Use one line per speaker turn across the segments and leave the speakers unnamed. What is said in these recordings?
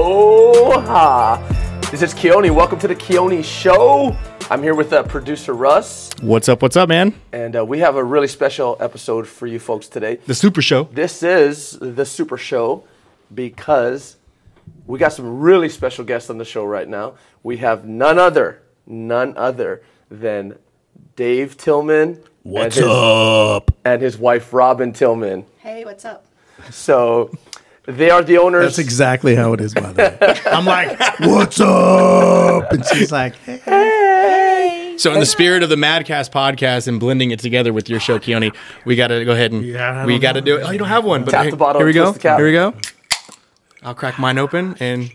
Aloha. This is Keone. Welcome to the Keone Show. I'm here with uh, producer Russ,
What's up? What's up, man?
and uh, we have a really special episode for you folks today.
The Super Show.
This is the Super Show because we got some really special guests on the show right now. We have none other, none other than Dave Tillman. What's and his, up? And his wife Robin Tillman.
Hey, what's up?
So they are the owners.
That's exactly how it is, by the way. I'm like, what's up? And she's like, hey.
So, in the spirit of the Madcast podcast and blending it together with your show, Keone, we got to go ahead and
Yeah, I
we
don't
got to do it. Oh, you don't have one, but
Tap
hey,
the bottle
here we
and
go.
twist the cap.
Here we go. I'll crack mine open and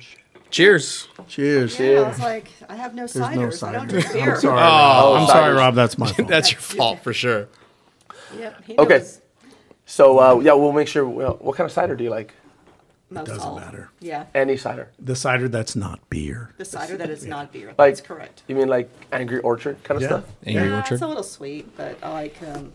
cheers.
cheers.
Yeah, I was like, I have no ciders.
No
I don't
cider.
drink beer.
I'm sorry.
Oh,
Uh, I'm sorry, Rob. That's my fault.
that's your fault for sure.
Yep, he
Okay.
knows
So uh, yeah, we'll make sure. Well, what kind of cider do you like?
most
Doesn't
all.
matter.
Yeah,
Any cider?
the cider that's not beer.
the cider that is not beer.
Like
That's correct.
You mean like Angry Orchard kind of
Yeah.
stuff?
Angry
Yeah,
Orchard.
it's a little sweet, but I like um,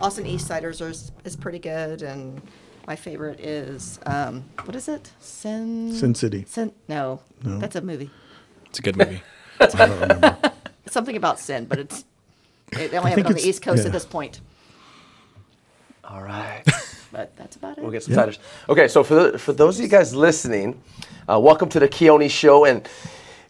Austin East ciders are, s- is pretty good, and my favorite is um, what is it? Sin.
Sin City.
Sin. No, that's a movie.
It's a good movie.
I don't remember.
It's something about sin, but it's they they only have it
think
on the
it's-
East Coast
yeah.
at this point.
All right.
But that's about it.
We'll get some ciders. Okay, so for, the, for those of you guys listening, uh, welcome to the Keone Show. And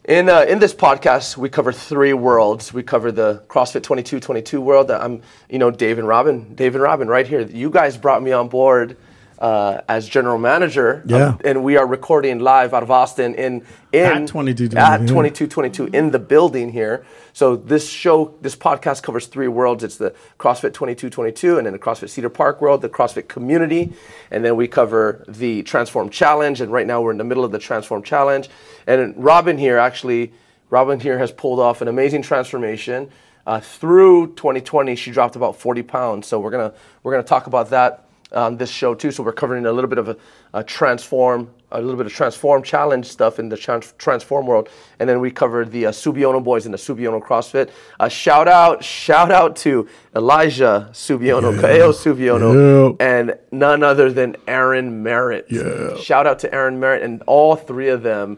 in, uh, in this podcast, we cover three worlds. We cover the CrossFit 2222 world. I'm, you know, Dave and Robin. Dave and Robin, right here. You guys brought me on board uh, as general manager. of-
Yeah.
and we are recording live out of Austin in, in
At 2222,
At
yeah.
2222 in the building here. So this show, this podcast covers three worlds. It's the CrossFit 2222 and then the CrossFit Cedar Park world, the CrossFit community, and then we cover the Transform Challenge. And right now we're in the middle of the Transform Challenge. And Robin here actually, Robin here has pulled off an amazing transformation. Uh, through 2020, she dropped about 40 pounds. So we're gonna we're gonna talk about that on this show too. So we're covering a little bit of a, a transform, a little bit of transform challenge stuff in the trans- transform world, and then we covered the uh, Subiono boys and the Subiono CrossFit. A shout out, shout out to Elijah Subiono,
Yeah.
Kaeo Subiono,
Yeah.
and none other than Aaron Merritt.
Yeah.
Shout out to Aaron Merritt and all three of them.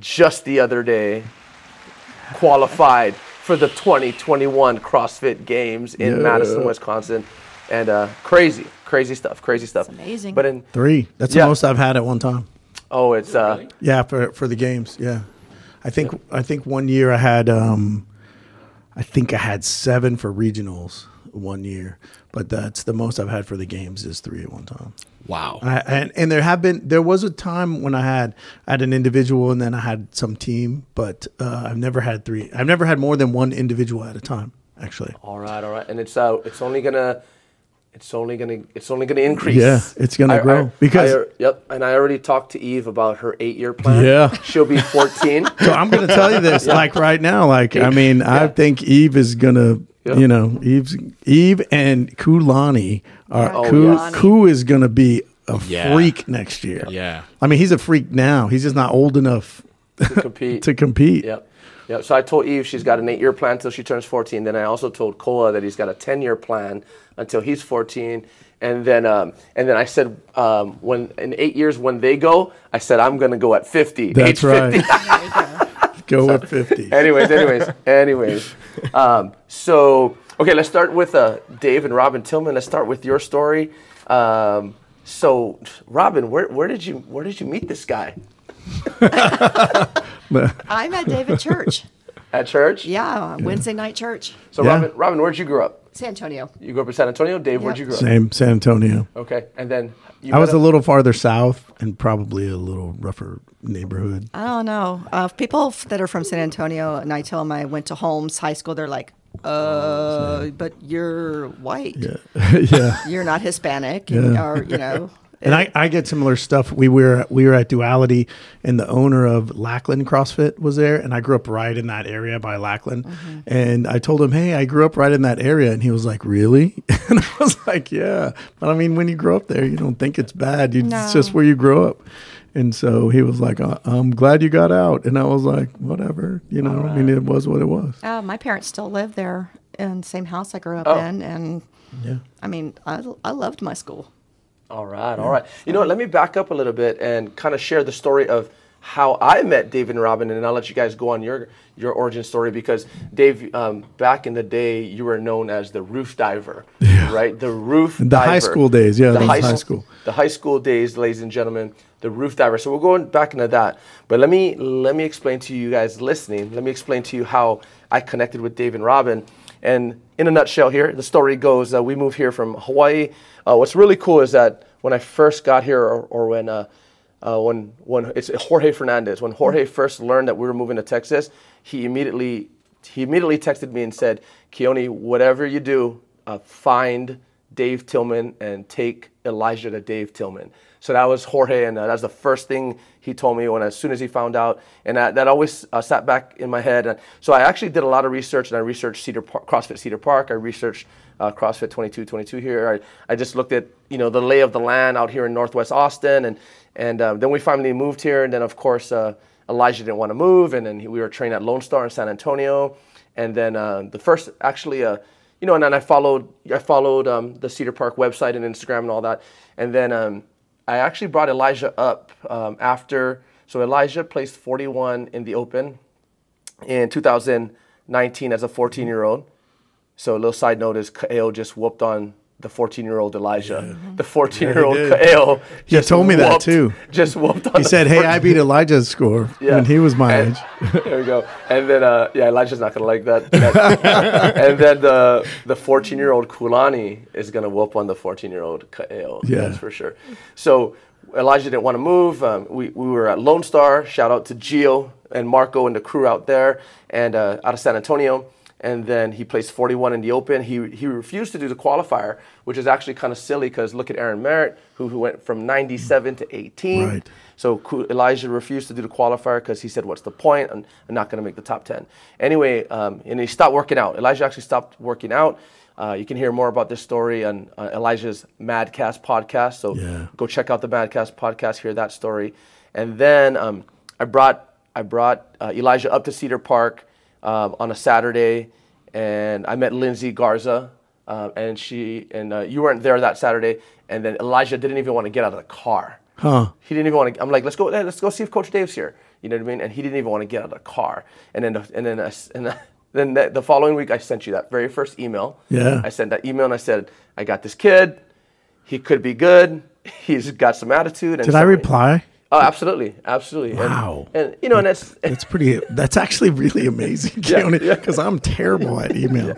Just the other day, qualified for the 2021 CrossFit Games in
Yeah.
Madison, Wisconsin. And uh, crazy, crazy stuff, crazy stuff.
That's amazing.
But in
Three. That's
Yeah.
the most I've had at one time.
oh, it's uh,
Yeah, for for the games. Yeah, I think I think one year I had um, I think I had seven for regionals one year, but that's the most I've had for the games is three at one time.
Wow.
I, and, and there have been there was a time when I had I had an individual and then I had some team, but uh, I've never had three. I've never had more than one individual at a time. Actually,
all right, all right, and it's uh, it's only gonna. It's only gonna it's only gonna increase.
Yeah, it's gonna grow, because-
I- yep, and I already talked to Eve about her eight year plan.
Yeah.
she'll be fourteen.
so I'm gonna tell you this, like right now, like I mean, I think Eve is gonna.
Yeah.
You know, Eve's Eve and Kulani are
Oh,
Ku,
yes.
Ku is gonna be a
Yeah.
freak next year.
Yeah.
I mean, he's a freak now. He's just not old enough
compete.
to compete.
Yep. Yep. So I told Eve she's got an eight year plan until she turns 14. Then I also told Koa that he's got a 10 year plan until he's 14. And then, um, and then I said, um, when in eight years when they go, I said I'm gonna go at 50. age
That's
50.
right.
There you go.
Go at fifty.
Anyways, anyways, anyways. Um, so okay, let's start with uh, Dave and Robin Tillman. Let's start with your story. Um, so Robin, where, where did you where did you meet this guy
I'm at David Church.
at church?
Yeah, Wednesday night church,
So
Yeah.
Robin, Robin, where'd you grow up?
San Antonio.
You grew up in San Antonio. Dave, where'd
Yep.
you grow up?
Same San Antonio.
Okay, and then you
I was
met
a little farther south and probably a little rougher neighborhood.
I don't know. Uh, people f- that are from San Antonio, and I tell them I went to Holmes High School, they're like, uh, but you're white.
yeah.
You're not Hispanic.
Yeah.
Or, you know,
And I, I get similar stuff. We were we were at Duality, and the owner of Lackland CrossFit was there, and I grew up right in that area by Lackland. And I told him, "Hey, I grew up right in that area," and he was like, "Really?" And I was like, "Yeah." But I mean, when you grow up there, you don't think it's bad. You, It's just
No.
where you grow up. And so he was like, "I- "I'm glad you got out," and I was like, "Whatever, you know. I mean, it was what it was."
uh, my parents still live there in the same house I grew
Oh.
up in. And
Yeah.
I mean, I, I loved my school.
All right, all right. You know what? Let me back up a little bit and kind of share the story of how I met Dave and Robin, and I'll let you guys go on your your origin story because Dave, um, back in the day, you were known as the roof diver, right? The roof.
The
diver.
high school days, yeah, that was high
s-
school.
The high school days, ladies and gentlemen, the roof diver. So we're going back into that, but let me let me explain to you guys listening. Let me explain to you how I connected with Dave and Robin. And in a nutshell, here the story goes: uh, we moved here from Hawaii. Uh, what's really cool is that when I first got here, or, or when uh, uh, when when it's Jorge Fernandez. When Jorge first learned that we were moving to Texas, he immediately he immediately texted me and said, "Keone, whatever you do, uh, find Dave Tillman and take Elijah to Dave Tillman." So that was Jorge, and uh, that's the first thing he told me when as soon as he found out, and that, that always uh, sat back in my head. And so I actually did a lot of research, and I researched Cedar Park, CrossFit Cedar Park. I researched uh, CrossFit 2222 here. I, I just looked at you know the lay of the land out here in Northwest Austin, and and um, then we finally moved here. And then of course uh, Elijah didn't want to move, and then he, we were trained at Lone Star in San Antonio. And then uh, the first actually, uh, you know, and then I followed I followed um, the Cedar Park website and Instagram and all that. And then um, I actually brought Elijah up um, after. So Elijah placed 41 in the Open in 2019 as a 14 year old. So a little side note is Kaeo just whooped on the 14 year old Elijah. The 14 year old
did.
Kaeo.
He
just
told me that,
whooped-
too.
Just whooped on
He said, "Hey, I beat Elijah's score when he was my
and,
age."
there we go. And then, uh, yeah, Elijah's not gonna like that. That- and then the the 14 year old Kulani is gonna whoop on the 14 year old Kaeo.
Yeah.
that's for sure. So Elijah didn't want to move. Um, we we were at Lone Star. Shout out to Gio and Marco and the crew out there and uh, out of San Antonio. And then he placed 41 in the Open. He he refused to do the qualifier, which is actually kind of silly because look at Aaron Merritt, who, who went from 97 to 18.
Right.
So Ku- Elijah refused to do the qualifier because he said, "What's the point? I'm, I'm not going to make the top 10." Anyway, um, and he stopped working out. Elijah actually stopped working out. Uh, you can hear more about this story on uh, Elijah's Madcast podcast. So
Yeah.
go check out the Madcast podcast, hear that story. And then um, I brought I brought uh, Elijah up to Cedar Park um, on a Saturday, and I met Lindsay Garza, uh, and she and uh, you weren't there that Saturday. And then Elijah didn't even want to get out of the car.
Huh.
He didn't even want to. I'm like, let's go. Hey, let's go see if Coach Dave's here. You know what I mean? And he didn't even want to get out of the car. And then, the, and then, I s and then the, the following week, I sent you that very first email.
Yeah.
I sent that email and I said, I got this kid. He could be good. He's got some attitude. And
Did I
some-
reply?
Oh, absolutely, absolutely. And-
Wow.
And, you know, and that's
That's pretty. That's actually really amazing, Keone,
yeah.
because I'm terrible at email.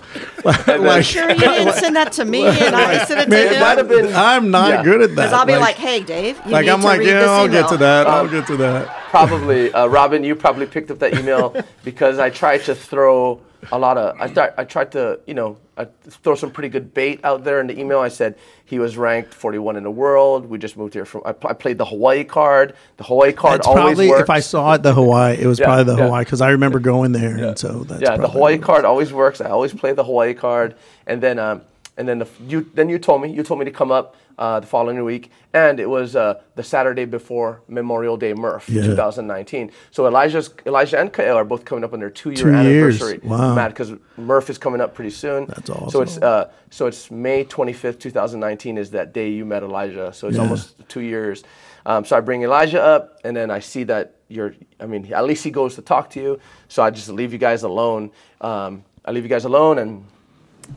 then-
like,
Sure, you didn't send that to me, and I sent it
man,
it might
to
have
him.
been-
I'm not
Yeah.
good at that.
Because I'll be like, "Hey, Dave, you
like
need
I'm
to
like,
read
yeah,
this
I'll get
email."
to that.
Um,
I'll get to that.
probably uh, Robin. You probably picked up that email because I tried to throw a lot of. I, th- I tried to you know I throw some pretty good bait out there in the email. I said he was ranked 41 in the world. We just moved here from. I, pl- I played the Hawaii card. The Hawaii card
It's
always
probably
works.
if I saw it the Hawaii, it was
Yeah,
probably the
yeah.
Hawaii because I remember going there, and so that's
yeah, the
probably
Hawaii
what it
card always works. I always play the Hawaii card, and then um, and then the, you then you told me you told me to come up uh, the following week, and it was uh, the Saturday before Memorial Day, Murph,
Yeah.
2019. So Elijah's Elijah and Kael are both coming up on their two-year
Two years.
anniversary.
Wow.
because Murph is coming up pretty soon. That's So
awesome.
it's uh, so it's May 25th, 2019 is that day you met Elijah. So it's
Yeah.
almost two years. Um, so I bring Elijah up, and then I see that you're. I mean, at least he goes to talk to you. So I just leave you guys alone. Um, I leave you guys alone, and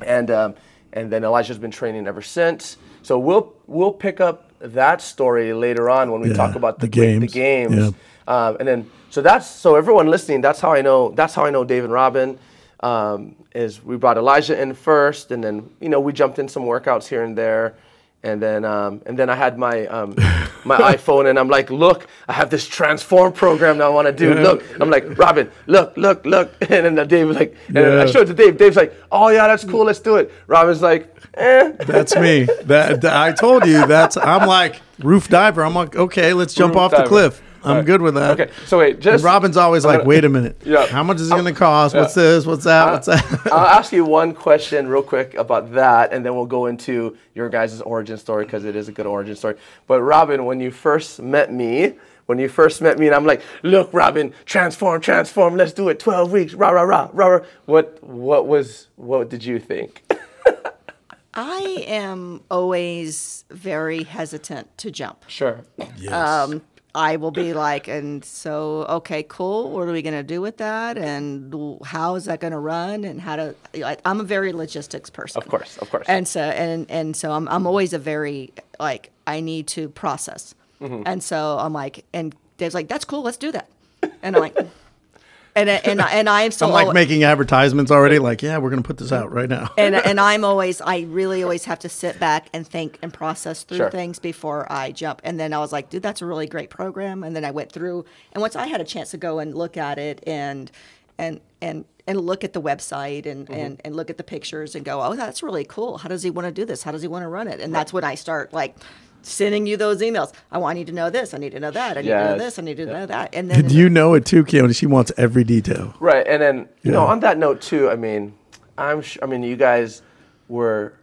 and um, and then Elijah's been training ever since. So we'll we'll pick up that story later on when we
Yeah,
talk about the,
the
games. The
games.
games. Um, and then so that's so everyone listening. That's how I know. That's how I know Dave and Robin. Um, is we brought Elijah in first, and then you know we jumped in some workouts here and there, and then um, and then I had my um, my iPhone, and I'm like, look, I have this transform program that I want to do. Look, I'm like, Robin, look, look, look, and then Dave was like, and then I
Yeah.
showed it to Dave. Dave's like, oh yeah, that's cool, let's do it. Robin's like, eh.
That's me. That, that- I told you. That's I'm like roof diver. I'm like, okay, let's jump
Roof
off
diver.
the cliff. I'm
Alright.
good with that.
Okay, so wait, just
And Robin's always
I'm
like,
gonna-
wait a minute.
Yeah.
How much is it going to cost? What's
yeah.
this? What's that? What's
Uh,
that?
I'll ask you one question real quick about that, and then we'll go into your guys' origin story because it is a good origin story. But Robin, when you first met me, when you first met me, and I'm like, "Look, Robin, transform, transform. Let's do it. Twelve weeks. Rah rah rah rah rah." What what was what did you think?
I am always very hesitant to jump.
Sure.
Yes.
Um, I will be like, and so okay, cool. What are we gonna do with that? And w- how is that gonna run? And how to? Like, I'm a very logistics person.
Of course, of course.
And so and and so I'm I'm always a very like I need to process. And so I'm like, and Dave's like, that's cool. Let's do that. And I'm like. And, and, and I am so
I'm like
al-
making advertisements already. Like, yeah, we're gonna put this out right now.
and and I'm always I really always have to sit back and think and process through
Sure.
things before I jump. And then I was like, dude, that's a really great program. And then I went through and once I had a chance to go and look at it and and and and look at the website and,
Mm-hmm.
and, and look at the pictures and go, oh, that's really cool. How does he want to do this? How does he want to run it? And that's when I start like sending you those emails. I want I need to know this. I need to know that. I need to know
Yes.
this. I need to know that. And then
Do you know it too, Keone? She wants every detail.
Right, and then you know,
Yeah.
on that note too, I mean, I'm sh- I mean, you guys were,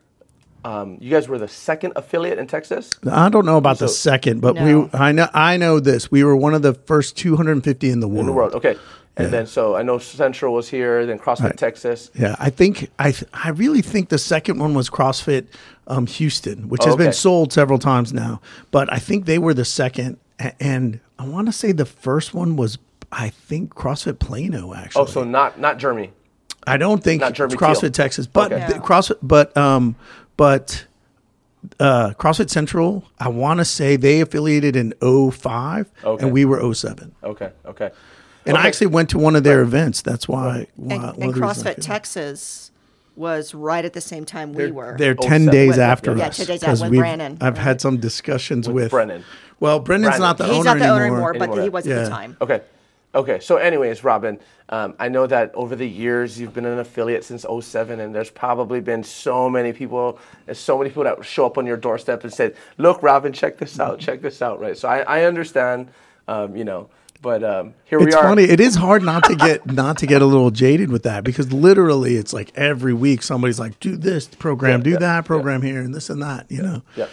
um, you guys were the second affiliate in Texas.
I don't know about the
So-
second, but
No.
we I know I know this. We were one of the first 250 in the world.
in the world. Okay, and then so I know Central was here, then CrossFit
Right.
Texas.
Yeah, I think I th- I really think the second one was CrossFit um, Houston, which has
Oh, okay.
been sold several times now. But I think they were the second, a- and I want to say the first one was I think CrossFit Plano actually.
Oh, so not not Germany.
I don't think
Not Jeremy
CrossFit
Teal.
Texas, but
Okay.
the-
No.
CrossFit, but um, but uh, CrossFit Central. I want to say they affiliated in 05
Okay.
and we were 07.
Okay, okay.
And I
Okay.
actually went to one of their events. That's why. why
and,
one of
and
the reasons I
CrossFit
came.
Texas was right at the same time we were.
They're
Oh,
10
seven.
days
With-
after
yeah,
us.
10 days out
'cause
with
we've-
Brennan,
I've
right.
had some discussions with,
Brennan.
Well, Brennan's
Brennan.
not the,
He's
owner,
He's not the
anymore.
owner anymore, but
Anymore.
he was at
Yeah.
the time.
Okay. Okay. So, anyways, Robin, um, I know that over the years you've been an affiliate since 07, and there's probably been so many people, there's so many people that show up on your doorstep and said, "Look, Robin, check this out. Check this out." Right. So I, I understand, um, you know, but um, here we
It's
are.
funny. It is hard not to get not to get a little jaded with that because literally it's like every week somebody's like, do this program, do
yeah, yeah.
that program here, and this and that. You know.
Yeah.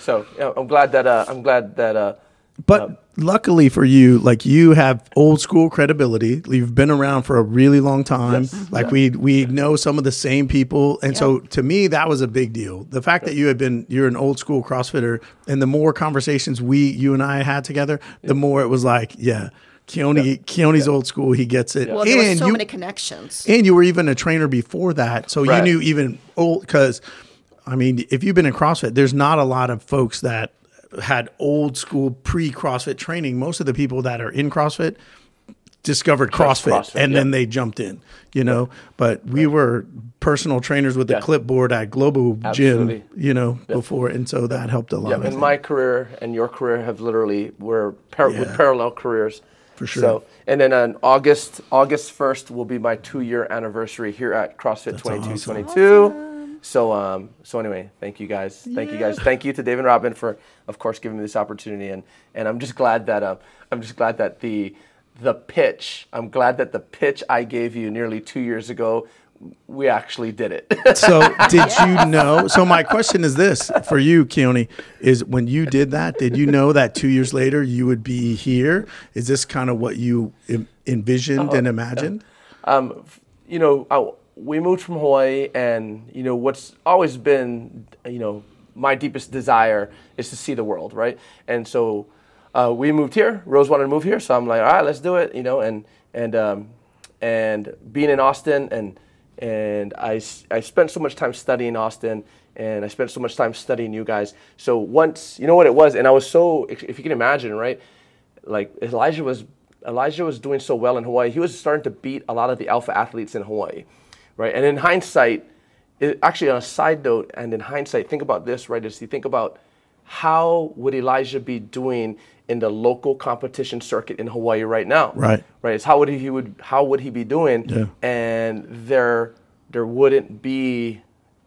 So yeah, I'm glad that uh, I'm glad that. Uh,
But luckily for you, like you have old school credibility. You've been around for a really long time. Like we we know some of the same people, and so to me that was a big deal. The fact that you had been you're an old school CrossFitter, and the more conversations we you and I had together, the more it was like, yeah, Keone Keone's old school. He gets it.
Well, there were
And
so
you-
many connections.
and you were even a trainer before that, so
Right.
you knew even old. Because, I mean, if you've been in CrossFit, there's not a lot of folks that had old school pre CrossFit training. Most of the people that are in CrossFit discovered CrossFit,
CrossFit,
and then
yeah.
they jumped in. You know, but we were personal trainers with the
Yeah.
clipboard at Global
Absolutely.
Gym. You know, before, and so that helped a lot. I
Yeah,
think.
and my career and your career have literally were par- with
Yeah.
parallel careers. For
sure.
So, and then on August August first will be my two year anniversary here at CrossFit twenty two twenty two. So um so anyway, thank you guys, thank you guys, thank you to Dave and Robin for of course giving me this opportunity, and and I'm just glad that um I'm just glad that the the pitch I'm glad that the pitch I gave you nearly two years ago we actually did it.
So did you know? So my question is this for you, Keone, is when you did that, did you know that two years later you would be here? Is this kind of what you em- envisioned and imagined?
you know, I, we moved from Hawaii, and you know what's always been, you know, my deepest desire is to see the world, right? And so uh, we moved here. Rose wanted to move here, so I'm like, all right, let's do it, you know. And and um, and being in Austin, and and I s- I spent so much time studying Austin. And I spent so much time studying you guys. So once, you know what it was, and I was so, if if you can imagine, right? like Elijah was Elijah was doing so well in Hawaii. He was starting to beat a lot of the alpha athletes in Hawaii, right? And in hindsight, it, actually on a side note, and in hindsight, think about this, right? Is you think about how would Elijah be doing in the local competition circuit in Hawaii right now?
Right.
Right. It's how would he, he would how would he be doing?
Yeah.
And there there wouldn't be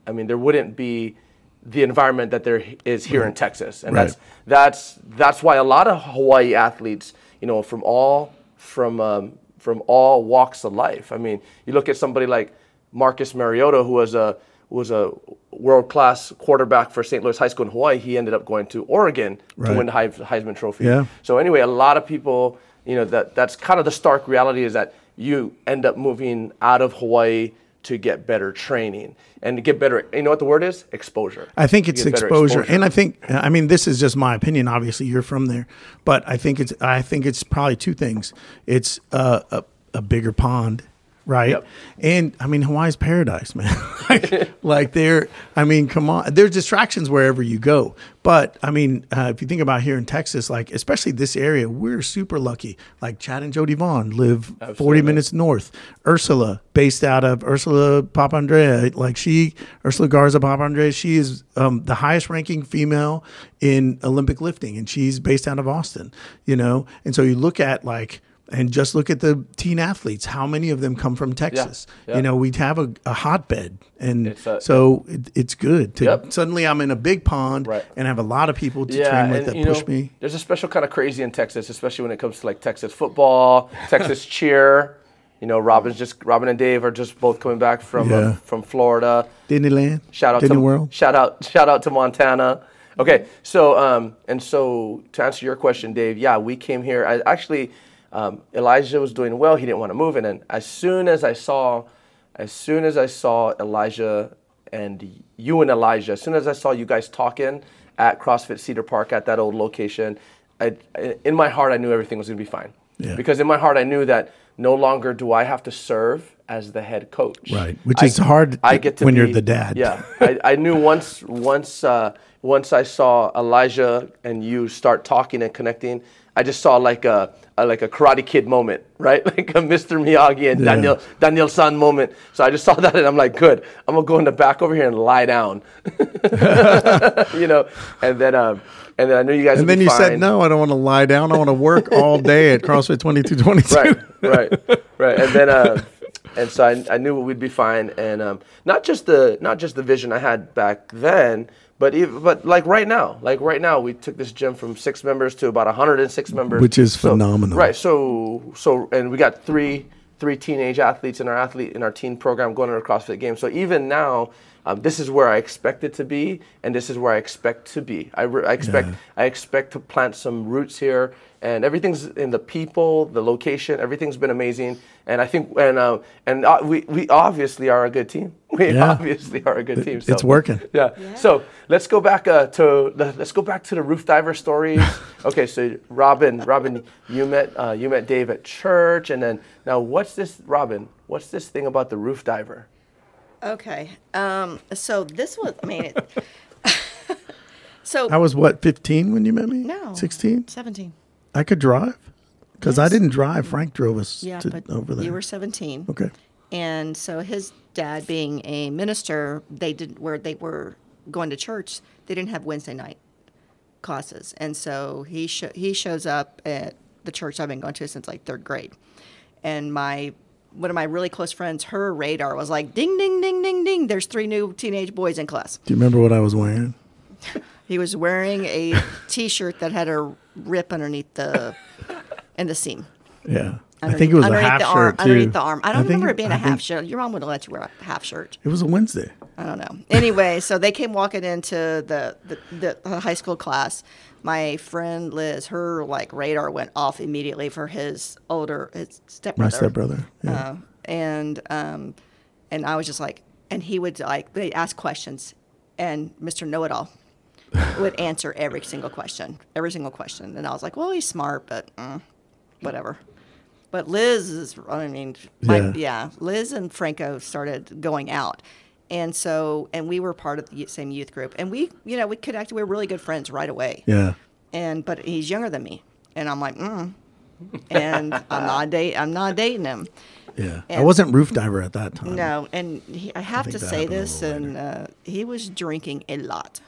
I mean there wouldn't be the environment that there is here in Texas. And
Right.
that's that's that's why a lot of Hawaii athletes, you know, from all from um, from all walks of life. I mean, you look at somebody like Marcus Mariota, who was a was a world class quarterback for St. Louis High School in Hawaii. He ended up going to Oregon
Right.
to win the Heis- Heisman Trophy.
Yeah.
So anyway, a lot of people, you know, that that's kind of the stark reality is that you end up moving out of Hawaii to get better training and to get better. You know what the word is? Exposure.
I think
To
it's
get better
exposure. and I think I mean this is just my opinion. Obviously, you're from there, but I think it's I think it's probably two things. It's uh, a a bigger pond, right?
Yep.
And I mean Hawaii's paradise, man. like, like there, I mean, come on, there's distractions wherever you go. But I mean, uh, if you think about here in Texas, like especially this area, we're super lucky. Like Chad and Jody Vaughn live 40 minutes north. Ursula, based out of Ursula Papandrea, like she, Ursula Garza Papandrea, she is um, the highest ranking female in Olympic lifting, and she's based out of Austin, you know? And so you look at like, and just look at the teen athletes. How many of them come from Texas?
yeah.
You know, we have a, a hotbed, and
It's a-
so it, it's good. To,
Yep.
Suddenly, I'm in a big pond,
Right.
and I have a lot of people to train with that
you know,
push me.
There's a special kind of crazy in Texas, especially when it comes to like Texas football, Texas cheer. You know, Robin's just Robin and Dave are just both coming back from uh,
Yeah.
from Florida.
Disneyland,
Shout out
Disney
to
World.
Shout out shout out to Montana. Okay, so um, and so to answer your question, Dave, yeah, we came here. I actually um, Elijah was doing well. He didn't want to move, and then as soon as I saw, as soon as I saw Elijah and you and Elijah, as soon as I saw you guys talking at CrossFit Cedar Park at that old location, I, I- in my heart I knew everything was gonna be fine.
Yeah.
Because in my heart I knew that no longer do I have to serve as the head coach.
Right, which is hard when you're the dad.
Yeah, I, I knew once once uh, once I saw Elijah and you start talking and connecting. I just saw like a, a like a Karate Kid moment, right? Like a Mr. Miyagi and
Yeah.
Daniel Daniel San moment. So I just saw that and I'm like, good. I'm gonna go in the back over here and lie down, you know. And then um, and then I knew you guys.
And
would
then
be
you said,
fine.
"No, I don't want to lie down. I want to work all day at CrossFit 2222."
right, right, right. And then, uh, and so I, I knew we'd be fine. And um, not just the not just the vision I had back then, but even, but like right now, like right now, we took this gym from six members to about 106 members,
Which is
So-
phenomenal.
Right. So so and we got three three teenage athletes in our athlete in our teen program going to the CrossFit Games. So even now. Um, this is where I expect it to be, and this is where I expect to be. I, re- I expect I expect to plant some roots here, and everything's in the people, the location. Everything's been amazing, and I think and uh, and uh, we we obviously are a good team. We
Yeah.
obviously are a good team.
it's working.
Yeah. So let's go back uh, to the, let's go back to the roof diver stories. okay, so Robin, Robin, you met uh, you met Dave at church, and then now what's this, Robin? What's this thing about the roof diver?
Okay. Um, so this was, I mean, it, so
I was what 15 when you met me.
no,
16.
17.
I could drive because I didn't drive. Frank drove us
Yeah,
to,
but
over there.
you were 17.
okay.
And so his dad, being a minister, they didn't where they were going to church. They didn't have Wednesday night classes, and so he sho- he shows up at the church I've been going to since like third grade. And my one of my really close friends, her radar was like ding ding ding ding ding. There's three new teenage boys in class.
Do you remember what I was wearing?
He was wearing a T-shirt that had a rip underneath the in the seam.
Yeah. I think it was a
underneath
half
the arm,
shirt too.
Underneath the arm. I don't
think-
remember it being a
I
half
think
shirt. Your mom would have let you wear a half shirt.
It was a Wednesday.
I don't know. Anyway, so they came walking into the, the, the high school class. My friend Liz, her like radar went off immediately for his older his stepbrother.
My stepbrother. Yeah.
Uh, and um, and I was just like, and he would like they ask questions, and Mr. Know It All would answer every single question, every single question, and I was like, well, he's smart, but mm, whatever. But Liz is, I mean, like, yeah.
Yeah.
Liz and Franco started going out. And so, and we were part of the same youth group. And we, you know, we connected. We were really good friends right away
yeah.
and but he's younger than me, and I'm like, mm. and I'm not date, I'm not dating him.
Yeah. I
And-
wasn't roof diver at that time.
No, and he, I have
think
to
that
say
happened a
this,
little
and uh, he was drinking a lot.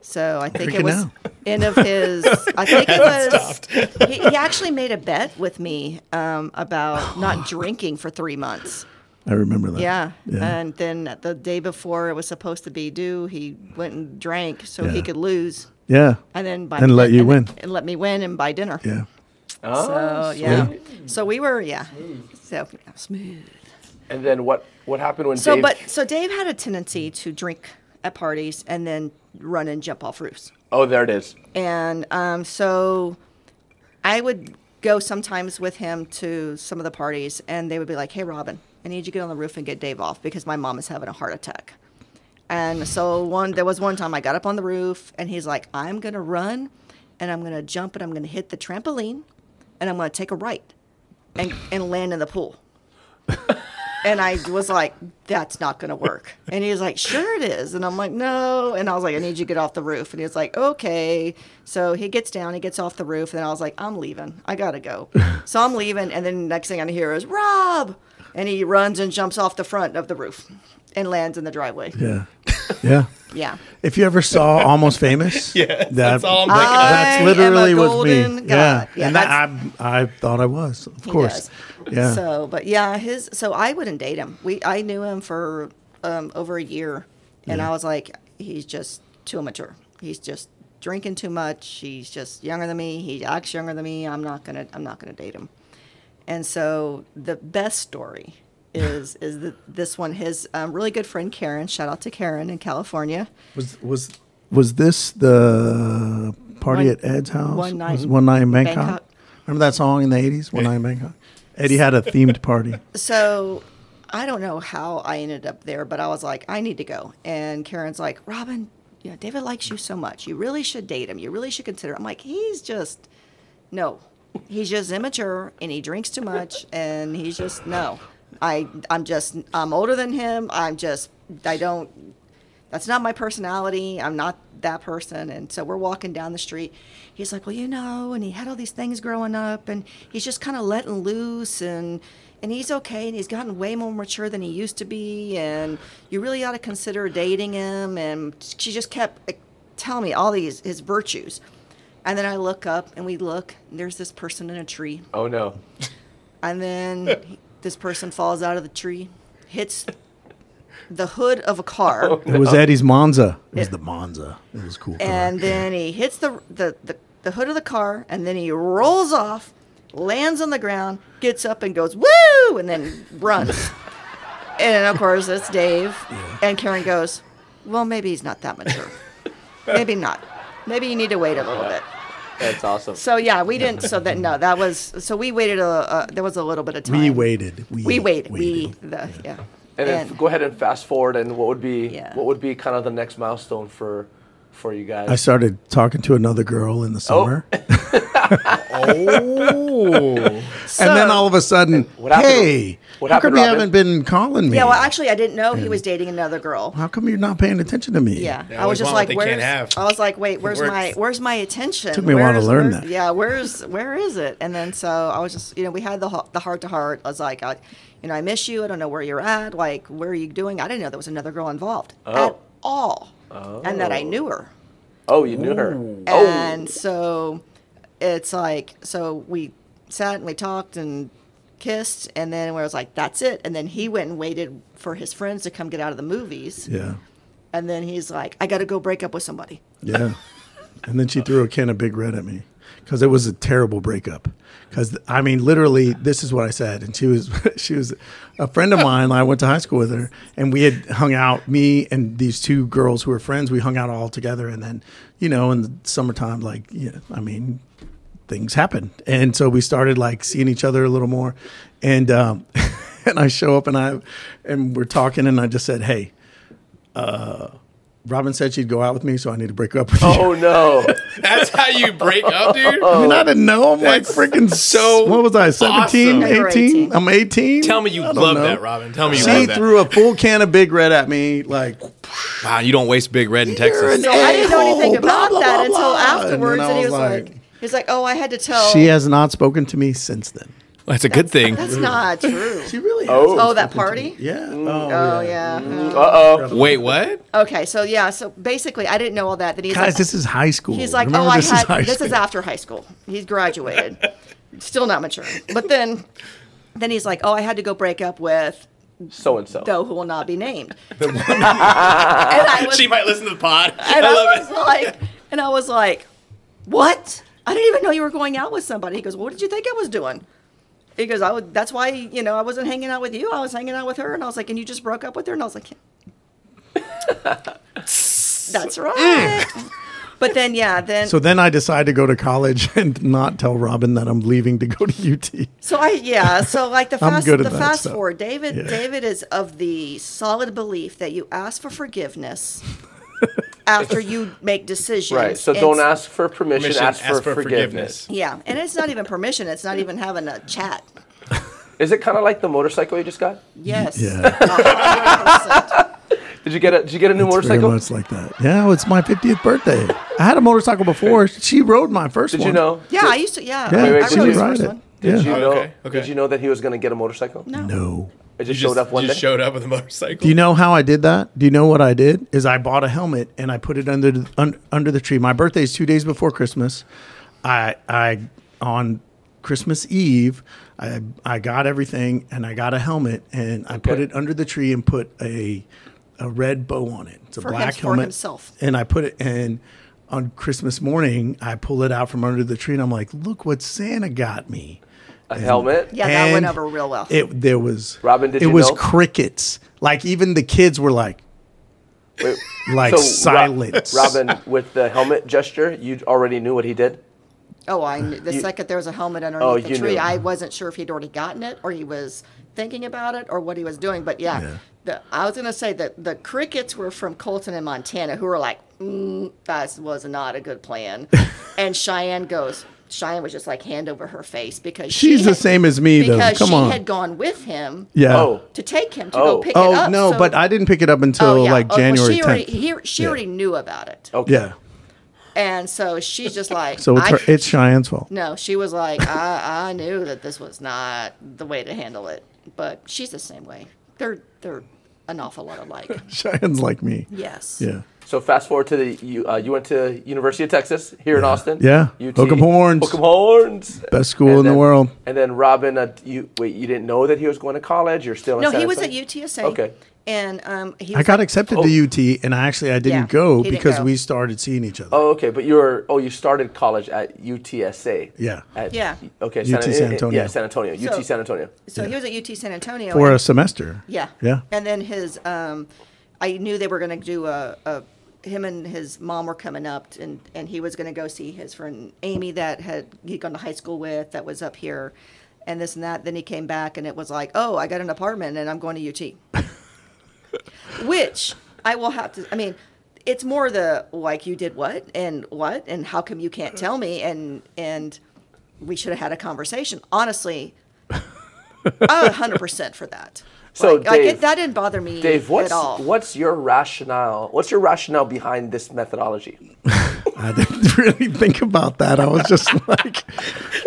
So I think
Drinking
it was
now.
end of his. I think it was. He, he actually made a bet with me um, about not drinking for three months.
I remember that.
Yeah. uh,
Yeah.
and then the day before it was supposed to be due, he went and drank so he
Yeah.
could lose,
yeah.
and then by
And let you
and-
win.
and let me win and buy dinner.
yeah. Oh,
So yeah. So we were yeah. So yeah, smooth.
And then what what happened when
So
Dave?
but so Dave had a tendency to drink at parties and then run and jump off roofs.
oh, there it is.
And um, so I would go sometimes with him to some of the parties and they would be like, "Hey Robin, I need you to get on the roof and get Dave off because my mom is having a heart attack. And so one there was one time I got up on the roof and he's like, I'm gonna run and I'm gonna jump and I'm gonna hit the trampoline and I'm gonna take a right and, and land in the pool. and I was like, That's not gonna work. And he was like, Sure it is. And I'm like, No. And I was like, I need you to get off the roof. And he was like, Okay. So he gets down, he gets off the roof, and I was like, I'm leaving. I gotta go. so I'm leaving, and then next thing I hear is Rob and he runs and jumps off the front of the roof and lands in the driveway.
Yeah. Yeah.
Yeah.
If you ever saw Almost Famous, yeah,
that's all I'm thinking of.
that's
I
literally
am a
was me.
golden god.
Yeah,
Yeah,
and that, I, I thought I was, of
He
course.
does.
Yeah,
So, but yeah, his so I wouldn't date him. We I knew him for um, over a year, and I was like, he's just too immature. He's just drinking too much. He's just younger than me. He acts younger than me. I'm not gonna I'm not gonna date him. And so the best story is is the, this one. His um, really good friend Karen. Shout out to Karen in California.
was was was this the party
One-
at Ed's house?
One Night
Was it one night in Bangkok.
Bangkok.
Remember that song in the eighties? One night in Bangkok. Eddie had a themed party.
so I don't know how I ended up there, but I was like, I need to go. And Karen's like, Robin, you know, David likes you so much. You really should date him. You really should consider. I'm like, he's just no. He's just immature and he drinks too much and he's just no. I I'm just I'm older than him. I'm just I don't that's not my personality. I'm not that person. And so we're walking down the street. He's like, well, you know, and he had all these things growing up, and he's just kind of letting loose, and and he's okay, and he's gotten way more mature than he used to be, and you really ought to consider dating him. And she just kept like, telling me all these his virtues, and then I look up, and we look, and there's this person in a tree
Oh no.
and then he- this person falls out of the tree, hits the hood of a car,
It was Eddie's Monza. Oh. It was the Monza. It was a cool. car.
and then he hits the, the the the hood of the car, and then he rolls off, lands on the ground, gets up and goes woo, and then runs. and of course, it's Dave, and Karen goes, "Well, maybe he's not that mature. maybe not. Maybe you need to wait a little bit."
That's awesome.
So yeah, we didn't. So that no, that was so we waited a. Uh, there was a little bit of time.
we waited. We,
We waited. We the yeah.
and then go ahead and fast forward and what would be
Yeah.
what would be kind of the next milestone for for you guys
I started talking to another girl in the summer.
Oh.
Oh.
and then all of a sudden,
what happened-
hey,
what
how come
happened,
you
Robin?
haven't been calling me?
yeah, well, actually, I didn't know he was dating another girl.
how come you're not paying attention to me?
Yeah,
They
I
always
was just
want what
like,
they can't
"Where's?"
have.
I was like, "Wait, where's
works.
my where's my attention?"
Took me a while
Where's-
to learn
where's-
that.
Yeah, where's where is it? And then so I was just, you know, we had the ho- the heart to heart. I was like, I, "You know, I miss you. I don't know where you're at. Like, where are you doing?" I didn't know there was another girl involved
Oh.
at all, and that I knew her.
oh you knew her oh
And so it's like, so we sat and we talked and kissed, and then we was like, that's it. And then he went and waited for his friends to come get out of the movies.
Yeah.
And then he's like, I got to go break up with somebody.
Yeah. and then she threw a can of Big Red at me because it was a terrible breakup. Because I mean, literally, this is what I said. And she was, she was a friend of mine. I went to high school with her, and we had hung out. Me and these two girls who were friends, we hung out all together. And then, you know, in the summertime, like, yeah, I mean, things happened, and so we started like seeing each other a little more. And um, and I show up and I and we're talking, and I just said, hey. uh, Robin said she'd go out with me, so I need to break up with you.
Uh,
oh no
That's how you break up, dude?
I mean, I didn't know. I'm
Oh. That's
like freaking
so
so. What was I? 17,
awesome.
You were
18?
18.
I'm 18.
Tell me you
I don't
love
know.
that, Robin. Tell me you
She
love that.
threw a full can of Big Red at me. Like,
wow, you don't waste Big Red in
You're
Texas.
an
So I didn't know anything
a-hole, Oh, blah,
about
blah,
that
blah,
until
blah. And then
afterwards.
I
And, he
was
was like,
like-
he's like, oh, I had to tell.
she has not spoken to me since then.
That's a good thing.
That's not true.
She really
Oh.
oh, that party?
Yeah.
Oh, yeah.
uh-oh
Wait, what?
Okay, so yeah, so basically, I didn't know all that. That he's
Guys,
like,
this is high school.
He's like,
Remember,
oh, I
this
had
is high
this
school.
is after high school. He's graduated, still not mature. But then, then he's like, oh, I had to go break up with
so and so
though who will not be named. and I was,
She might listen to the pod. I
and I,
love
was like, and I was like, what? I didn't even know you were going out with somebody. He goes, well, what did you think I was doing? He goes, I would. That's why you know I wasn't hanging out with you. I was hanging out with her, and I was like, and you just
Mm.
broke up with her, and I was like, yeah. that's right. But then, yeah, then
So then I decide to go to college and not tell Robin that I'm leaving to go to UT.
So I yeah, so like the
I'm
fast
good
the
at that
fast
stuff.
forward. David
Yeah.
David is of the solid belief that you ask for forgiveness after you make decisions.
Right. So
It's-
don't ask for permission,
Permission,
ask, for, forgiveness.
Yeah, and it's not even permission, it's not even having a chat.
Is it kind of like the motorcycle you just got?
Yes.
Yeah.
100%.
Did you get a Did you get a new
It's very
motorcycle?
much like that. Yeah, it's my 50th birthday. I had a motorcycle before. She rode my first
Did
one.
you know?
Yeah,
Did,
I used to yeah,
Yeah,
I,
wait,
I
did
wrote
you
his
ride
first
it?
one.
Did
Yeah.
you
Oh,
know?
okay, okay.
Did you know that he was going to get a motorcycle?
No.
No.
It
You just,
just, showed up one
you
day.
just showed up with a motorcycle.
Do you know how I did that? Do you know what I did? Is I bought a helmet and I put it under the, un, under the tree. My birthday is two days before Christmas. I I on Christmas Eve, I I got everything and I got a helmet and I put
Okay.
it under the tree and put a a red bow on it. It's a
For
black
him- for
helmet.
himself.
And I put it and on Christmas morning, I pull it out from under the tree and I'm like, look what Santa got me.
a helmet.
Yeah, that went
And
over real well.
It there was
Robin, did
it
you
was
know?
crickets. Like even the kids were like
Wait,
like
so Ro-
silence.
Robin, with the helmet gesture, you already knew what he did.
oh, I knew the second there was a helmet underneath
Oh,
the
you
tree,
knew.
I wasn't sure if he'd already gotten it or he was thinking about it or what he was doing. But yeah, the I was gonna say that the crickets were from Colton and Montana, who were like, mm, "That was not a good plan." and Cheyenne goes. Cheyenne was just like hand over her face because she
She's the
had-
same as me, though.
because
Come
she
on.
had gone with him
Yeah.
Oh,
to take him to
Oh.
go pick
Oh
it up.
no,
so-
but I didn't pick it up until
Oh, yeah.
like
Oh, well,
January
she already,
10th.
he, she already knew about it.
okay.
yeah.
And so she's just like,
So it's
I-
her, it's Cheyenne's fault.
no, she was like, I, I knew that this was not the way to handle it. But she's the same way. They're they're an awful lot alike.
Cheyenne's like me.
Yes.
Yeah.
So fast forward to the you. Uh, you went to University of Texas here in Austin.
Yeah.
UT,
Hook'em horns.
Hook'em horns.
Best school
And
in the
then-
world.
And then Robin, uh, you wait. You didn't know that he was going to college. You're still in
No,
San
he was at
Antonio?
UTSA.
Okay.
And um, he
I
was
got
like-
Oh.
accepted to UT, and I actually I didn't
Yeah,
go
he didn't
because
go.
we started seeing each other.
Oh, okay. But you were oh, you started college at UTSA.
Yeah.
At,
Yeah.
Okay.
UT San Antonio.
Yeah, San Antonio.
So-
UT San Antonio.
So he was at UT San Antonio.
For
and-
a semester.
Yeah.
Yeah.
And then his, um, I knew they were going to do a, a, him and his mom were coming up, and and he was going to go see his friend Amy that had he'd gone to high school with that was up here, and this and that. Then he came back, and it was like, oh, I got an apartment, and I'm going to UT. Which I will have to. I mean. It's more the like you did what and what and how come you can't tell me and and we should have had a conversation. Honestly, a hundred percent for that.
So,
like, like, it-
Dave-
that didn't bother me
Dave, what's
at all.
what's your rationale? What's your rationale behind this methodology?
I didn't really think about that. I was just like,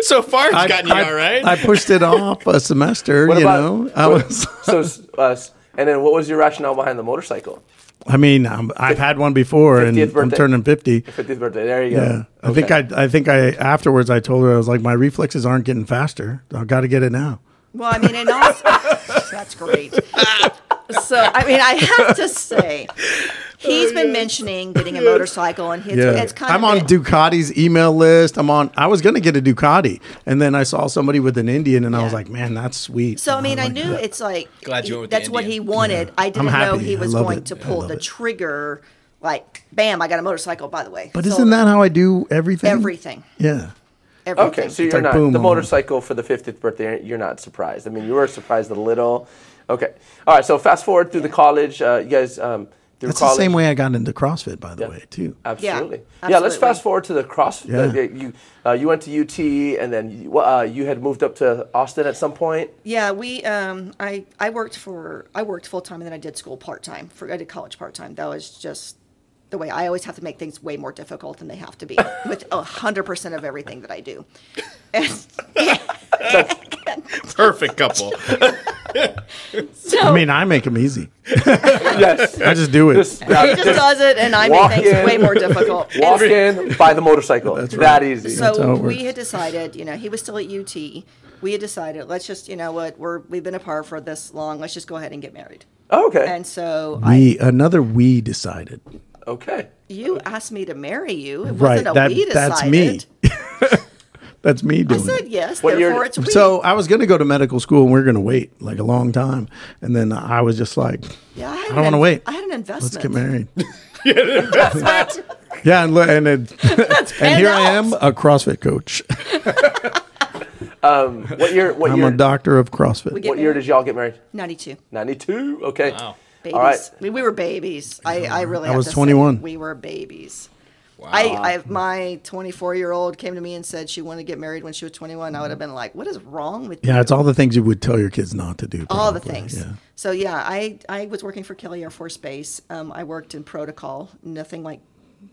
so far, it's
I,
gotten you
I-
all right.
I pushed it off a semester. you know, I
what-
was.
so s- uh, s- and then what was your rationale behind the motorcycle?
I mean, i I've had one before, and
50th
I'm
birthday.
turning fifty.
50th birthday. There you go.
Yeah, I think I, I think I afterwards I told her I was like my reflexes aren't getting faster. I got to get it now.
well, I mean, and also, that's great. so, I mean, I have to say, he's
Oh,
been mentioning getting a motorcycle, and it's,
Yeah,
it's kind
I'm
of
on
been-
Ducati's email list. I'm on. I was gonna get a Ducati, and then I saw somebody with an Indian, and I was
Yeah.
like, man, that's sweet.
So I mean, I
like
knew
that.
it's like
Glad you
he-
went with the
that's what he
Indian.
wanted. I didn't know
happy.
he
I
was
love
going
it.
to
I
pull
love
the
it.
trigger, like bam, I got a motorcycle. By the way,
But
So,
isn't that how I do everything?
everything?
Yeah.
Everything.
Okay, so you're
like
not
boom,
the
I'm-
motorcycle for the 50th birthday. You're not surprised. I mean, you were surprised a little. Okay, all right. So fast forward through the college. Uh, you guys um, through
That's
college.
the same way I got into CrossFit, by the way, too.
Absolutely. Yeah,
Yeah,
let's
absolutely.
fast forward to the cross.
Yeah.
the- the- you uh, you went to UT, and then you, uh, you had moved up to Austin at some point.
Yeah, we um I I worked for I worked full time and then I did school part time. For I did college part time. That was just the way I always have to make things way more difficult than they have to be with a hundred percent of everything that I do. And
Perfect couple.
so
I mean, I make them easy.
yes.
I just do it.
Just, uh,
he just does it and I make
walk
things
in.
way more difficult. And
walk in, buy the motorcycle. That's That easy.
That's how
so
it
we
works.
had decided, you know, he was still at UT. We had decided, let's just, you know what, we're we've been apart for this long. Let's just go ahead and get married.
Oh, okay.
And so I,
We another we decided.
okay.
you asked me to marry you. It
Right.
wasn't a
That
we decided.
that's me. that's me doing
I said
it.
yes,
What year-
therefore it's we.
So I was going to go to medical school, and we are going to wait like a long time. And then I was just like,
Yeah, I, had an
I don't want to
in-
wait.
I had an investment.
Let's get married.
That's
Yeah, and, look- and, it, and here I am, a CrossFit coach.
What year? What
I'm
year?
a doctor of CrossFit.
get-
What year did y'all get married?
92.
92. Okay.
Wow.
Babies.
All right.
I mean, we were babies. I, I really. have
was
to say,
21.
we were babies. I, I my 24 year old came to me and said she wanted to get married when she was 21. I would have been like, "What is wrong with you?"
Yeah, it's all the things you would tell your kids not to do.
all the
probably,
things.
Yeah.
So yeah, I I was working for Kelly Air Force Base. Um, I worked in protocol, nothing like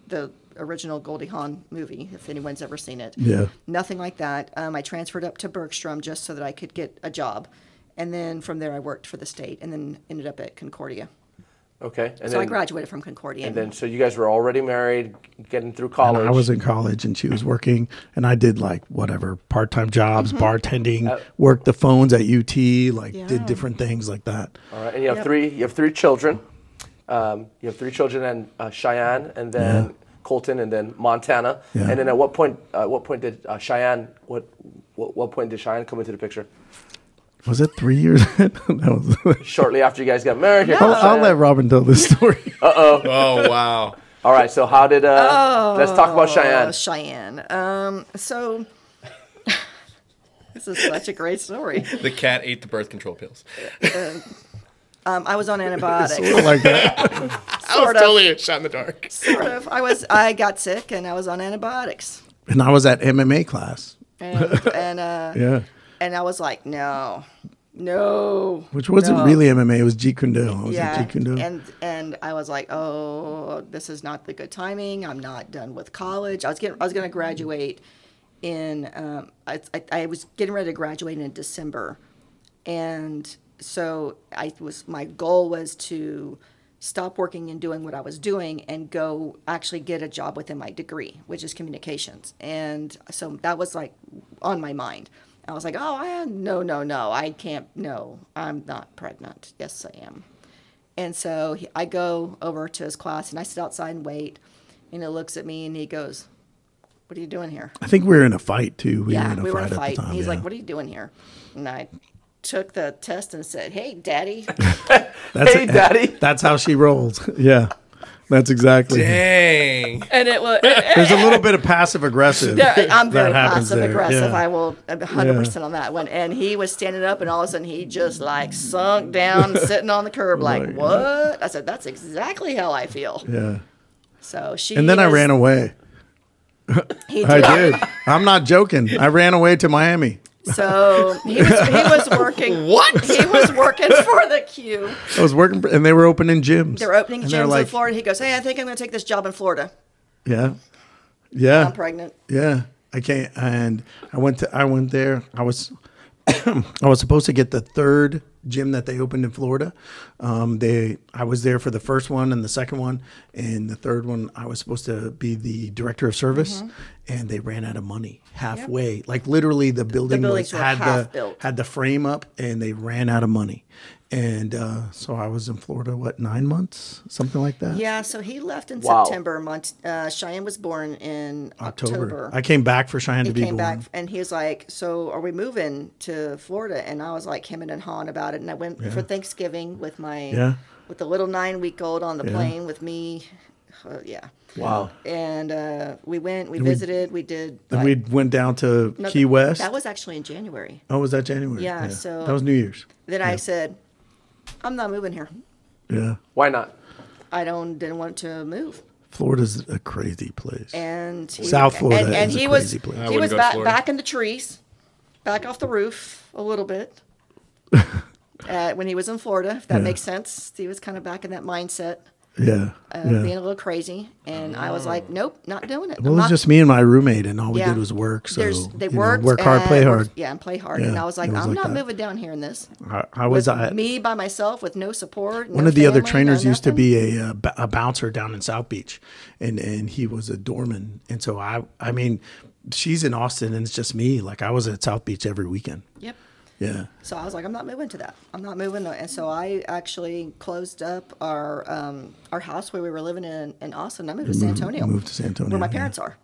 the original Goldie Hawn movie, if anyone's ever seen it.
Yeah.
Nothing like that. Um, I transferred up to Bergstrom just so that I could get a job, and then from there I worked for the state, and then ended up at Concordia.
Okay. And
So I graduated from Concordia.
And then so you guys were already married, getting through college.
I was in college and she was working, and I did like whatever part time jobs, bartending, worked the phones at UT, like
Mm-hmm. Yeah.
did different things like that.
All right. And you have
Yep.
three. You have three children. Um, you have three children and uh, Cheyenne, and then
Yeah.
Colton, and then Montana.
Yeah.
And then at what point? Uh, what point did uh, Cheyenne? What, what what point did Cheyenne come into the picture?
Was it three years? that was,
Shortly after you guys got married. Here
I'll,
comes
I'll
Cheyenne.
let Robin tell this story.
Oh wow.
All right. So how did? Uh, Let's talk about Cheyenne.
Uh, Cheyenne. Um, so this is such a great story.
The cat ate the birth control pills.
Um, I was on antibiotics.
like that.
I was
Sort of.
totally a shot in the dark.
sort of. I was. I got sick and I was on antibiotics.
And I was at MMA class.
And and, uh,
Yeah.
and I was like, no, no.
Which wasn't
no.
really MMA. It was Jeet Kune Do. I was
Yeah.
at Jeet Kune Do.
And and I was like, oh, this is not the good timing. I'm not done with college. I was getting. I was going to graduate in. Um, I, I I was getting ready to graduate in December, and so I was. My goal was to stop working and doing what I was doing and go actually get a job within my degree, which is communications. And so that was like on my mind. I was like, oh, I, no, no, no, I can't, no, I'm not pregnant. Yes, I am. And so he, I go over to his class and I sit outside and wait. And he looks at me and he goes, what are you doing here?
I think we were in a fight too. We were
yeah,
in a
we were
fight
in a
at
fight.
the time.
He's
yeah.
like, what are you doing here? And I took the test and said, hey, daddy.
That's
Hey, Daddy.
That's how she rolls. Yeah. That's exactly.
Dang.
and it was,
There's a little bit of passive aggressive.
Yeah, I'm very
that happens
passive
there,
aggressive.
yeah.
I will I'm 100% on that one. And he was standing up, and all of a sudden he just like sunk down, sitting on the curb, like,
Like,
what? I said, that's exactly how I feel.
Yeah.
So she.
And then I
was-
ran away.
He
I
did.
did. I'm not joking. I ran away to Miami.
So he was, he was working.
What?
He was working for the Q.
I was working, for, and they were opening gyms.
They're opening
And
gyms in
like,
Florida. He goes, hey, I think I'm going to take this job in Florida.
Yeah, yeah,
I'm pregnant.
yeah. I can't. And I went to. I went there. I was. I was supposed to get the third gym that they opened in Florida. Um, they. I was there for the first one and the second one, and the third one. I was supposed to be the director of service,
Mm-hmm.
and they ran out of money halfway. Like literally, the building was
buildings were
had the
half built.
had the frame up, and they ran out of money. And uh, so I was in Florida, what nine months, something like that.
Yeah, so he left in
Wow.
September. Mont- uh, Cheyenne was born in
October.
October.
I came back for Cheyenne to
he
be
came
born.
back and he's like, "So are we moving to Florida?" And I was like, hemming and hawing about it. And I went for Thanksgiving with my
Yeah.
with the little nine week old on the plane with me. Uh, yeah,
Wow.
and uh, we went, we visited, we did. like-
Then we went down to
no,
Key West.
That was actually in January.
oh, was that January?
Yeah, so-
that was New Year's.
Then I said, "I'm not moving here.
Yeah,
Why not?
I don't didn't want to move."
Florida's a crazy place.
and he,
South Florida
and, and
is a
he
crazy place. I
was he
wouldn't
was
go to
back,
Florida.
back in the trees, back off the roof a little bit. uh, when he was in Florida, if that
Yeah.
makes sense, he was kind of back in that mindset
yeah,
of
yeah.
being a little crazy, and I
Oh.
was like, nope, not doing it. I'm
well, it was
not-
just me and my roommate, and all we
Yeah.
did was work. So
There's- they
you know,
worked
work hard,
and
play
worked-
hard.
yeah, and play hard. and
Yeah,
I was
it
like,
was
I'm
like
not
that.
moving down here in this.
I, I was
With
I,
me by myself with no support.
One of the other trainers used to be a, uh, b- a bouncer down in South Beach, and and he was a doorman. And so I, I mean, she's in Austin, and it's just me. Like I was at South Beach every weekend.
Yep.
Yeah,
So I was like, I'm not moving to that. I'm not moving. To, and so I actually closed up our um, our house where we were living in in Austin. I moved to San Antonio,
moved to San Antonio.
where my
yeah.
parents are,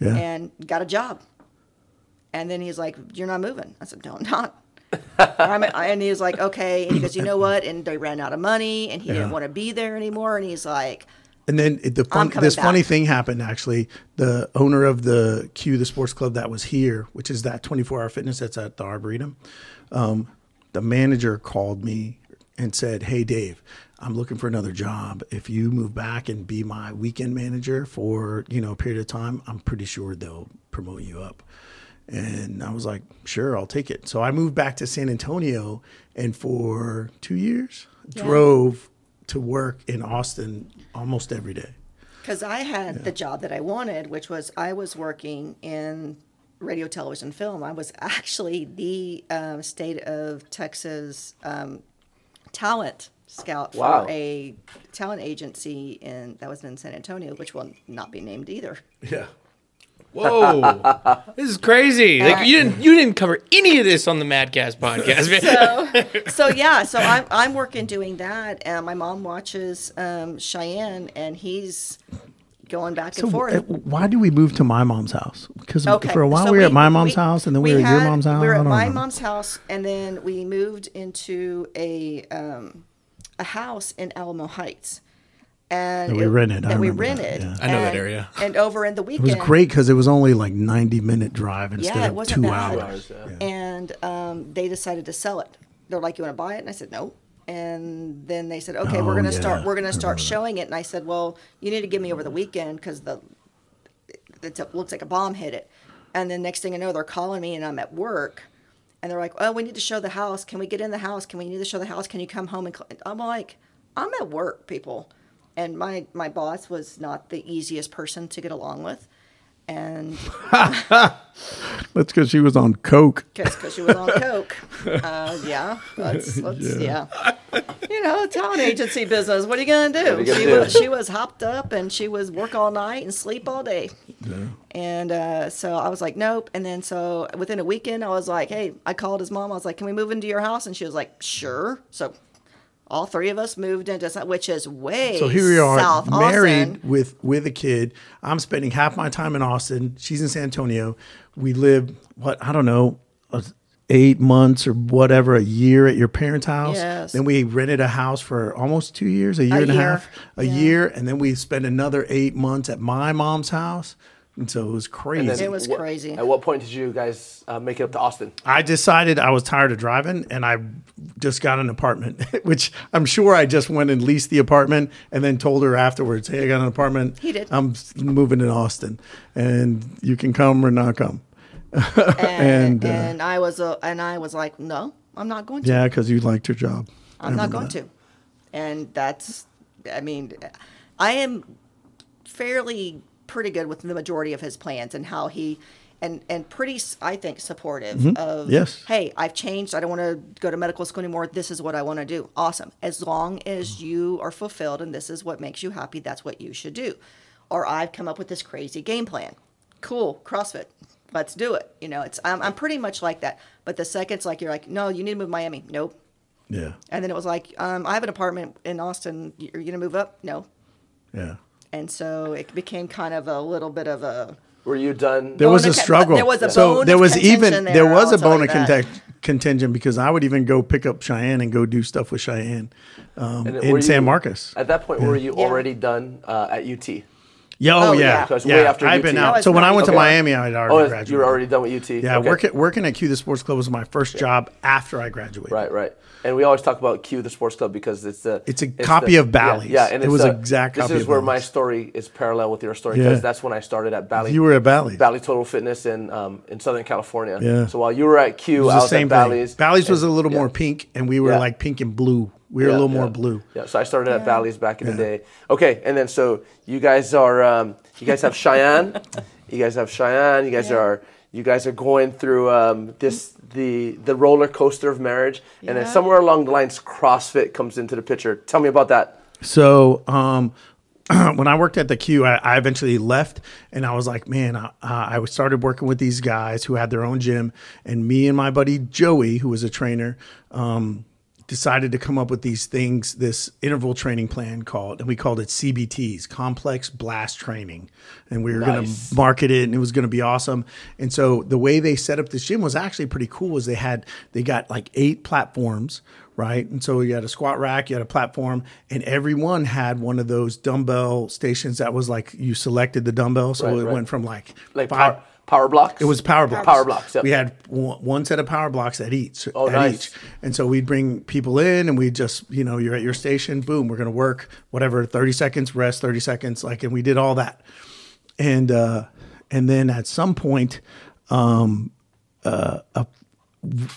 Yeah.
and got a job. And then he's like, "You're not moving." I said, "No, I'm not." I'm, and he was like, "Okay." And he goes, "You know what?" And they ran out of money, and he
Yeah.
didn't want to be there anymore. And he's like,
And then it, the fun,
I'm coming
this
back.
funny thing happened actually. The owner of the Q, the sports club that was here, which is that 24 hour fitness that's at the Arboretum, um, the manager called me and said, Hey, Dave, I'm looking for another job. If you move back and be my weekend manager for you know a period of time, I'm pretty sure they'll promote you up. And I was like, sure, I'll take it. So I moved back to San Antonio and for two years drove to work in Austin almost every day.
Because I had the job that I wanted, which was I was working in radio, television, film. I was actually the um, state of Texas um, talent scout
Wow.
for a talent agency, in that was in San Antonio, which will not be named either.
Yeah.
Whoa, this is crazy! Like you didn't you didn't cover any of this on the Madcast podcast. man.
so, so yeah, so I'm I'm working doing that, and my mom watches um, Cheyenne, and he's going back and
So
forth.
uh, why do we move to my mom's house? Because
Okay.
for a while
so
we were at my mom's house and then we, were at your
had-
mom's house.
We were
I
at
don't
my
remember.
mom's house, and then we moved into a um, a house in Alamo Heights, and
That we
it-
rented. I
That we
remember that,
rented.
yeah.
I know that
And-
area.
And over in the
It
weekend,
was great because it was only like 90 minute drive instead
Yeah, it
of
wasn't
two
bad.
hours.
And um, they decided to sell it. They're like, "You want to buy it?" And I said, "No." And then they said, "Okay,
Oh,
we're going to
yeah.
start. We're going
I
to start showing it." And I said, "Well, you need to give me over the weekend because the it looks like a bomb hit it." And then next thing I know, they're calling me, and I'm at work. And they're like, "Oh, we need to show the house. Can we get in the house? Can we need to show the house? Can you come home and?" Cl-? I'm like, "I'm at work, people." And my my boss was not the easiest person to get along with, and
That's because she was on Coke.
because she was on coke. Uh, yeah, that's, that's yeah. You know, talent agency business. What are you gonna do?
you gonna
she,
do?
Was, she was hopped up and she was work all night and sleep all day. And uh, so I was like, nope. And then so within a weekend, I was like, hey, I called his mom. I was like, can we move into your house? And she was like, sure. So. All three of us moved into some- which is way
So here we are,
South
married
Austin.
with with a kid. I'm spending half my time in Austin. She's in San Antonio. We live what I don't know, uh, eight months or whatever, a year at your parents' house.
Yes.
Then we rented a house for almost two years, a year and a
year.
half, a
Yeah.
year, and then we spent another eight months at my mom's house. And so it was crazy.
And then
It was
what-
crazy.
At what point did you guys uh, make it up to Austin?
I decided I was tired of driving and I just got an apartment, which I'm sure I just went and leased the apartment and then told her afterwards, hey, I got an apartment.
He did.
I'm s- moving to Austin and you can come or not come.
and,
and, uh,
and I was uh, and I was like, no, I'm not going to.
Yeah, because you liked your job.
I'm not going to. And that's, I mean, I am fairly pretty good with the majority of his plans and how he, and and pretty, s- I think, supportive of.
Yes.
Hey, I've changed. I don't want to go to medical school anymore. This is what I want to do. Awesome. As long as you are fulfilled and this is what makes you happy, that's what you should do. Or I've come up with this crazy game plan. Cool, CrossFit. Let's do it. You know, it's I'm, I'm pretty much like that. But the second it's like you're like, no, you need to move to Miami. Nope.
Yeah.
And then it was like, um, I have an apartment in Austin. Y- Are you gonna move up? No.
Yeah.
And so it became kind of a little bit of a
Were you done?
There was
Bone
a
of con-
struggle.
there was a
so
bone
there
of
was even
contention
there,
there,
was
I'll
a
tell
bone
you
of
that.
contact, contingent because I would even go pick up Cheyenne and go do stuff with Cheyenne um,
And
in
were you-
San Marcos.
At that point, were you
Yeah.
already done uh, at UT?
Yeah, oh,
Oh,
yeah.
yeah.
Because
yeah.
way after
I've
UT.
been
That
out.
was
So when I went to
94.
Miami, I'd already
oh,
graduated.
you were already done with UT.
Yeah,
Okay.
working working at Q the Sports Club was my first job after I graduated.
Right, right. And we always talk about Q, the sports club, because it's a
It's a copy of Bally's.
Yeah, yeah, and
It
it's
was
a-
exact
This
copy
is
of
where my
Bally's.
story is parallel with your story
Yeah.
because that's when I started at Bally.
You were at Bally's.
Bally Total Fitness in um, in Southern California.
Yeah.
So while you were at Q,
It was
I
the
was
same
at Bally's.
thing. Bally's was a
and-
little
yeah.
more pink, and we were
Yeah.
like pink and blue. We were a
Yeah,
little
yeah.
more blue.
Yeah, so I started at
Yeah.
Bally's back in the
Yeah.
day. Okay, and then so you guys are, um, you guys have Cheyenne, you guys have Cheyenne, you guys
Yeah.
are, you guys are going through um, this the the roller coaster of marriage, and then
Yeah.
somewhere along the lines, CrossFit comes into the picture. Tell me about that.
So um, when I worked at the Q, I, I eventually left, and I was like, man, I, I started working with these guys who had their own gym, and me and my buddy Joey, who was a trainer, um, decided to come up with these things, this interval training plan called, and we called it CBTs, Complex Blast Training. And we were going
Nice.
to market it and it was going to be awesome. And so the way they set up this gym was actually pretty cool was they had, they got like eight platforms, right? And so you had a squat rack, you had a platform, and every one had one of those dumbbell stations that was like you selected the dumbbell. So
Right,
it
right.
went from like,
Like
five-
power, power blocks?
it was power blocks.
Power blocks, yep.
We had one one set of power blocks at each.
Oh,
at
nice.
each. And so we'd bring people in, and we just, you know, you're at your station. Boom, we're going to work whatever thirty seconds rest, thirty seconds, like, and we did all that. And uh, and then at some point, um, uh,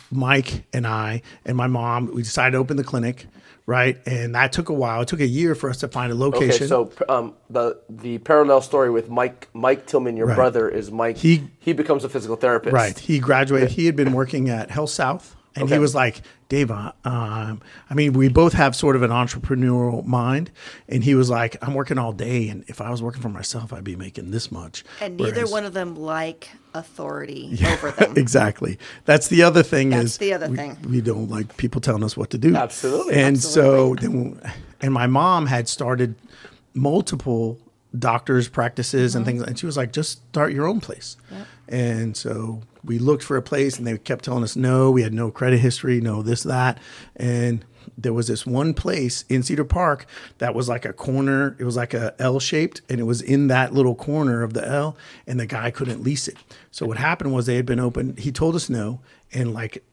Mike and I and my mom, we decided to open the clinic, right? And that took a while. It took a year for us to find a
Okay,
location.
so pr- um, the the parallel story with Mike Mike Tillman, your
Right.
brother, is Mike.
He-
he becomes a physical therapist.
Right. He graduated. He had been working at Health South, and
Okay.
he was like, "Dave, uh, um, I mean, we both have sort of an entrepreneurial mind." And he was like, "I'm working all day, and if I was working for myself, I'd be making this much."
And neither
Whereas-
one of them like authority over them.
exactly. That's the other thing.
That's
is
the other
we,
thing.
We don't like people telling us what to do.
Absolutely.
And so then, and my mom had started multiple doctors' practices and things, and she was like, "Just start your own place." And so we looked for a place, and they kept telling us no. We had no credit history, no this that, and there was this one place in Cedar Park that was like a corner. It was like a L shaped, and it was in that little corner of the L. And the guy couldn't lease it. So what happened was they had been open. He told us no, and like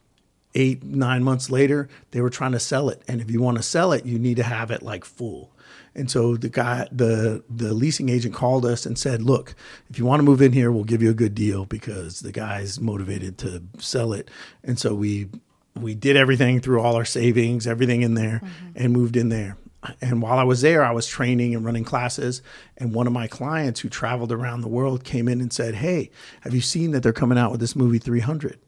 eight nine months later, they were trying to sell it. And if you want to sell it, you need to have it like full. And so the guy, the the leasing agent called us and said, "Look, if you want to move in here, we'll give you a good deal because the guy's motivated to sell it." And so we we did everything through all our savings, everything in there, and moved in there. And while I was there, I was training and running classes. And one of my clients who traveled around the world came in and said, "Hey, have you seen that they're coming out with this movie 300?"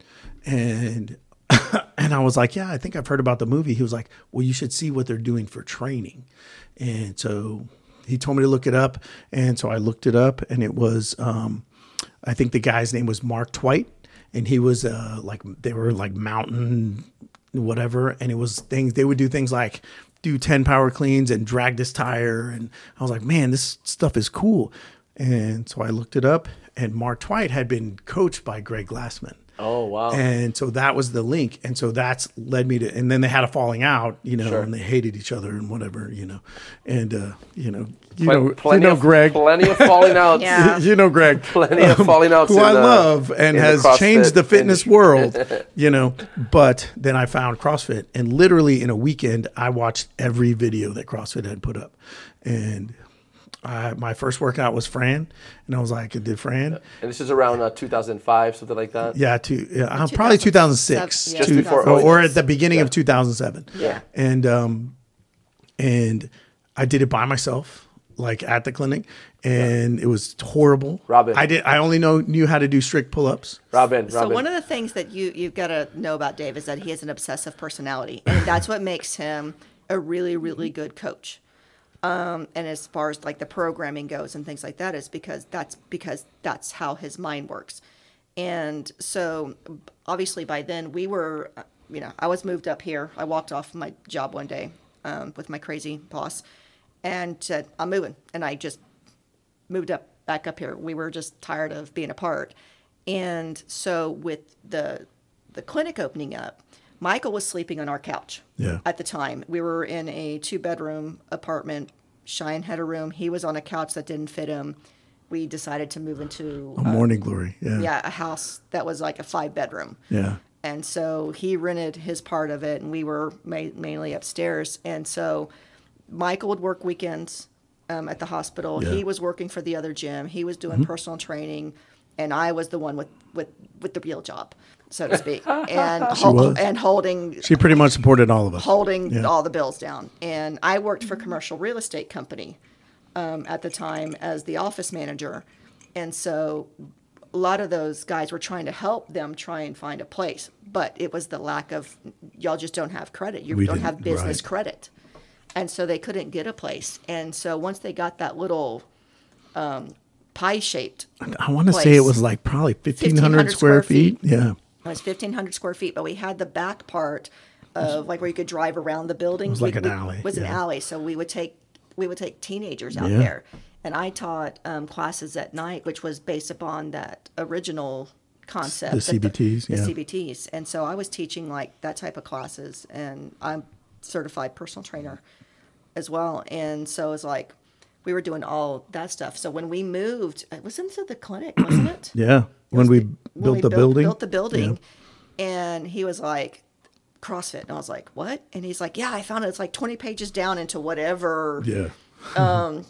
And and I was like, "Yeah, I think I've heard about the movie." He was like, "Well, you should see what they're doing for training." And so he told me to look it up, and so I looked it up, and it was, um, I think the guy's name was Mark Twite, and he was uh, like they were like mountain whatever, and it was things they would do things like do ten power cleans and drag this tire, and I was like, "Man, this stuff is cool." And so I looked it up, and Mark Twite had been coached by Greg Glassman.
Oh, wow.
And so that was the link. And so that's led me to, and then they had a falling out, you know, and they hated each other and whatever, you know, and, uh, you know, you
Pl-
know, you know,
of,
Greg,
Plenty of falling outs.
Yeah.
you know, Greg, Um,
Plenty of falling outs.
who
in
I
the-
love and
in the
has
CrossFit
changed the fitness
industry.
world, you know, but then I found CrossFit and literally in a weekend, I watched every video that CrossFit had put up and I, my first workout was Fran and I was like, I did Fran.
And this is around uh, 2005, something like that.
Yeah, two, yeah, uh, probably 2006,
Yeah,
Just
two-
before
or, or
Otis.
at the beginning of 2007.
Yeah.
and um, and I did it by myself, like at the clinic, and it was horrible.
Robin.
I did. I only know knew how to do strict pull-ups.
Robin, Robin.
So one of the things that you you've got to know about Dave is that he has an obsessive personality, and that's what makes him a really really good coach. Um, and as far as like the programming goes and things like that, is because that's because that's how his mind works. And so obviously by then we were, uh, you know, I was moved up here. I walked off my job one day um, with my crazy boss, and said I'm moving, and I just moved up back up here. We were just tired of being apart. And so with the the clinic opening up, Michael was sleeping on our couch.
Yeah.
At the time, we were in a two bedroom apartment. Cheyenne had a room. He was on a couch that didn't fit him. We decided to move into uh,
Morning glory. Yeah.
yeah, a house that was like a five bedroom.
Yeah.
And so he rented his part of it, and we were ma- mainly upstairs. And so Michael would work weekends um, at the hospital.
Yeah. Mm-hmm.
He was working for the other gym. He was doing personal training, and I was the one with with with the real job, so to speak, and hol-
was.
and holding
She pretty much supported all of us.
holding
Yeah.
all the bills down. And I worked for a commercial real estate company um, at the time as the office manager. And so a lot of those guys were trying to help them try and find a place, but it was the lack of y'all just don't have credit. You
We
don't
didn't-
have business
right.
credit. And so they couldn't get a place. And so once they got that little um, pie shaped
I want to say it
place.
was like probably 1,500 square,
square
feet. Yeah.
it was 1,500 square feet, but we had the back part of like where you could drive around the building.
was like
We-
an
we-
alley,
Was an
yeah.
alley. So we would take we would take teenagers out
Yeah.
there, and I taught um, classes at night, which was based upon that original concept.
The
that
CBTs,
the
yeah.
CBTs, and so I was teaching like that type of classes, and I'm certified personal trainer as well, and so it's like. We were doing all that stuff. So when we moved, it was into the clinic, wasn't it?
Yeah. When we built
we
the building.
Built the building,
Yeah.
and he was like, CrossFit, and I was like, what? And he's like, yeah, I found it. It's like twenty pages down into whatever.
Yeah.
I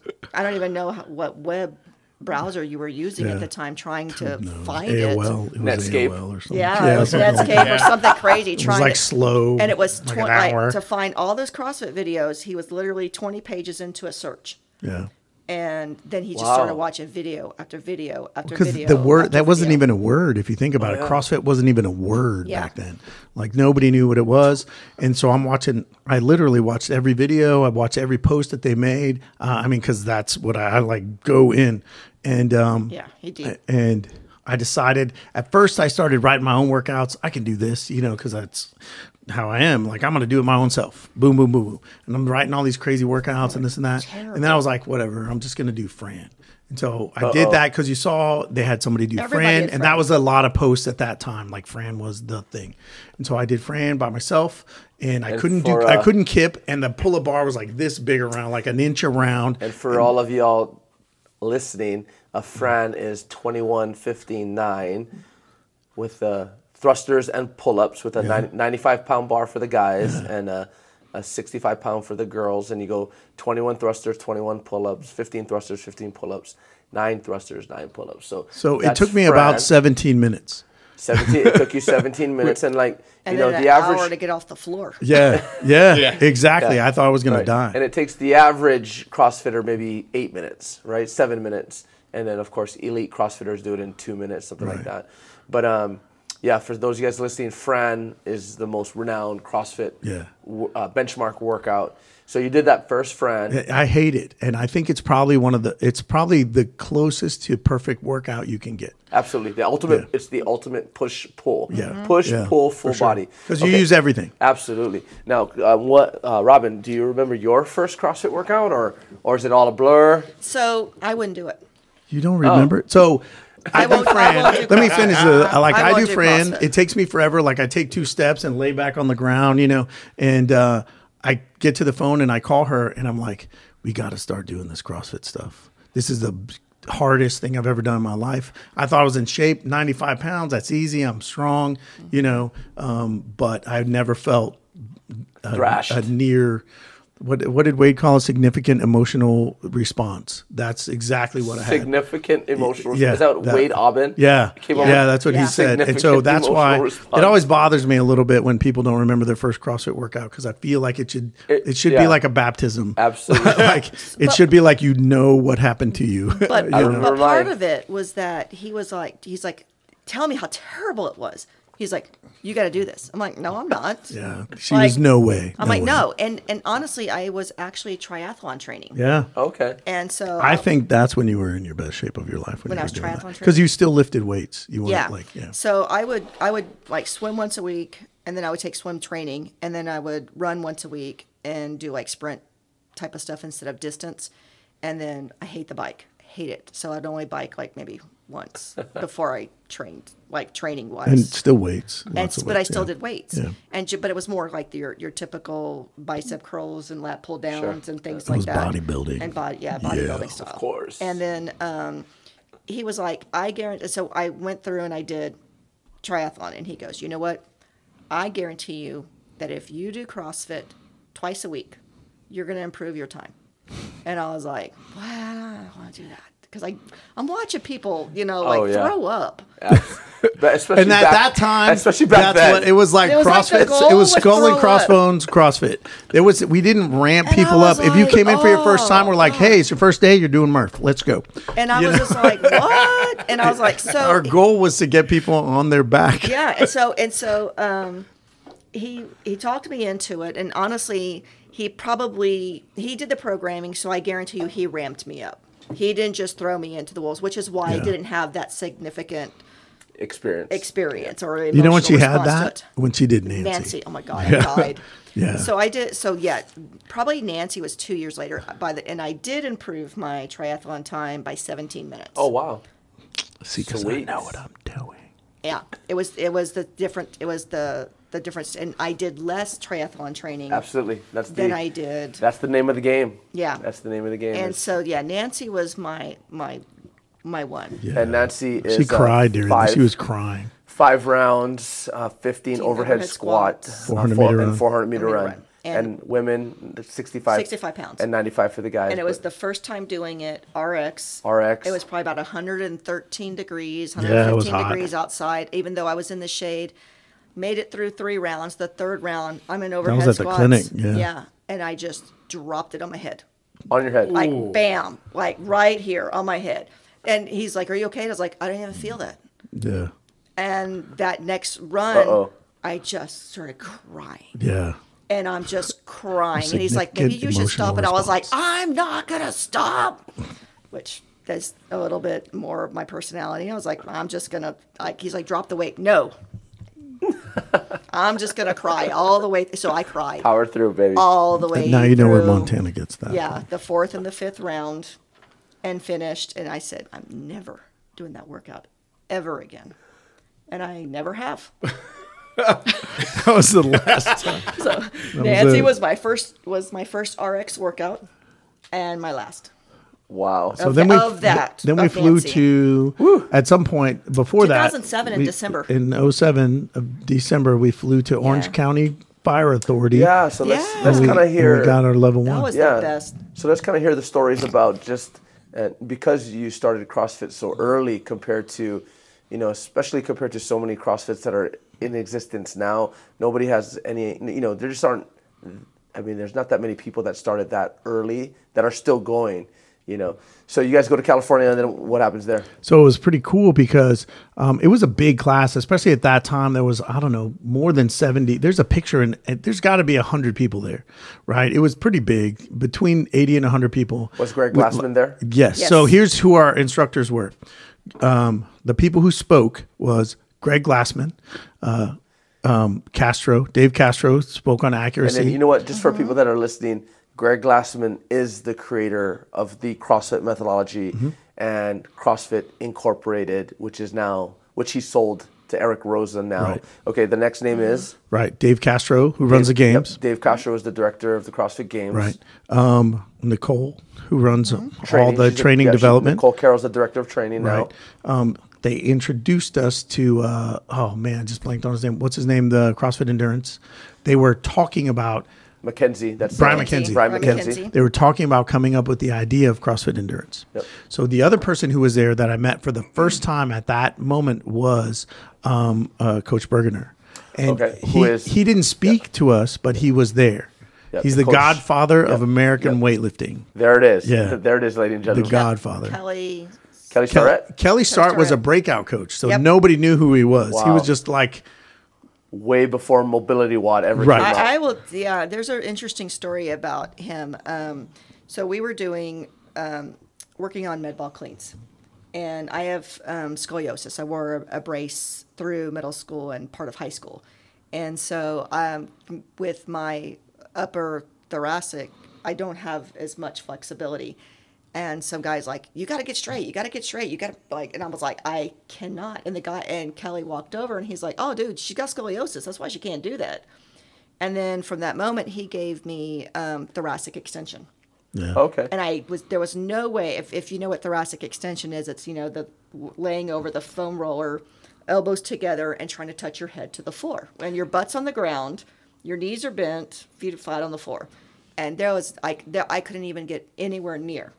don't even know how, what web browser you were using
Yeah.
at the time, trying to find
AOL.
it.
It was
Netscape.
AOL or something.
Yeah, it was
something like
Netscape
that.
or something crazy.
It was
Trying
like
to,
slow.
and it was
like
twen-
an
like,
hour.
to find all those CrossFit videos. He was literally twenty pages into a search.
yeah.
And then he just
Wow.
started watching video after video after
Because
video.
the word
after
that wasn't
video. Oh,
even a word. If you think about it, CrossFit wasn't even a word
Yeah.
back then. Like nobody knew what it was, and so I'm watching. I literally watched every video. I watched every post that they made. Uh, I mean, because that's what I, I like. Go in, and um,
Yeah, he did.
and I decided at first I started writing my own workouts. I can do this, you know, because that's how I am. Like I'm gonna do it my own self. Boom, boom, boom, boom. And I'm writing all these crazy workouts and this and that. And then I was like, whatever. I'm just gonna do Fran. And so I did that because you saw they had somebody do
Everybody
Fran,
did
and
Fran.
that was a lot of posts at that time. Like Fran was the thing, and so I did Fran by myself, and I couldn't do,
for,
I
uh,
couldn't kip, and the pull-up bar was like this big around, like an inch around.
And for all of y'all listening, a Fran is 2159 with uh, thrusters and pull ups with a 90 95 pound bar for the guys and a, a 65 pound for the girls. And you go 21 thrusters, 21 pull ups, 15 thrusters, 15 pull ups, 9 thrusters, 9 pull ups. So,
So it
that's
took me
Fran.
about 17 minutes.
17. It took you 17 minutes. And like,
and
you know,
then
the
an
average.
hour to get off the floor.
Yeah, yeah,
Yeah.
exactly.
Yeah.
I thought I was going
Right.
to die.
And it takes the average CrossFitter maybe eight minutes, right? Seven minutes. And then, of course, elite CrossFitters do it in two minutes, something like
Right.
that. But um, yeah, for those of you guys listening, Fran is the most renowned CrossFit
Yeah.
w- uh, benchmark workout. So you did that first, Fran.
I hate it, and I think it's probably one of the. It's probably the closest to perfect workout you can get.
Absolutely. The ultimate,
Yeah.
it's the ultimate push pull.
Yeah. Mhm.
Push,
Yeah,
pull,
for
full
sure.
body.
'Cause you use everything.
Absolutely. Now, uh, what, uh, Robin, do you remember your first CrossFit workout or, or is it all a blur?
So I wouldn't do it.
You don't remember? So I,
Oh. I
do
won't- I
Fran.
won't do
Let me
CrossFit.
finish the I like
I
I,
won't
do
do
Fran.
CrossFit.
It takes me forever. Like I take two steps and lay back on the ground, you know, and uh, I get to the phone and I call her and I'm like, we got to start doing this CrossFit stuff. This is the hardest thing I've ever done in my life. I thought I was in shape, 95 pounds. That's easy. I'm strong, you know, um, but I've never felt a,
Thrashed.
a near what what did Wade call a significant emotional response? That's exactly what I had.
significant emotional
Yeah,
is that,
that-
Wade Aubin?
Yeah,
Came up
yeah,
with-
that's what
Yeah.
he said, and so
Significant
that's why
emotional response.
it always bothers me a little bit when people don't remember their first CrossFit workout because I feel like it should it,
It-
should be
yeah.
like a baptism,
Absolutely.
like it should be like you know what happened to you.
But,
You
I
know?
remember
but part
mine.
of it was that he was like, he's like, tell me how terrible it was. He's like, you got to do this. I'm like, no, I'm not.
yeah, she
Like,
was no way.
I'm like,
way."
no. And and honestly, I was actually triathlon training.
Yeah,
Okay.
And so
I think that's when you were in your best shape of your life when,
When
you
I
were
was
doing
triathlon
that.
training?
because you still lifted weights. You weren't
yeah.
like yeah.
So I would I would like swim once a week, and then I would take swim training, and then I would run once a week and do like sprint type of stuff instead of distance. And then I hate the bike, hate it. So I'd only bike like maybe once before I trained, like training wise.
and still weights.
and,
lots of
but I
weights,
still
yeah.
did weights,
Yeah.
and ju- but it was more like your your typical bicep curls and lat pull downs and things like
was
that.
bodybuilding.
and body, yeah, bodybuilding style, of
course.
And then um, he was like, I guarantee. So I went through and I did triathlon, and he goes, you know what? I guarantee you that if you do CrossFit twice a week, you're going to improve your time. And I was like, wow, I don't want to do that. Because I, I'm watching people, you know, like
Oh, yeah.
throw up.
But especially
And at
back-
that time,
especially back
that's
then,
what it was like.
It was like the
CrossFit.
goal
it
was
was skull
throw
and
up.
crossbones CrossFit. There was we didn't ramp
And I
people up.
was
if you
like,
came in for your first
"Oh,
time, we're like,
God."
"Hey, it's your first day. You're doing Murph. Let's go."
And I was just like, what? And I was like, so.
Our goal was to get people on their back.
yeah. And so, and so, um, he, he talked me into it. And honestly, he probably, he did the programming. So I guarantee you he ramped me up. He didn't just throw me into the wolves, which is why I
Yeah.
didn't have that significant
experience.
experience or
You know when
emotional
she had
response to
that
it.
when she did Nancy.
Nancy. Oh my God, I died.
Yeah.
So I did. So yeah, probably Nancy was two years later. uh, By the and I did improve my triathlon time by 17 minutes.
oh wow.
See, because I
Sweet.
know what I'm doing.
yeah. It was it was the different. It was the the difference. And I did less triathlon training
Absolutely. That's the
than I did.
That's the name of the game.
Yeah.
That's the name of the game.
and
It's-
so yeah, Nancy was my my my one.
Yeah.
and Nancy is
She
uh,
cried during
five,
this. She was crying.
five rounds, uh, 15 overhead,
overhead
squat,
squats.
400
uh, four-
meter
and
run.
400 meter
meter
run.
run.
And,
And-
women, the 65,
65 pounds.
and 95 for the guys.
And it was
but
the first time doing it. RX.
RX.
It was probably about 113 degrees,
Yeah, it was
115
hot.
degrees outside. Even though I was in the shade, made it through three rounds. The third round, I'm in overhead
at the
squats.
clinic, yeah.
and I just dropped it on my head,
on your head.
like bam, like right here on my head. And he's like, "Are you okay?" And I was like, "I didn't even feel that."
Yeah.
And that next run,
Uh-oh.
I just started crying
Yeah.
and I'm just crying. And he's like, maybe you
Significant
should stop. And I
emotional
was like,
response.
I'm not going to stop, which is a little bit more of my personality. I was like, I'm just going to, like, he's like, drop the weight. No. I'm just going to cry all the way. So I cried
Power through, baby.
all the way.
Now you know where
through.
Montana gets that.
Yeah,
from.
the fourth and the fifth round and finished. And I said, I'm never doing that workout ever again. And I never have.
That was the last time.
Nancy
it.
was my first was my first RX workout, and my last.
wow.
So
Of
then we
the- of that,
Then we
of
flew
Nancy.
to at some point before that
2007 in
we-
December.
In 07 of December we flew to Orange
Yeah.
County Fire Authority.
yeah, so let's,
Yeah.
let's
We-
kind of
and
hear.
we got our level
That
one.
was
yeah.
the best.
So let's kind of hear the stories about just uh, because you started CrossFit so early compared to, you know, especially compared to so many CrossFits that are in existence now. Nobody has any, you know, there just aren't. I mean, there's not that many people that started that early that are still going. You know, so you guys go to California, and then what happens there?
So it was pretty cool because um, it was a big class, especially at that time. There was I don't know more than seventy. There's a picture, and and there's got to be hundred people there, right? It was pretty big, between eighty and hundred people.
Was Greg
With-
Glassman there?
Yes.
Yes.
So here's who our instructors were. Um, the people who spoke was Greg Glassman, uh, um, Castro, Dave Castro spoke on
And
accuracy.
then you know what?
Uh-huh.
Just for people that are listening, Greg Glassman is the creator of the CrossFit methodology
Mm-hmm.
and CrossFit Incorporated, which is now which he sold to Eric Rosen now.
Right.
Okay, the next name
Mm-hmm.
is
right, Dave Castro, who runs the games.
Yep, Dave Kosher was the director of the CrossFit Games.
Right. Um, Nicole, who runs all
Mm-hmm. Training.
the
She's a-
training
yeah, she-
development.
Nicole Carroll's the director of training now.
Right. Um, they introduced us to uh, oh man, I just blanked on his name. What's his name? The CrossFit Endurance. They were talking about
Mackenzie, that's
Brian
Mackenzie.
McKenzie.
Brian
Brian
McKenzie.
McKenzie.
They were talking about coming up with the idea of CrossFit Endurance. So the other person who was there that I met for the first time at that moment was um, uh, Coach Bergener, and
Okay, who
he
is-
he didn't speak to us, but he was there.
Yep,
He's the
Coach.
godfather of American weightlifting.
There it is.
Yeah.
There it is, ladies and
The
gentlemen.
godfather.
Kelly.
Kelly
Kel-
Starrett,
Kelly Start was a
Starrett.
breakout coach, so
Yep.
nobody knew who he was. He
Wow.
was just like,
way before Mobility Watt ever
Right.
came out.
I, I will. Yeah, there's an interesting story about him. Um, so we were doing um, working on med ball cleans, and I have um, scoliosis. I wore a, a brace through middle school and part of high school, and so um, with my upper thoracic, I don't have as much flexibility. And some guys like, you got to get straight. You got to get straight. You got to like, and I was like, I cannot. And the guy and Kelly walked over and he's like, oh, dude, she got scoliosis. That's why she can't do that. And then from that moment, he gave me um, thoracic extension.
okay.
And I was there was no way if, if you know what thoracic extension is, it's you know the laying over the foam roller, elbows together and trying to touch your head to the floor. And your butt's on the ground, your knees are bent, feet are flat on the floor, and there was I there, I couldn't even get anywhere near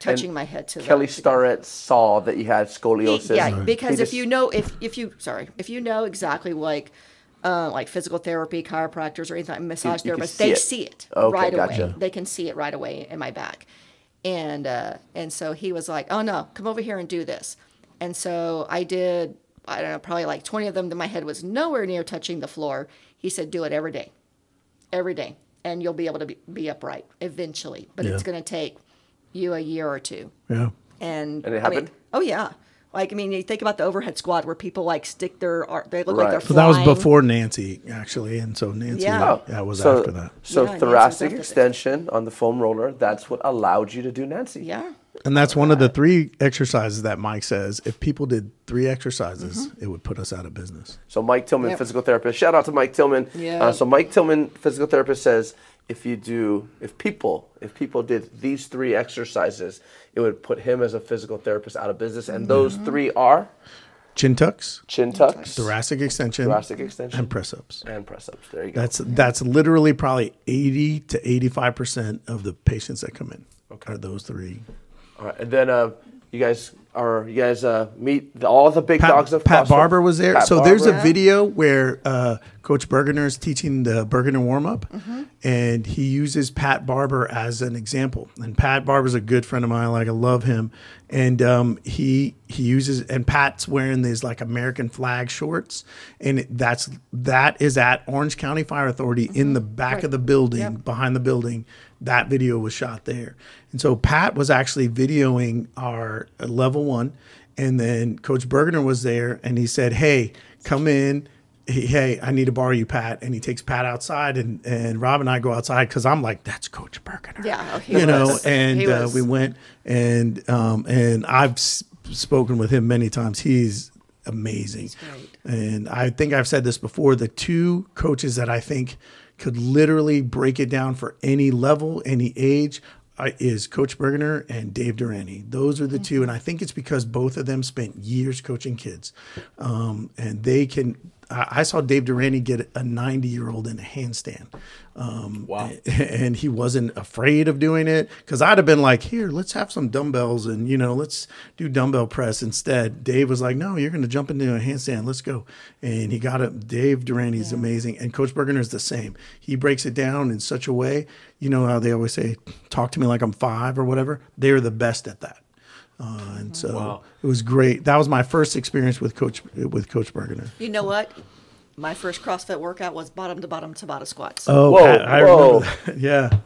touching my head to
Kelly
the to-
Starrett saw that you had scoliosis.
yeah,
He
because if
just-
you know if if you sorry if you know exactly like uh, like physical therapy, chiropractors, or anything, massage
you can
therapists,
see
they
it.
see it
Okay,
right away.
gotcha.
They can see it right away in my back, and uh, and so he was like, "Oh no, come over here and do this," and so I did. I don't know, probably like twenty of them. That my head was nowhere near touching the floor. He said, "Do it every day, every day, and you'll be able to be, be upright eventually, but
Yeah.
it's going to take you a year or two
yeah,
and,
And it
I mean-
happened?
oh yeah. Like I mean, you think about the overhead squad where people like stick their ar- they look like
Right.
they're
So
So that was
flying.
before Nancy, actually, and so Nancy
Yeah.
yeah. was
Oh. so,
after that,
So
Yeah, Nancy was
thoracic
after that.
extension on the foam roller, that's what allowed you to do Nancy.
Yeah.
and that's one of the three exercises that Mike says if people did three exercises,
Mm-hmm.
it would put us out of business.
So Mike Tillman,
Yep.
physical therapist. Shout out to Mike Tillman.
Yeah.
Uh, so Mike Tillman, physical therapist, says if you do, if people, if people did these three exercises, it would put him as a physical therapist out of business. And those
Mm-hmm.
three are
Chin tucks,
chin tucks,
thoracic extension,
thoracic extension,
and press ups.
and press ups. There you go.
That's that's literally probably eighty to eighty five percent of the patients that come in are those three.
All right. And then uh, you guys are you guys uh, meet the, all the big
Pat,
dogs of
Pat
CrossFit.
Barber was there.
Pat
so there's a
Barber.
video where uh, Coach Bergener is teaching the Bergener warm up, and he uses Pat Barber as an example. And Pat Barber's a good friend of mine. Like I love him, and um, he he uses and Pat's wearing these like American flag shorts, and it- that's that is at Orange County Fire Authority in the back of the building, behind the building. That video was shot there, and so Pat was actually videoing our uh, level one. And then Coach Bergener was there and he said, Hey, come in. He, hey, I need to borrow you, Pat. And he takes Pat outside and, and Rob and I go outside because I'm like, That's Coach Bergener.
Yeah, oh, he
You know,
was.
and
He
uh,
was.
we went and um, and I've s- spoken with him many times. He's amazing. And I think I've said this before the two coaches that I think could literally break it down for any level, any age. I, is Coach Bergener and Dave Durante. Those are the two, and I think it's because both of them spent years coaching kids, um, and they can. I, I saw Dave Durante get a 90 year old in a handstand. Um, wow! And he wasn't afraid of doing it because I'd have been like, "Here, let's have some dumbbells, and you know, let's do dumbbell press instead." Dave was like, "No, you're going to jump into a handstand. Let's go." And he got it. Dave Durante is amazing, and Coach Bergener is the same. He breaks it down in such a way. You know how they always say, "Talk to me like I'm five or whatever." They're the best at that, uh, and so it was great. That was my first experience with Coach with Coach Bergener.
You know what? My first CrossFit workout was bottom to bottom Tabata squats.
Oh,
Whoa,
Pat, I
whoa.
remember that. yeah.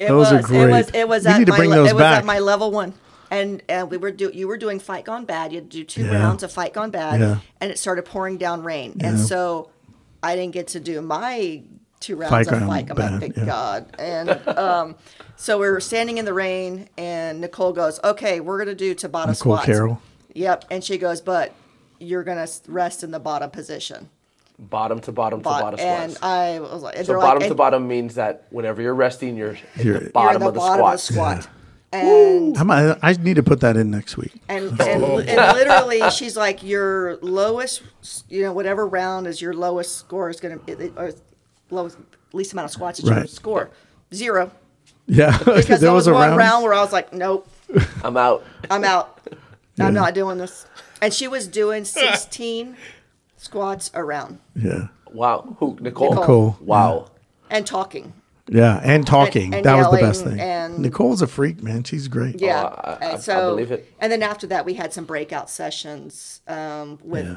It was,
those are great.
It was. It was.
We
at
need to
my
bring
le-
those
It was
back.
at my level one, and and we were do. You were doing fight gone bad. You had to do two
Yeah.
rounds of fight gone bad,
Yeah.
and it started pouring down rain, and
Yeah.
so I didn't get to do my two rounds
Fight
of
Gone
fight gone
Bad,
bad. Thank
yeah.
God. And um, so we were standing in the rain, and Nicole goes, "Okay, we're gonna do Tabata
Nicole
squats."
Carroll.
Yep, and she goes, "But you're gonna s- rest in the bottom position."
Bottom to bottom to
Bo-
bottom
and
squats.
I was like, and
So
they're
bottom to
like, and-
bottom means that whenever you're resting, you're, at
You're-
the
You're
you're
bottom
in the
of the
bottom
squat.
of the squat. And
I might, I need to put that in next week.
and and,
Oh.
and literally she's like your lowest you know whatever round is your lowest score is going to or lowest least amount of squats that you
Right. Oh,
score zero
Yeah,
because there, was, one round. where i was like nope
I'm out.
i'm out
Yeah.
i'm not doing this and she was doing 16 squats around
Yeah,
Wow. Who? Nicole.
Nicole.
Nicole.
Wow.
and
Oh,
talking
yeah, and talking.
and
that was the best
yelling
thing.
and-
Nicole's a freak, man. She's great.
yeah
I- I-
And
I believe it.
and then after that we had some breakout sessions um, with
Yeah.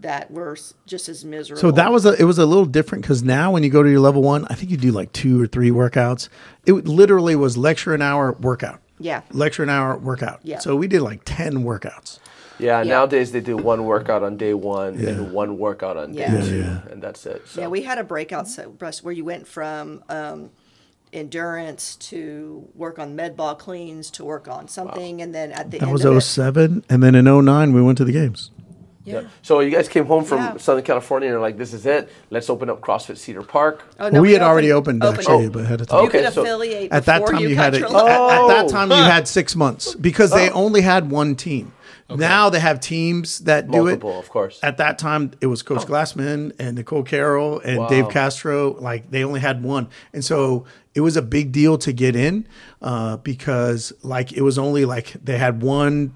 that were s- just as miserable
So that was a, it was a little different because now when you go to your level one, I think you do like two or three workouts. It literally was lecture an hour workout.
Yeah.
Lecture an hour workout.
Yeah.
So we did like ten workouts.
Yeah, Nowadays they do one workout on day one and one workout on
Yeah.
day two,
Yeah.
and that's it. So. Mm-hmm.
Yeah, we had a breakout se- brush where you went from um, endurance to work on med ball cleans to work on something, and then at the
That
end
was
of it-
07. and then in 09, we went to the games.
yeah. Oh,
So you guys came home from
Yeah.
Southern California and you're like, this is it. Let's open up CrossFit Cedar Park.
Oh,
Well, we had already opened, actually,
it.
but ahead of
Oh,
time.
you
Okay,
could
so-
affiliate
at that
before
time you,
got
had a,
your
at,
license.
at
Oh.
that time you had six months because they only had one team. Now they have teams that do
Multiple,
it.
of course. Oh.
At that time, it was Coach Glassman and Nicole Carroll and Dave Castro. Like they only had one, and so it was a big deal to get in uh, because like it was only like they had one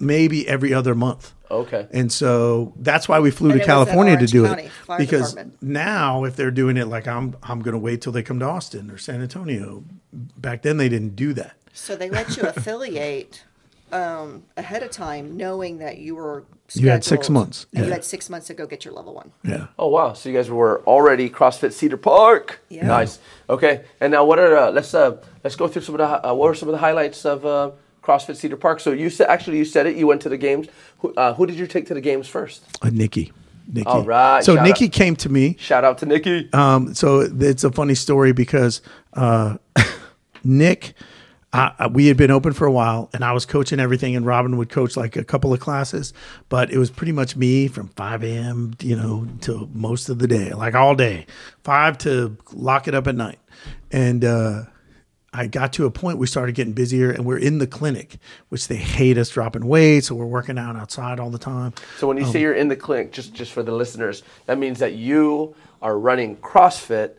maybe every other month.
Oh.
Okay.
And so that's why we flew
And
to
it was at
California to
Orange
do
County
it
Fire
because
Department.
now if they're doing it like I'm I'm going to wait till they come to Austin or San Antonio. Back then they didn't do that.
So they let you affiliate um, ahead of time, knowing that you were
You had six
scheduled,
months,
and you
yeah.
had six months to go get your level one.
Yeah.
Oh wow! So you guys were already CrossFit Cedar Park.
Yeah.
Nice. Okay. And now what are uh, let's uh, let's go through some of the hi- uh, what are some of the highlights of uh, CrossFit Cedar Park. So you said actually you said it. You went to the games. Who, uh, who did you take to the games first?
Uh, Nikki. Nikki.
All right,
So
shout
Nikki
out.
came to me.
Shout out to Nikki.
Um, so it's a funny story because uh, Nick, I, I- we had been open for a while, and I was coaching everything, and Robin would coach like a couple of classes, but it was pretty much me from 5 a.m. you know to most of the day, like all day, five to lock it up at night, and. Uh, I got to a point we started getting busier and we're in the clinic, which they hate us dropping weight. So we're working out outside all the time.
So when you
um,
say you're in the clinic, just just for the listeners, that means that you are running CrossFit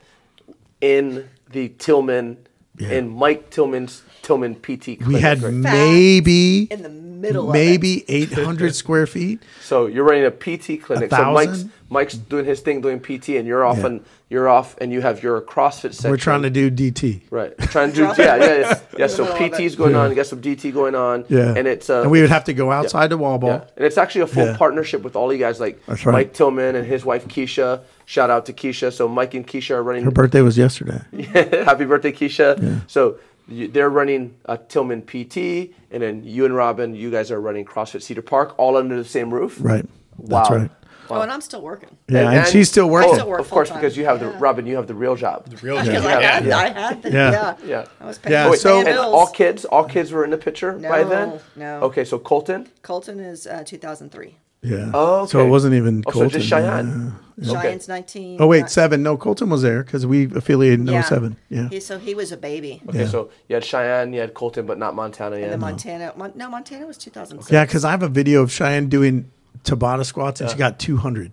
in the Tillman in Mike Tillman's Tillman PT clinic.
We had
right?
maybe
in the middle of it.
maybe 800 square feet.
so you're running a PT clinic. so
thousand?
Mike's Mike's doing his thing doing PT, and you're off and you're off, and you have your CrossFit section.
We're trying to do DT.
Right, trying to do yeah, yeah, yeah. yeah so
middle of it.
PT's going on, you got some DT going on,
Yeah.
and it's uh,
and we would have to go outside to wall ball.
Yeah. And it's actually a full
Yeah.
partnership with all you guys, like
That's right.
Mike Tillman and his wife Keisha. Shout out to Keisha. So Mike and Keisha are running.
Her birthday was yesterday.
Happy birthday, Keisha. So you, they're running a Tillman PT, and then you and Robin, you guys are running CrossFit Cedar Park, all under the same roof.
Right. That's
Wow.
right.
Oh, and I'm still working.
Yeah, and, she's still working.
Still work
oh, of course,
full-time.
because you have the Robin, you have the real job.
Real
Because
job.
I,
Yeah.
had, I had the,
Yeah.
yeah.
Yeah.
I was paying
Yeah,
I was
so-
paying
and
bills.
all kids, all kids were in the picture by
No,
then.
no.
Okay, so Colton.
Colton is uh, 2003.
yeah.
Oh,
So it
okay.
wasn't even
Oh, so
Colton.
just Cheyenne.
Cheyenne's 19.
Oh, wait,
Not-
seven. No, Colton was there because we affiliated in 07. Yeah.
He, so he was a baby.
Okay, so you had Cheyenne, you had Colton, but not Montana yet.
And then Montana. Mon- no, Montana was 2006.
Yeah, because I have a video of Cheyenne doing Tabata squats and she got 200.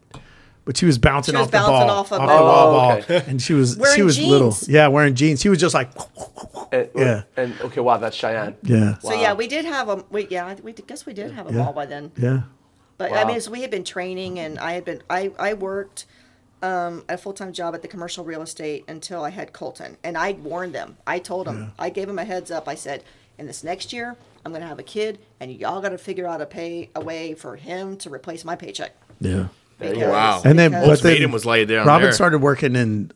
But she was bouncing
She was
off the
bouncing
ball,
off of
the
it. Oh,
wall ball,
okay.
and she was she
Wearing
was little,
jeans.
yeah, wearing jeans. She was just like,
And,
Yeah.
And okay, wow, that's Cheyenne.
yeah,
So yeah, we did have a we yeah we did- guess we did have a ball by then.
yeah,
But
Wow.
I mean, so we had been training, and I had been I I worked um, a full time job at the commercial real estate until I had Colton, and I warned them. I told them. I gave them a heads up. I said, in this next year, I'm going to have a kid, and y'all got to figure out a pay a way for him to replace my paycheck.
yeah.
There you
Because-
go.
Wow.
And then,
Because-
but then
Ultimatum was laid down
Robin
there.
started working and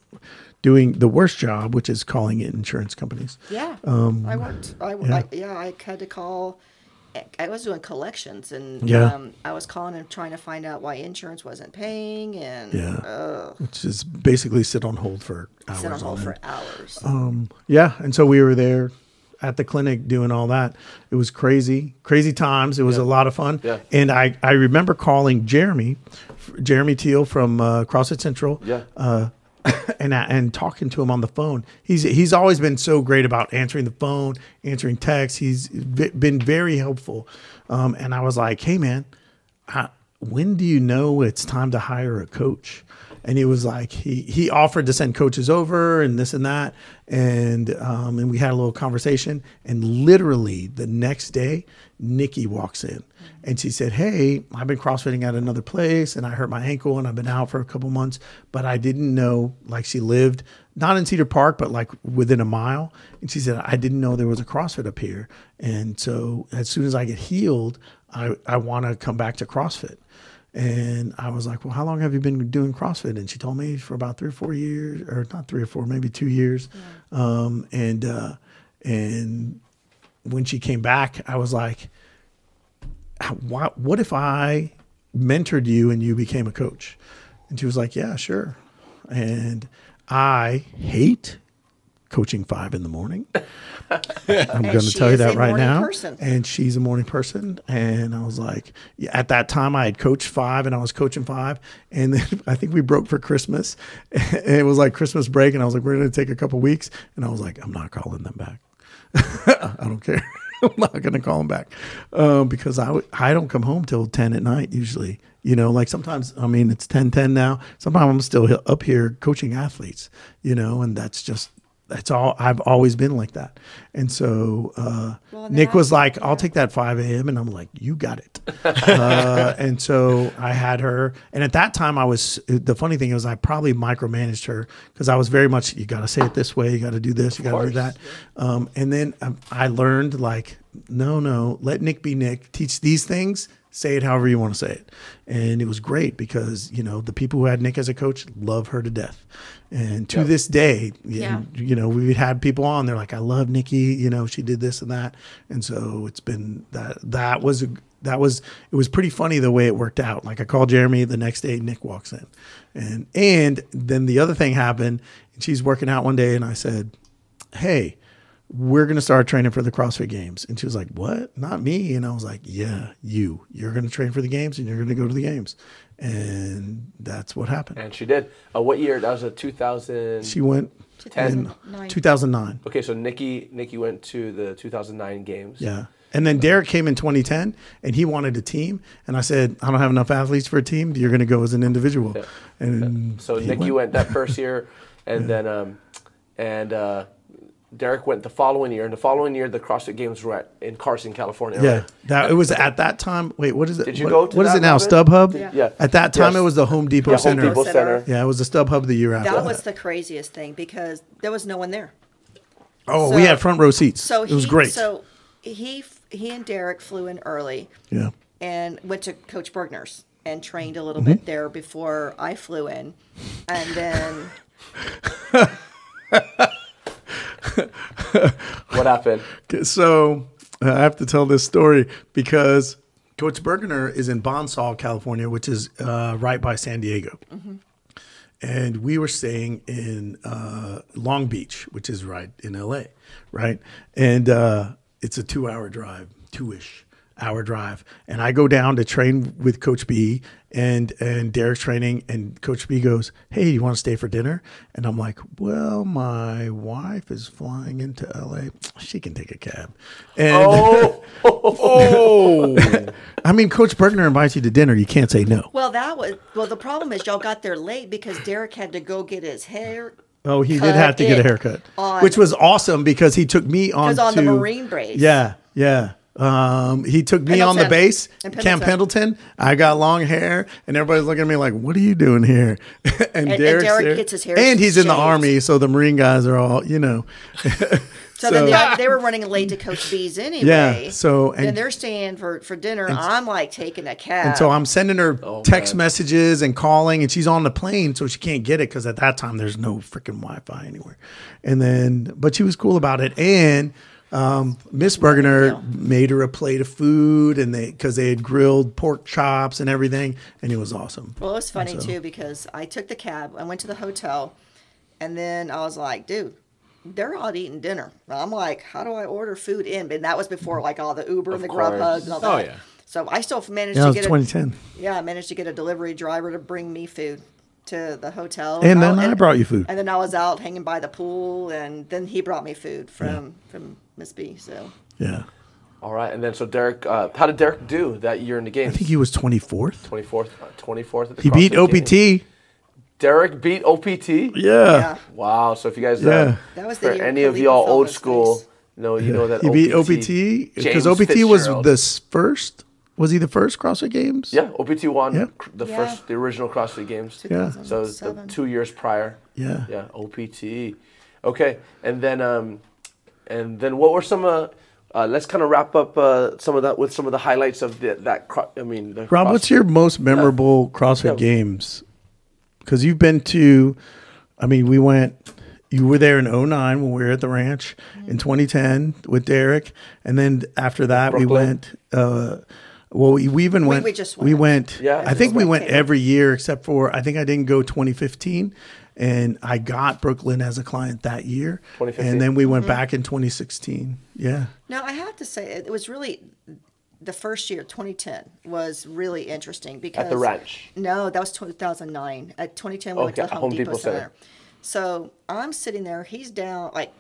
doing the worst job, which is calling it insurance companies.
Yeah,
Um,
I worked. I, yeah. I yeah, I had to call. I was doing collections, and
Yeah.
um, I was calling and trying to find out why insurance wasn't paying, and
Yeah,
uh,
which is basically sit on hold for hours.
sit on hold
end. Um,
for hours.
Yeah, and so we were there at the clinic doing all that. It was crazy, crazy times. It was a lot of fun.
Yeah.
And I, I remember calling Jeremy, Jeremy Teal from uh, CrossFit Central.
Yeah.
Uh, and I, and talking to him on the phone. He's he's always been so great about answering the phone, answering texts. He's v- been very helpful. Um, and I was like, hey man, I, when do you know it's time to hire a coach? And he was like, he he offered to send coaches over and this and that, and um, and we had a little conversation. And literally the next day, Nikki walks in and she said, "Hey, I've been crossfitting at another place, and I hurt my ankle, and I've been out for a couple months, but I didn't know like she lived not in Cedar Park, but like within a mile. And she said, I didn't know there was a CrossFit up here. And so as soon as I get healed, I, I want to come back to CrossFit. And I was like, Well, how long have you been doing CrossFit? And she told me for about three or four years, or not three or four, maybe two years. Um, and, uh, and when she came back, I was like, why, what if I mentored you and you became a coach? And she was like, yeah, sure. And I hate coaching five in the morning. I'm going to
she
tell you
is
that
a
right
morning
now.
person.
And she's a morning person. And I was like, yeah, at that time, I had coached five and I was coaching five. And then I think we broke for Christmas. And it was like Christmas break. And I was like, we're going to take a couple weeks. And I was like, I'm not calling them back. I don't care. I'm not going to call him back um, because I, w- I don't come home till 10 at night usually. You know, like sometimes, I mean, it's 10 10 now. Sometimes I'm still he- up here coaching athletes, you know, and that's just, that's all I've always been like that. And so uh,
Well, and then
Nick
I-
was like, I'll take that 5 a.m. And I'm like, you got it. uh, and so I had her. And at that time, I was, the funny thing is, I probably micromanaged her because I was very much, you got to say it this way, you got to do this, you got to do
course.
that. Um, and then um, I learned like no, no, let Nick be Nick. Teach these things. Say it however you want to say it. And it was great because, you know, the people who had Nick as a coach love her to death. And to this day,
Yeah.
yeah. you know, we had people on, they're like, I love Nikki, you know, she did this and that. And so it's been that, that was, a, that was, it was pretty funny the way it worked out. Like I called Jeremy the next day, Nick walks in. And, and then the other thing happened, and she's working out one day, and I said, Hey, we're going to start training for the CrossFit Games. And she was like, What? Not me. And I was like, Yeah, you. You're going to train for the games and you're going to go to the games. And that's what happened.
And she did. Uh, what year? That was a 2000.
She went in
2009.
2009.
okay, so Nikki Nikki went to the 2009 games.
Yeah. And then Derek came in 2010 and he wanted a team. And I said, I don't have enough athletes for a team. You're going to go as an individual. And
So
he
Nikki went. that first year, and then um, and uh, Derek went the following year. And the following year, the CrossFit Games were at, in Carson, California.
Yeah,
right?
that it was at that time. Wait, what is it?
Did you
what,
go to
what is
that
it now?
event?
StubHub.
Did- yeah.
At that time,
Yes.
it was the Home Depot
Yeah, Home
Center.
Depot
Center.
Center.
Yeah, it was the StubHub the year after.
That was the craziest thing because there was no one there.
oh,
so-
we had front row seats.
So
it was
he,
great.
So he f- he and Derek flew in early
yeah,
and went to Coach Bergner's and trained a
Mm-hmm.
little bit there before I flew in, and then
What happened?
Okay, so uh, I have to tell this story because Coach Bergener is in Bonsall, California, which is uh, right by San Diego. and we were staying in uh, Long Beach, which is right in LA, right? And uh, it's a two hour drive, two ish hour drive. And I go down to train with Coach B and and Derek's training, and Coach B goes, "Hey, you want to stay for dinner?" And I'm like, "Well, my wife is flying into LA. She can take a cab." And
Oh,
I mean, Coach Bergner invites you to dinner. You can't say no.
well that was well the problem is y'all got there late because Derek had to go get his hair
Oh, he did
cut
have to get a
it
haircut,
on-
which was awesome because he took me on.
was on the
to-
Marine brace.
Yeah, yeah. Um, he took me on the
Pendleton.
base,
And
Camp Pendleton. I got long hair, and everybody's looking at me like, "What are you doing here?" and,
and
Derek's
Derek
there.
gets his hair
and he's in the
shaved.
army, so the Marine guys are all, you know.
So, then
So-
they, they were running late to Coach B's anyway.
Yeah, so-
and,
and-
they're staying for for dinner. I'm like taking a cab.
And so I'm sending her text
Oh, man.
messages and calling, and she's on the plane, so she can't get it because at that time there's no freaking Wi-Fi anywhere. And then, but she was cool about it, and um, Miss Bergener made her a plate of food, and they because they had grilled pork chops and everything, and it was awesome.
Well, it was funny too because I took the cab, I went to the hotel, and then I was like, dude, they're out eating dinner. And I'm like, how do I order food in? And that was before like all the Uber and the
course.
Grubhub and all that.
Oh, yeah.
So I still managed
Yeah, it
to
was
get
2010,
a yeah, I managed to get a delivery driver to bring me food to the hotel.
and
I-
then I brought you food.
And then I was out hanging by the pool, and then he brought me food from from Miss B. So
Yeah,
all right. And then so Derek, uh, how did Derek do that year in the
I
games?
think he was 24th.
24th, uh, 24th. At the
He beat
CrossFit
OPT.
Games. Derek beat OPT.
Yeah.
yeah,
Wow. So if you guys,
Yeah.
uh,
That was the
for
year
any of
Khalid
y'all
Mufalda's
old school,
face.
know you know that
He beat OPT because
James
OPT was
Fitzgerald.
the s- first. Was he the first CrossFit Games?
Yeah, OPT won
Yeah.
cr- the
Yeah.
first, the original CrossFit Games.
Yeah.
So the
2007.
two years prior.
Yeah.
Yeah. OPT. Okay, and then um, and then what were some uh, uh let's kind of wrap up uh some of that with some of the highlights of the, that. Cro- I mean, the
Rob, what's your most memorable CrossFit
Yeah.
games? Because you've been to, I mean, we went, you were there in 09 when we were at the ranch
Mm-hmm.
in 2010 with Derek. And then after that, we
Brooklyn.
went, uh, well, we, we even went,
we just
we went,
Yeah, I
I think
just
we
went.
went every year except for, I think I didn't go 2015. And I got Brooklyn as a client that year.
2015.
And then we
Mm-hmm.
went back in 2016. Yeah.
No, I have to say it was really the first year, 2010, was really interesting because
ranch?
No, that was 2009. At 2010, we went to
Okay,
the Home, Depot, Center. So I'm sitting there. He's down. Like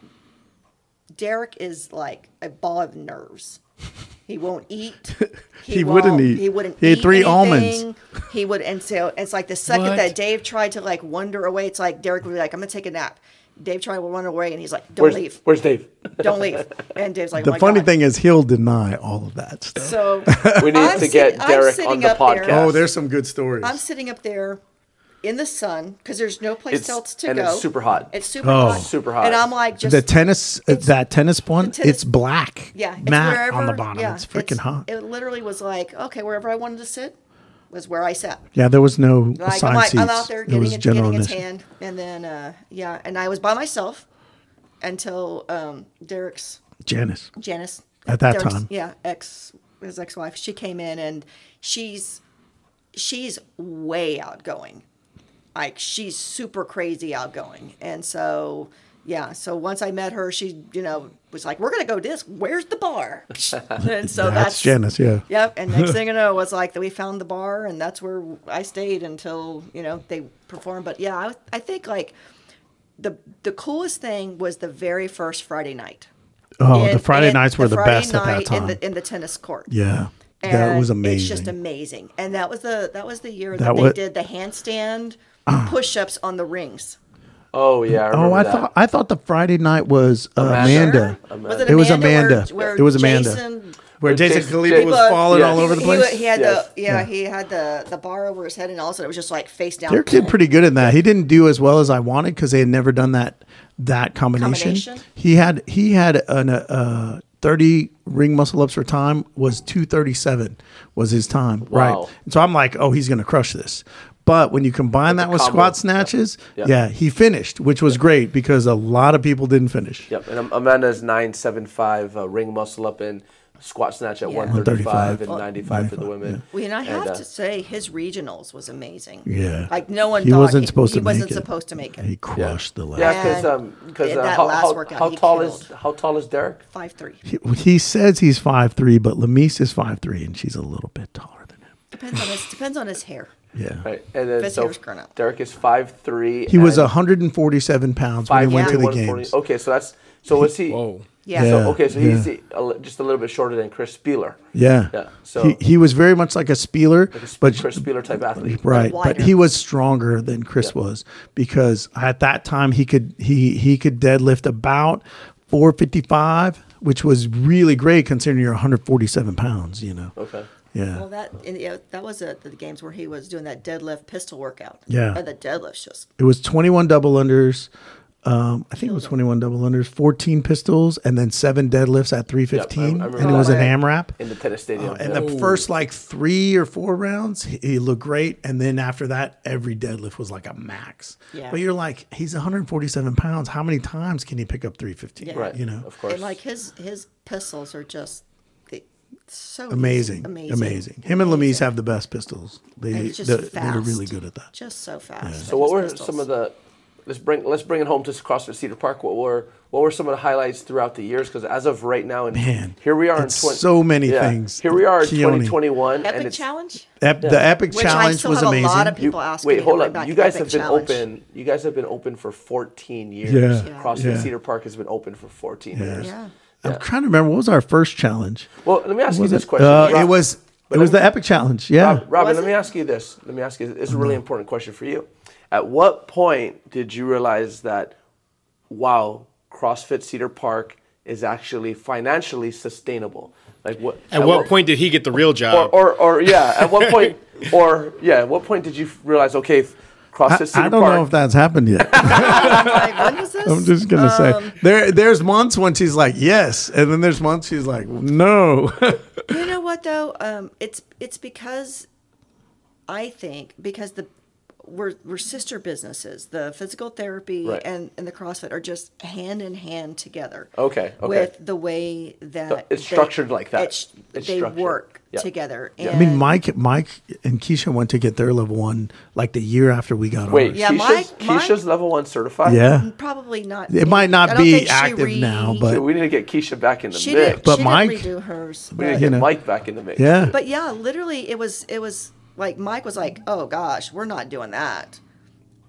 Derek is like a ball of nerves. He won't eat.
He wouldn't
won't-
eat.
He wouldn't.
He had
eat
three almonds.
anything. He would, and so it's like the second
What?
that Dave tried to like wander away, it's like Derek would be like, "I'm gonna take a nap." Dave tried to run away, and he's like, "Don't
Where's,
leave,
where's Dave?
don't leave." And Dave's like,
The
"Oh my
funny
God."
thing is, he'll deny all of that stuff.
So
We need
I'm
to
sit-
get
I'm
Derek
sitting
on the
up there.
podcast.
Oh, there's some good stories.
I'm sitting up there in the sun because there's no place
It's-
else to
and
go.
it's super hot.
It's super
Oh.
hot.
Super hot.
And I'm like, just
the tennis, uh, that tennis one,
tennis-
it's black.
yeah, it's
matte
wherever,
on the bottom.
yeah,
it's freaking hot.
It literally was like, okay, wherever I wanted to sit was where I sat.
yeah, there was no
Like I'm,
assigned
like,
seats.
I'm out there
it
getting
was
it,
general
getting its
admission.
hand, and then uh, yeah, and I was by myself until um, Derek's
Janice.
Janice
At that
Derek's-
time.
Yeah, ex his ex wife. She came in and she's she's way outgoing. Like she's super crazy outgoing. And so yeah, so once I met her, she, you know, was like, We're gonna go this, where's the bar? and so
That's,
that's,
Janice. Yeah.
Yep, and next thing you know, it's like that we found the bar, and that's where I stayed until you know they performed. But yeah, I, I think like the the coolest thing was the very first Friday night.
Oh,
In-
the Friday
in-
nights were the,
Friday
best at that
night
time.
In the, in the tennis court.
yeah, that
And
was amazing.
It's just amazing, and that was the that was the year that,
That
they
wa- Ah.
did the handstand push-ups on the rings.
Oh yeah. I remember
Oh, I
that.
thought I thought the Friday night was uh, Amanda.
Amanda.
Was it,
It was
Amanda
Amanda. It was Amanda.
Jason-
Where
Jason
Jason Khalifa
Jason-
was
But
falling
Yeah.
all over the
he wa-
place.
He had
Yes.
the yeah, he had the the bar over his head, and also it was just like face down.
Derek did pretty good in that. He didn't do as well as I wanted because they had never done that that combination.
Combination?
He had he had an uh, uh, thirty ring muscle ups for time was two thirty seven was his time
Wow.
right. And so I'm like, oh, he's gonna crush this. But when you combine that with
combo.
squat snatches,
Yeah.
yeah. he finished, which was great because a lot of people didn't finish.
Yep, and um, Amanda's nine seven five uh, ring muscle up and squat snatch at
Yeah.
one thirty five
135,
and ninety five for the women.
Well, and I have
uh,
to say, his regionals was amazing.
Yeah.
like no one.
He
thought
wasn't supposed
he
to
wasn't
make it.
supposed to make
He
it.
crushed the last.
Yeah, because
And in
uh,
that
how,
last
how,
workout,
how
he
tall is
killed.
how tall is Derek?
Five three.
He, he says he's five three, but Lamise is five three, and she's a little bit taller than him.
Depends on his depends on his hair.
Yeah.
Right, and then
Fifth
so
year's grown up.
Derek is five three.
He was 147 pounds when he went to the games.
Okay, so that's so was he?
Whoa.
Yeah.
So
Yeah.
okay, so he's the- a li- just a little bit shorter than Chris Spieler.
Yeah.
Yeah, so-
he, he was very much like a Spieler, but
Chris Spieler type athlete.
right, but
wider.
he was stronger than Chris was because at that time he could he he could deadlift about 455, which was really great considering you're 147 pounds. You know.
Okay.
Yeah.
Well, that and, yeah, that was at the games where he was doing that deadlift pistol workout.
Yeah.
and the deadlift's just
It was 21 double unders. Um, I think it was 21 double unders, 14 pistols, and then seven deadlifts at 315.
I
and
remember
it was an
that.
AMRAP.
In the tennis stadium.
Oh, And
yeah.
the first like three or four rounds, he, he looked great. And then after that, every deadlift was like a max.
Yeah.
But you're like, he's 147 pounds. How many times can he pick up 315?
Yeah.
right,
You know,
of course.
and like his his pistols are just they- so easy.
amazing, amazing,
amazing,
Him and Lamise have the best pistols. They,
And he's just
they, they
fast.
were really good at that.
Just so fast.
So what were some of the let's bring let's bring it home to CrossFit Cedar Park. What were what were some of the highlights throughout the years? Because as of right now, and
Man,
here we are
it's
in 20,
so many things.
Here we are in
Keone.
2021, and
epic
it's
challenge?
Ep- The epic
Which I
challenge
still
was
have a
amazing.
lot of
you,
people asking me
wait,
to
hold
bring
up.
back
You
the
guys have
Epic
been
Challenge.
open. You guys have been open for 14 years.
Yeah. Yeah.
CrossFit
Yeah.
Cedar Park has been open for 14 years.
Yeah.
I'm trying to remember what was our first challenge.
Well, let me ask you this
it?
question.
Uh,
Rob-
it was it
let
was
me-
the epic challenge. Yeah.
Rob- Robin,
Was
let
it?
me ask you this. Let me ask you. This is a really
Mm-hmm.
important question for you. At what point did you realize that, wow, CrossFit Cedar Park is actually financially sustainable? Like what?
At what point did he get the real
Or,
job?
or, or yeah. At what point? Or yeah. At what point did you realize? Okay, f- CrossFit
I,
Cedar
I don't
Park.
know if that's happened yet.
Like, when was this?
I'm just gonna
Um,
say there. There's months when she's like yes, and then there's months she's like no.
You know what though? Um, it's it's because I think because the we're we're sister businesses. The physical therapy
Right.
and, and the CrossFit are just hand in hand together.
Okay, okay.
With the way that
it's structured like that.
it's-
It's
they
structured.
work
Yeah.
together.
Yeah.
I mean, Mike, Mike, and Keisha went to get their level one like the year after we got
Wait,
ours.
Yeah,
Keisha's,
Mike- Mike-
Keisha's level one certified.
Yeah,
probably not.
It might not
I don't
be
think she
active now, but-
So we need to get Keisha back in the
she
mix.
did.
But
she
Mike-
did redo hers.
we need to
but-
get
know.
Mike back in the mix.
yeah.
But yeah, literally, it was it was like Mike was like, "Oh gosh, we're not doing that,"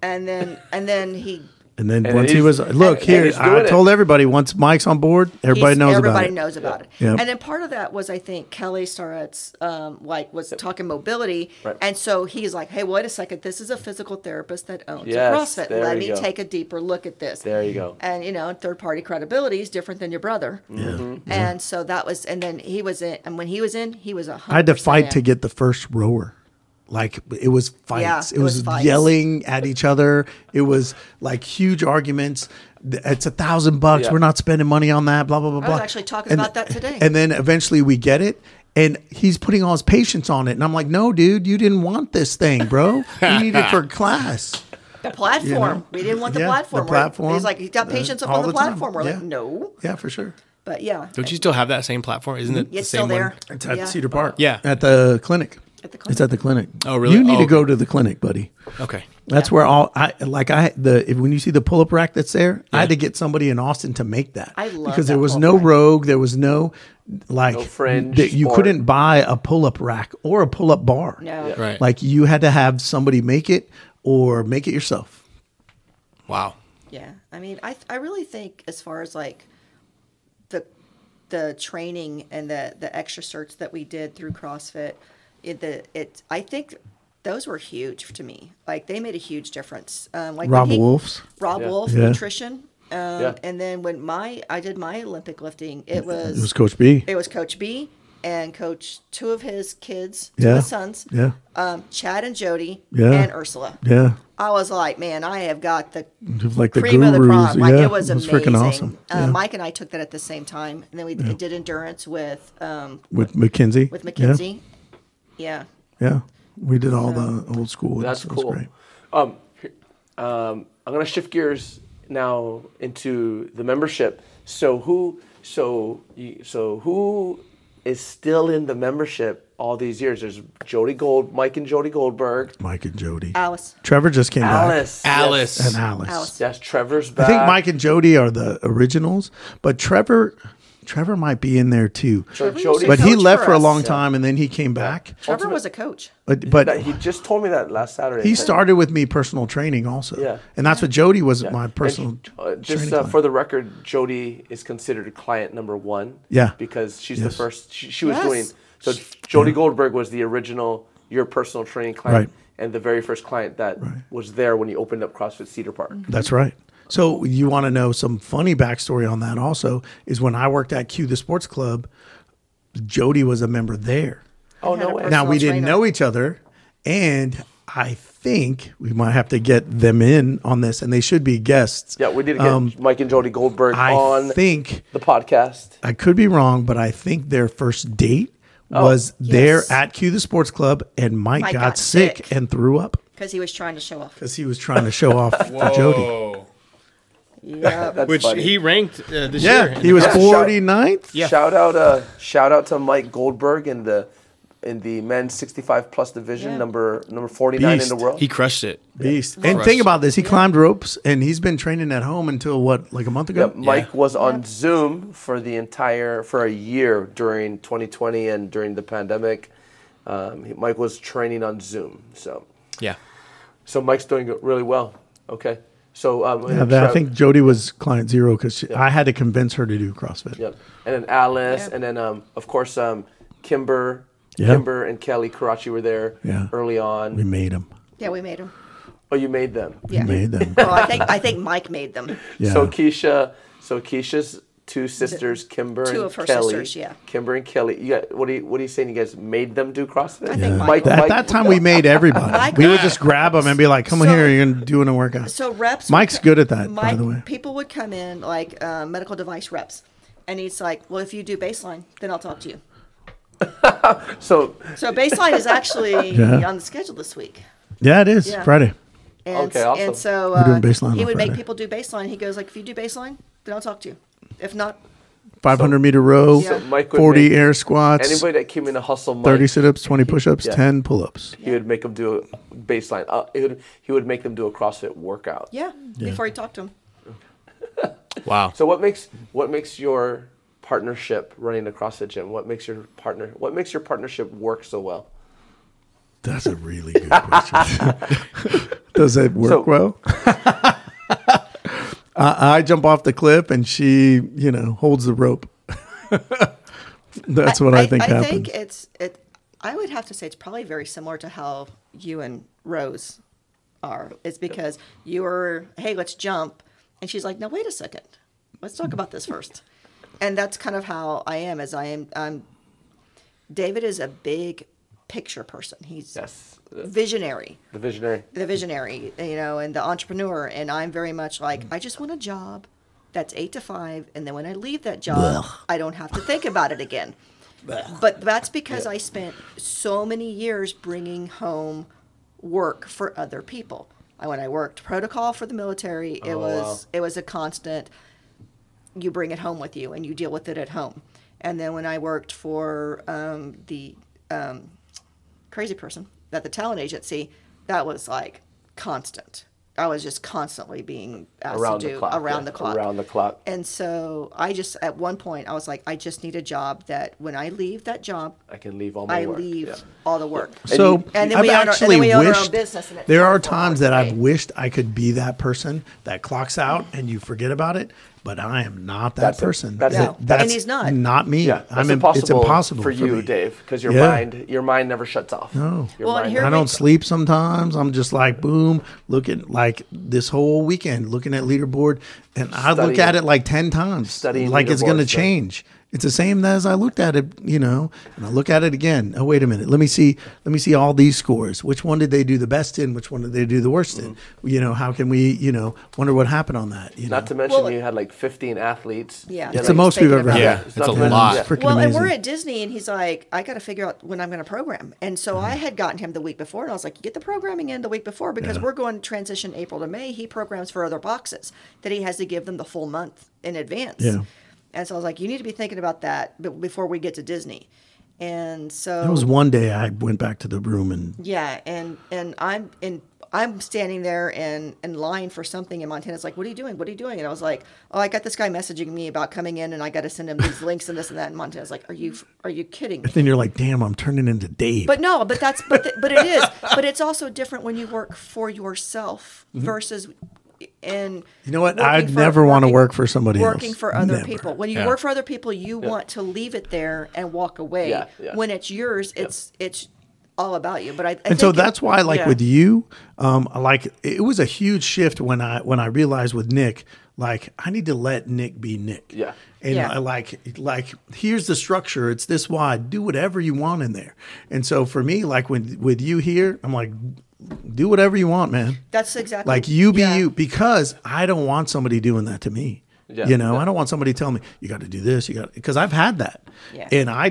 and then and then he
and then
And
once he
he's-
was look
and
here,
he's
I
doing it.
told everybody once Mike's on board, everybody
he's-
knows
everybody
about it.
knows about it.
Yep.
And then part of that was I think Kelly Starrett's um, like was talking mobility,
Right.
and so he's like, "Hey, wait a second, this is a physical therapist that owns
Yes,
a CrossFit.
there
Let
you
me
go.
take a deeper look at this."
There you go.
And you know, third party credibility is different than your brother.
Mm-hmm.
And so that was, and then he was in, and when he was in, he was a.
I had to fight to get the first rower. like it was fights.
Yeah,
it,
it
was,
was fights.
yelling at each other. It was like huge arguments. Th- It's a thousand bucks.
Yeah.
We're not spending money on that. Blah blah blah.
I was
blah.
actually talking
And-
about that today.
And then eventually we get it. And he's putting all his patience on it. And I'm like, no, dude, you didn't want this thing, bro. You need it for class.
The platform. We didn't want the
Yeah, the
platform. We're-
platform,
He's like, you got
uh,
patients up
all
on the,
the time.
platform. We're
Yeah.
like, no.
Yeah, for sure.
But yeah.
Don't you still have that same platform? Isn't it the
It's
same
still there.
one?
It's at
Yeah.
Cedar Park.
Yeah.
At the clinic.
At the
It's at the clinic.
Oh, really?
You need
Oh,
to go
okay.
to the clinic, buddy.
Okay.
That's where all I like. I the if, when you see the pull up rack that's there, I had to get somebody in Austin to make that.
I love
because
that
there was
pull-up
no
rack.
rogue, there was no like
fringe
that you
sport.
couldn't buy a pull up rack or a pull up bar.
No.
Right.
like you had to have somebody make it or make it yourself.
wow.
Yeah, I mean, I I really think as far as like the the training and the the extra certs that we did through CrossFit, it the it I think those were huge to me. Like they made a huge difference. Um, like when
Rob Wolf's?
Rob Wolf
Yeah.
nutrition, um,
Yeah.
and then when my I did my Olympic lifting, it was
It was Coach B.
it was Coach B and Coach two of his kids, two
Yeah.
of his sons,
Yeah.
um, Chad and Jody,
Yeah.
and Ursula.
Yeah,
I was like, man, I have got the
like the
cream of the
gurus.
crop. Like
yeah,
it was
it was
amazing.
freaking awesome.
Uh,
Yeah.
Mike and I took that at the same time, and then we did endurance with um,
with McKinsey.
with
Yeah.
McKinsey. Yeah.
Yeah, we did all the old school.
That's
It was
cool.
great.
Um, here- um, I'm gonna shift gears now into the membership. So who, so you, so who is still in the membership all these years? There's Jody Gold, Mike and Jody Goldberg,
Mike and Jody.
Alice.
Trevor just came
Alice, yes.
Alice.
back. And Alice.
Alice.
Yes, Trevor's
I
back.
think Mike and Jody are the originals, but Trevor, Trevor might be in there too.
So
Trevor
Jody,
used to
But he
Coach
left
for
for a
us.
long
Yeah.
time, and then he came back.
Trevor was a coach.
But,
that-
but
he just told me that last Saturday.
he started with me personal training also,
Yeah.
and that's what Jody was my
And,
personal.
uh,
training
just uh,
client.
for the record, Jody is considered client number one.
Yeah.
because she's the
Yes.
first. She, she was
Yes.
doing so. Jody Goldberg was the original your personal training client
Right.
and the very first client that was there when you opened up CrossFit Cedar Park.
Mm.
That's right. So you want to know some funny backstory on that? Also, is when I worked at Q the Sports Club, Jody was a member there.
Oh
I had
no
a
way!
personal-
now we didn't
trainer.
know each other and i think we might have to get them in on this and they should be guests
yeah, we did get Mike and Jody Goldberg
um, i
on
think
the podcast.
i could be wrong but i think their first date was
Yes.
there at q the sports club and mike,
Mike
got,
got
sick,
sick.
and threw up
Because he was trying to show off.
because he was trying to show off for jody
Oh.
Yeah.
That's
Which
funny.
he ranked uh, this year.
yeah
in
he
the
was
Yeah, shout-
49th
Yeah.
Shout out, uh, shout out to Mike Goldberg in the in the men's 65 plus division,
Yeah.
number number 49
Beast.
in the world.
He crushed it.
beast and
Crushed.
think about this he climbed ropes and he's been training at home until what like a month
Yeah,
ago
Mike
Yeah.
was on Zoom for the entire for a year during 2020 and during the pandemic. Um, he- Mike was training on Zoom, so
Yeah.
so Mike's doing really well. Okay, so um,
Yeah,
and
that- I
Trev-
think Jody was client zero because I had to convince her to do CrossFit.
yeah, and then Alice,
Yeah.
and then um, of course um, Kimber,
Yeah.
Kimber and Kelly Karachi were there
Yeah.
early on.
We made him.
yeah, we made him.
oh, you made them.
We
Yeah.
made them.
Well, I think I think Mike made them.
Yeah.
So Keisha, so Keisha's two sisters, Kimber
Two
and
of her
Kelly.
sisters, yeah.
Kimber and Kelly. You got, what are you what are you saying? You guys made them do CrossFit? I
think Yeah. Mike-
At that time, we made everybody.
Mike-
we would just grab them and be like, "Come
So-
here, you're doing a workout."
So reps.
Mike's
would co-
good at that, by the way.
People would come in like uh, medical device reps, and he's like, "Well, if you do baseline, then I'll talk to you."
So
So baseline is actually
Yeah.
on the schedule this week.
Yeah, it is
Yeah.
Friday.
And,
Okay, awesome.
and so
We're
uh,
doing baseline
he
on
would
Friday.
make people do baseline. He goes like, if you do baseline, then I'll talk to you. If not,
500 meter row,
So
Mike would
40
make-
air squats,
anybody that came in to hustle Mike,
30 sit ups, 20 push ups,
Yeah.
10 pull ups.
he would make them do a baseline. Uh, he, would, he would make them do a CrossFit workout.
yeah, before he talked to him.
Wow.
So what makes what makes your partnership running a CrossFit gym? What makes your partner? What makes your partnership work so well?
That's a really good question. Does it work
So-
well? I, I jump off the cliff and she, you know, holds the rope. That's what I, think
I
happens.
think it's it. I would have to say it's probably very similar to how you and Rose are. It's because you were, hey, let's jump, and she's like, no, wait a second, let's talk about this first. And that's kind of how I am. As I am, I'm. David is a big picture person. He's
Yes.
visionary,
The visionary.
the visionary, you know, and the entrepreneur. And I'm very much like, I just want a job that's eight to five, and then when I leave that job, I don't have to think about it again. But that's because I spent so many years bringing home work for other people. I, when I worked protocol for the military,
Oh,
it was it was a constant. You bring it home with you, and you deal with it at home. And then when I worked for um, the um, crazy person at the talent agency, that was like constant. I was just constantly being asked
Around
to
the
do
clock,
around
yeah.
the clock.
Around the clock.
And so I just, at one point, I was like, I just need a job that when I leave that job,
I can leave all my
I
work.
leave
Yeah.
all the work.
So
you-
And then
I've
we own our- and then
actually
we own our own
wished
business and it's
there are
helpful,
times that I've
right?
wished I could be that person that clocks out and you forget about it, but I am not that
That's a-
person.
that's
That-
a-
And
that's
he's not.
Not me.
Yeah,
I'm
that's
im-
impossible
It's impossible
for you,
me.
Dave, because your
Yeah.
mind, your mind never shuts off. No, your
Well, and
mind
here-
I
Every-
don't sleep sometimes. I'm just like boom, looking like this whole weekend looking at leaderboard, and I look
Studying.
at it like ten times,
Studying
like it's going
leaderboard
to
study.
change. It's the same as I looked at it, you know, and I look at it again. Oh wait a minute, let me see, let me see all these scores. Which one did they do the best in? Which one did they do the worst
Mm-hmm.
in? You know, how can we, you know, wonder what happened on that? You
Not
know?
to mention
Well,
you had like 15 athletes.
Yeah.
You had,
it's the
like-
most we've
thinking
ever
about
had.
it.
Yeah, it's a
And it's
lot.
freaking
well, and
amazing.
we're at Disney, and he's like, I got to figure out when I'm going to program. And so I had gotten him the week before, and I was like, get the programming in the week before because we're going to transition April to May. He programs for other boxes that he has to give them the full month in advance.
Yeah.
And so I was like, you need to be thinking about that b- before we get to Disney. And so
That was one day I went back to the room and
Yeah, and and I'm in I'm standing there and in line for something in Montana. It's like, what are you doing? What are you doing? And I was like, oh, I got this guy messaging me about coming in, and I got to send him these links and this and that. And Montana's like, are you are you kidding? me?
then you're like, damn, I'm turning into Dave.
But no, but that's but th- but it is. But it's also different when you work for yourself versus and
Mm-hmm. You know what?
working
I'd
for-
never wanna
working-
work for somebody
Working
else.
for other
Never.
people. When you
Yeah.
work for other people, you want to leave it there and walk away.
Yeah, yeah.
When it's yours, it's it's all about you. But I, I
and
think
so
it-
that's why like
yeah.
with you um like it was a huge shift when i when i realized with nick like i need to let nick be nick
Yeah.
and
Yeah.
I like like here's the structure it's this wide do whatever you want in there and so for me like when with you here i'm like do whatever you want man
That's exactly
like you be
yeah.
you because I don't want somebody doing that to me.
Yeah,
you know,
yeah.
I don't want somebody telling me you got to do this. You got because I've had that,
Yeah.
and I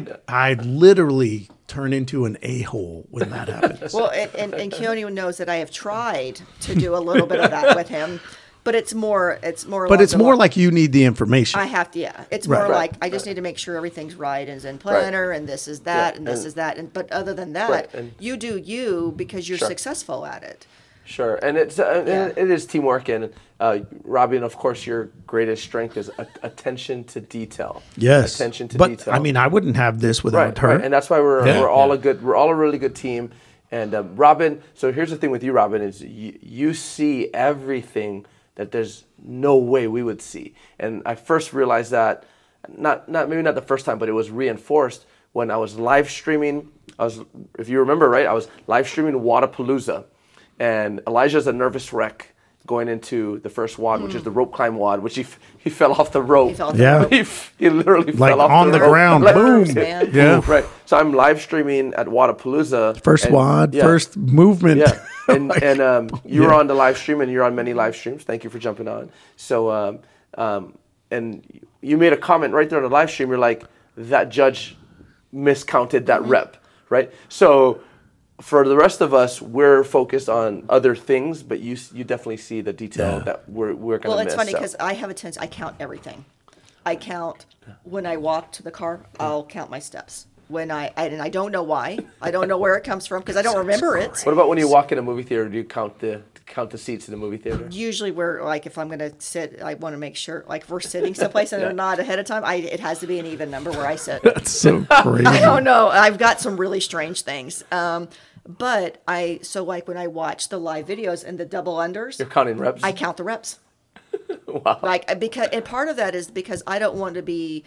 I literally turn into an a hole when that happens.
Well, and, and, and Keone knows that I have tried to do a little bit of that with him, but it's more it's more.
but
along
it's
the
more
line-
like you need the information.
I have to. Yeah, it's
Right.
more
Right.
like I just need to make sure everything's right and is in planner and this is that
Yeah,
and this
and-
is that and but other than that,
Right, and-
you do you because you're
Sure.
successful at it.
Sure, and it's uh,
Yeah.
and it is teamwork, and uh, Robin, of course, your greatest strength is a- attention to detail.
yes,
attention to
but
detail.
I mean, I wouldn't have this without
right,
her.
right, and that's why we're
Yeah.
we're all
Yeah.
a good we're all a really good team. And um, Robin, so here's the thing with you, Robin, is you, you see everything that there's no way we would see. And I first realized that not not maybe not the first time, but it was reinforced when I was live streaming. I was, if you remember, right, I was live streaming Wadapalooza, and Elijah's a nervous wreck going into the first wad, which is the rope climb wad, which he f- he fell off the rope.
Hmm. He fell off the
Yeah. rope.
he, f- he literally
Like,
fell off
on the
rope.
ground.
Like-
Boom.
Man.
Yeah.
Right. So I'm live streaming at Wadapalooza.
first
and-
wad,
yeah,
first movement.
Yeah. And, and um, you were
Yeah.
on the live stream, and you're on many live streams. Thank you for jumping on. So, um, um, and you made a comment right there on the live stream. You're like, that judge miscounted
Mm-hmm.
that rep, right? So, for the rest of us, we're focused on other things, but you s- you definitely see the detail that we're we're gonna
Well,
miss.
it's funny
so.
because I have a tendency. I count everything. I count when I walk to the car. I'll count my steps. When I and I don't know why. I don't know where it comes from because I don't remember it.
What about when you walk in a movie theater? Do you count the count the seats in the movie theater?
usually we're like if i'm gonna sit i want to make sure like if we're sitting someplace and
Yeah.
they're not ahead of time i it has to be an even number where i sit
That's so crazy.
i don't know i've got some really strange things um but i so like when i watch the live videos and the double unders
You're counting reps.
i count the reps wow like because and part of that is because i don't want to be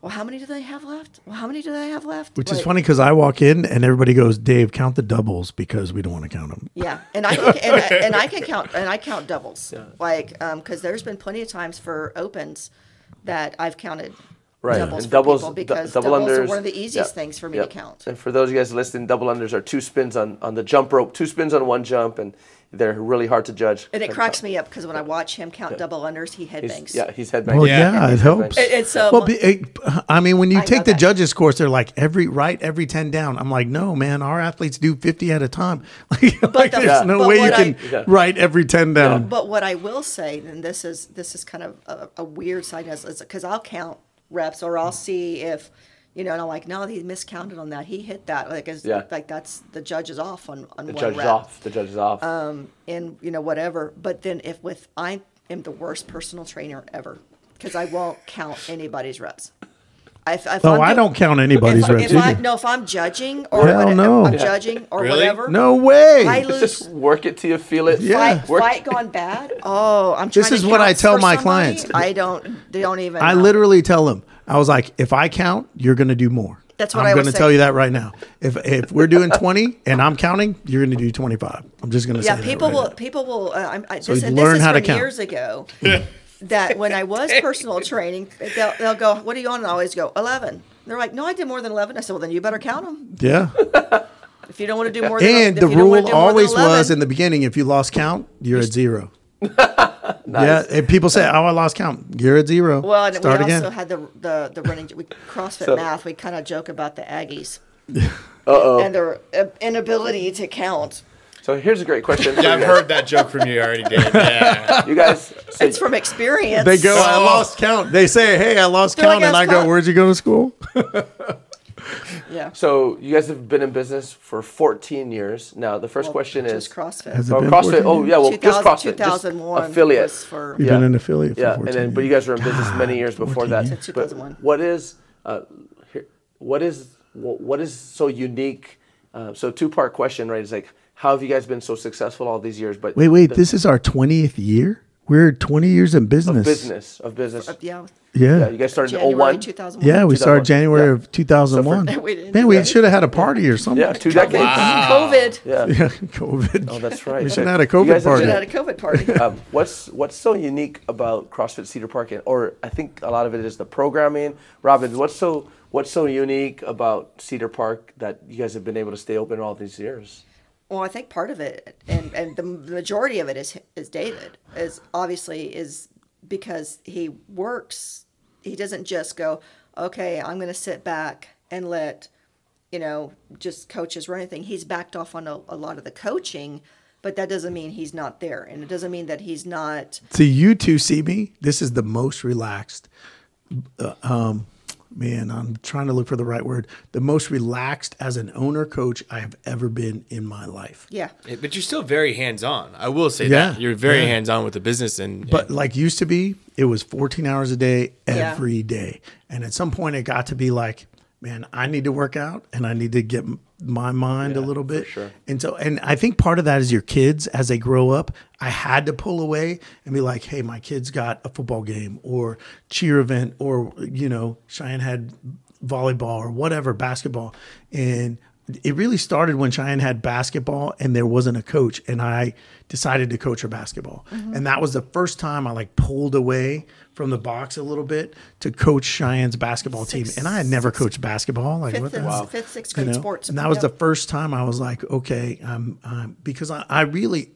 well how many do they have left well how many do they have left
Which is
Like-
funny because I walk in and everybody goes, Dave, count the doubles because we don't want to count them.
Yeah, and I can, and, I, and I can count and I count um, doubles, Like like because there's been plenty of times for opens that I've counted
Right. And
doubles for
doubles-
people
du-
because
double
doubles are
unders-
one of the easiest
yeah,
things for me
yeah.
to count.
And for those of you guys listening, double unders are two spins on, on the jump rope, two spins on one jump, and they're really hard to judge.
And it cracks me up because when I watch him count double unders, he headbangs.
He's, yeah, he's headbanging.
Well, yeah,
Yeah.
it helps.
It- it's, uh,
well, be, it, I mean, when you
I
take
love
the
that.
judges course, they're like every right, every ten down. I'm like, no, man, our athletes do fifty at a time. Like, like,
the-
there's
Yeah.
no
but
way you
what I-
can
Yeah.
write every ten down.
But what I will say, and this is this is kind of a, a weird side note, is because I'll count reps or I'll see if you know, and I'm like, no, he miscounted on that. He hit that. Like, it's,
Yeah.
like that's the judge is off on on
The
one
judge is
rep. Um,
off. The judge is off.
and you know whatever. But then if with I am the worst personal trainer ever because I won't count anybody's reps. If, if
No,
I'm
I
do-
don't count anybody's
if,
reps
If I,
either.
no, if I'm judging or
Hell
whatever,
no.
I'm
Yeah.
judging or
Really?
whatever.
no way.
I
It's
lose
just work it till you feel it.
Yeah.
Fight,
Work-
fight gone bad. Oh, I'm. trying
This
to
is what I
count
tell
for
my
somebody.
clients.
I don't. They don't even.
I
know.
literally tell them, I was like, if I count, you're going to do more.
That's what
I'm
I
going
always
to
say.
tell you that right now. If if we're doing 20 and I'm counting, you're going to do 25. I'm just going to
Yeah,
say. that
people
right
will.
now.
People will. Uh, I'm, I, this,
you
and this
learn
is
how to
from
count.
years ago. that when I was personal training, they'll, they'll go, "What are you on?" And I always go, 11. They're like, "No, I did more than 11." I said, "Well, then you better count them."
Yeah,
If you don't want to do more than e-,
and
if
the
you don't wanna
rule
do more than
always was
11,
in the beginning: if you lost count, you're at zero. Yeah, and people say, "Oh, I lost count." You're at zero.
well, and we
start
also
again.
had the the the running we, CrossFit math. We kind of joke about the Aggies and their uh, inability to count.
So here's a great question. for
Yeah, I've
you
heard that joke from you already, Dave. Yeah.
guys. You guys, so
It's from experience.
they go, "I
Oh.
lost count." They say, "Hey, I lost
They're like,
count," and
"I
I
was
go,
caught."
"Where'd you go to school?"
Yeah.
So you guys have been in business for 14 years now. The first
Well,
question is
just CrossFit.
Has it
Oh,
been
CrossFit.
14
Oh yeah, well, just
2000,
CrossFit.
2001
just affiliate.
was for-
You've
yeah.
been an affiliate for
yeah,
14
and then but you guys were in business many years before
14
that.
years.
Since
But
2001.
what is uh, here, what is wh- what is so unique? Uh, so two part question, right? Is like how have you guys been so successful all these years? But
Wait, wait.
the
This is our 20th year. We're 20 years in business.
business of business.
Yeah.
Yeah, you guys started in
January
01.
2001.
Yeah, we started
2001.
January
Yeah.
of 2001.
for- We didn't
Man,
do
we
that.
should have had a party or something.
Yeah, two decades.
COVID.
Yeah.
Yeah, COVID.
Oh, that's right.
We should have had
You
a COVID
guys have
party.
been
At a COVID party.
um, what's what's so unique about CrossFit Cedar Park, and, or I think a lot of it is the programming. Robin, what's so what's so unique about Cedar Park that you guys have been able to stay open all these years?
Well, I think part of it, and, and the majority of it is is David, is obviously is because he works. He doesn't just go, okay, I'm going to sit back and let, you know, just coaches run anything. He's backed off on a, a lot of the coaching, but that doesn't mean he's not there, and it doesn't mean that he's not.
To you two see me, this is the most relaxed. Uh, um, man, I'm trying to look for the right word. The most relaxed as an owner coach I have ever been in my life.
Yeah,
Yeah, But you're still very hands on. I will say
Yeah.
that. You're very
Yeah.
hands on with the business. and
But like used to be, it was 14 hours a day
Yeah.
every day, And at some point, it got to be like, man, I need to work out and I need to get m- my mind a little bit.
sure.
And so, and I think part of that is your kids as they grow up. I had to pull away and be like, hey, my kids got a football game or cheer event or, you know, Cheyenne had volleyball or whatever, basketball. And it really started when Cheyenne had basketball and there wasn't a coach. And I decided to coach her basketball.
Mm-hmm.
And that was the first time I like pulled away from the box a little bit to coach Cheyenne's basketball team. And I had never coached basketball. Like, what
fifth,
the
and,
hell?
fifth, sixth
you
grade
know?
sports,
And that was
Yep.
the first time I was like, okay, um, um, because I, I really,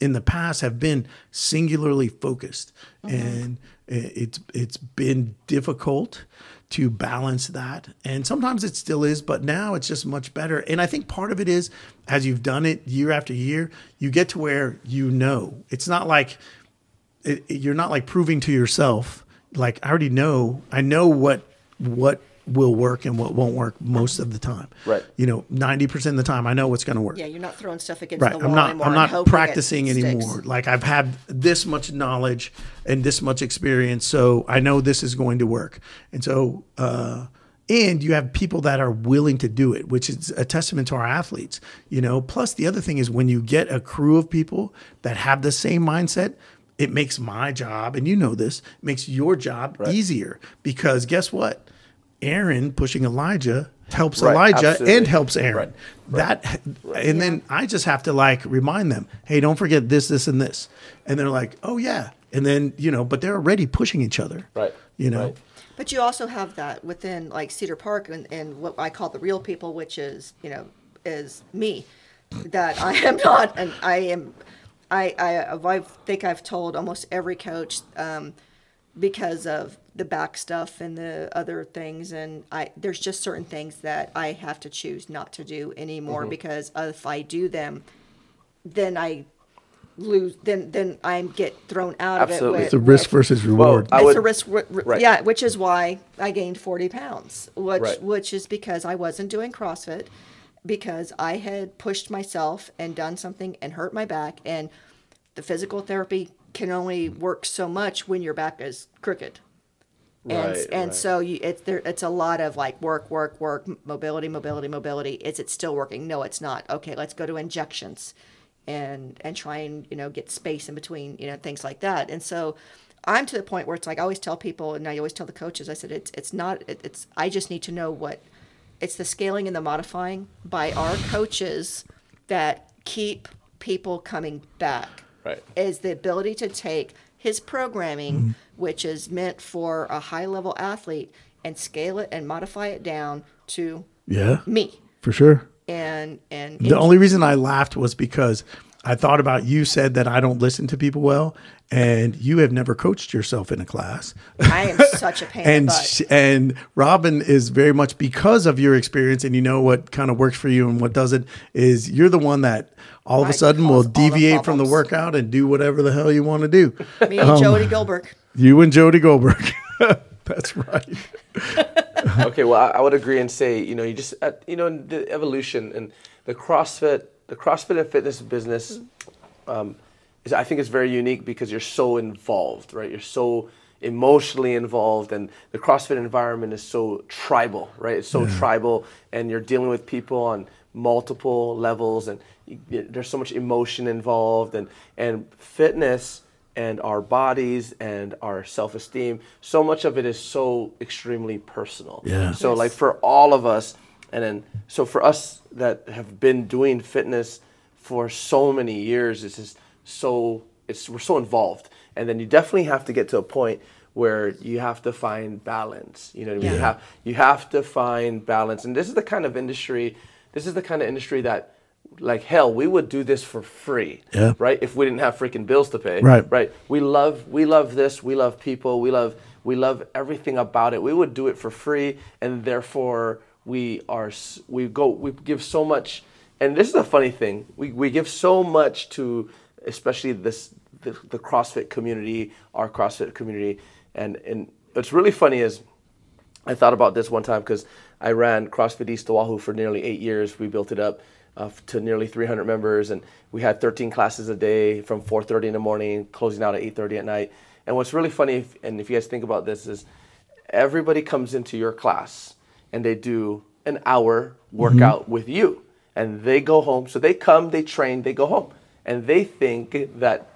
in the past, have been singularly focused, and i- it's it's been difficult to balance that, and sometimes it still is, but now it's just much better. And I think part of it is, as you've done it year after year, you get to where you know it's not like it, it- you're not like proving to yourself like i already know i know what what will work and what won't work most of the time
Right.
you know 90% of the time i know what's going to work
yeah. You're not throwing stuff against
right
the wall
i'm not
anymore.
i'm
and
not
hoping it
practicing
sticks.
anymore like i've had this much knowledge and this much experience so i know this is going to work and so uh and you have people that are willing to do it which is a testament to our athletes you know plus the other thing is when you get a crew of people that have the same mindset it makes my job and you know this makes your job easier because guess what aaron pushing elijah helps
Right,
elijah and
absolutely.
helps aaron that and then I just have to like remind them, hey, don't forget this, this, and this. And they're like, oh yeah. And then, you know, but they're already pushing each other.
Right.
You know.
Right.
But you also have that within like Cedar Park and, and what I call the real people, which is you know is me, that I am not, and I am, I I I think I've told almost every coach um, because of the back stuff and the other things, and I there's just certain things that I have to choose not to do anymore because if I do them, then I lose, then then I get thrown out
Absolutely.
of it.
It's
The risk versus reward.
I
it's
would-
a risk. ri- ri-
Right.
Yeah, which is why I gained 40 pounds, which
Right.
which is because I wasn't doing CrossFit, because I had pushed myself and done something and hurt my back, and the physical therapy can only work so much when your back is crooked. And,
Right,
and
right.
so you, it's there. It's a lot of like work, work, work, m- mobility, mobility, mobility. Is it still working? No, it's not. Okay, let's go to injections, and and try and you know get space in between you know things like that. And so I'm to the point where it's like I always tell people, and I always tell the coaches. I said it's it's not. It, it's I just need to know what it's the scaling and the modifying by our coaches that keep people coming back
Right.
is the ability to take his programming,
Mm-hmm.
which is meant for a high level athlete, and scale it and modify it down to
Yeah,
me.
for sure.
And and
The only reason I laughed was because I thought about you said that I don't listen to people well, and you have never coached yourself in a class.
I am such a pain in
and
the butt.
sh- and Robin is very much because of your experience and you know what kind of works for you and what doesn't is you're the one that all of
I
a sudden
cause
will
all the
deviate from the
problems.
workout and do whatever the hell you want to do.
Me
um,
and Jody Goldberg.
you and Jody Goldberg. That's right.
okay, well, I, I would agree and say, you know, you just, uh, you know, the evolution and the CrossFit, the CrossFit and fitness business, um, is I think is very unique because you're so involved, right? You're so emotionally involved, and the CrossFit environment is so tribal, right? It's so tribal, and you're dealing with people on multiple levels, and you, you- there's so much emotion involved, and and fitness and our bodies and our self-esteem so much of it is so extremely personal
Yeah.
so like for all of us and then so for us that have been doing fitness for so many years it's just so it's we're so involved and then you definitely have to get to a point where you have to find balance you know what I mean? you
Yeah.
have you have to find balance and this is the kind of industry this is the kind of industry that like hell we would do this for free
Yeah.
right if we didn't have freaking bills to pay
Right.
right we love we love this we love people we love we love everything about it we would do it for free and therefore we are s- we go we give so much and this is a funny thing we, we give so much to especially this the, the crossfit community our crossfit community and and what's really funny is I thought about this one time because I ran CrossFit East Oahu for nearly eight years. We built it up uh, f- to nearly 300 members, and we had 13 classes a day from 4:30 in the morning, closing out at 8:30 at night. And what's really funny, if, and if you guys think about this, is everybody comes into your class and they do an hour
Mm-hmm.
workout with you, and they go home. So they come, they train, they go home, and they think that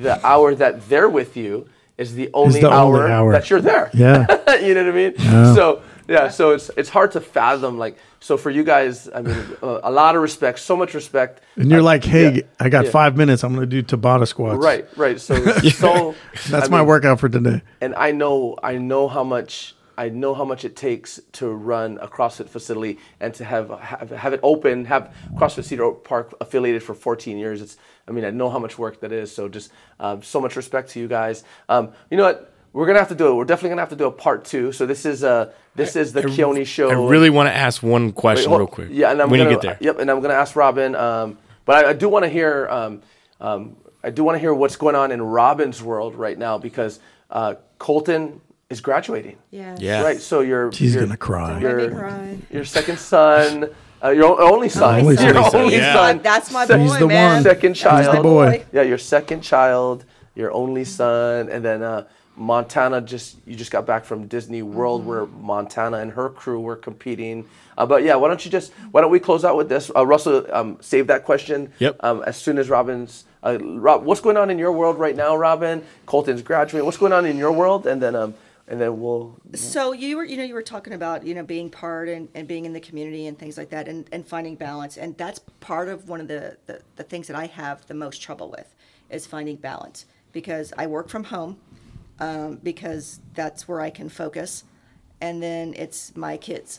the hour that they're with you is the only,
the only
hour,
hour.
that you're there
Yeah.
you know what I mean? So yeah, so it's it's hard to fathom. Like so for you guys, I mean, uh, a lot of respect, so much respect.
And you're
Uh,
like, hey,
yeah,
I got
yeah.
five minutes. I'm going to do Tabata squats.
Right, right. So so
That's
I
my
mean,
workout for today.
and I know I know how much I know how much it takes to run a CrossFit facility and to have have, have it open, have CrossFit Cedar Oak Park affiliated for 14 years. It's I mean I know how much work that is. So just um, so much respect to you guys. Um, you know what? We're gonna have to do it. We're definitely gonna have to do a part two. So this is uh this is the Keone show.
I really want to ask one question
Wait,
real
hold-
quick.
Yeah, and I'm
when
gonna,
you get there.
Yep, and I'm gonna ask Robin. Um, but I, I do want to hear. Um, um, I do want to hear what's going on in Robin's world right now because uh, Colton is graduating.
Yeah.
Yeah.
Right. So you're.
She's
you're-
going to
You're-
cry.
Your,
Make me cry.
your second son, uh, your o- only son,
Only
your
son.
only
Yeah.
son.
That's my boy,
He's the
man.
one.
Second
That's my
child.
the boy.
Yeah, your second child, your only son, and then uh, Montana just you just got back from Disney World
Mm-hmm.
where Montana and her crew were competing. Uh, but yeah, why don't you just why don't we close out with this? Uh, Russell, um, save that question.
Yep.
Um, as soon as Robin's uh, Rob, what's going on in your world right now, Robin? Colton's graduating. What's going on in your world? And then um, and then we'll
So you were, you know, you were talking about, you know, being part and, and being in the community and things like that and, and finding balance. And that's part of one of the, the, the things that I have the most trouble with is finding balance because I work from home. um, because that's where I can focus. And then it's my kids.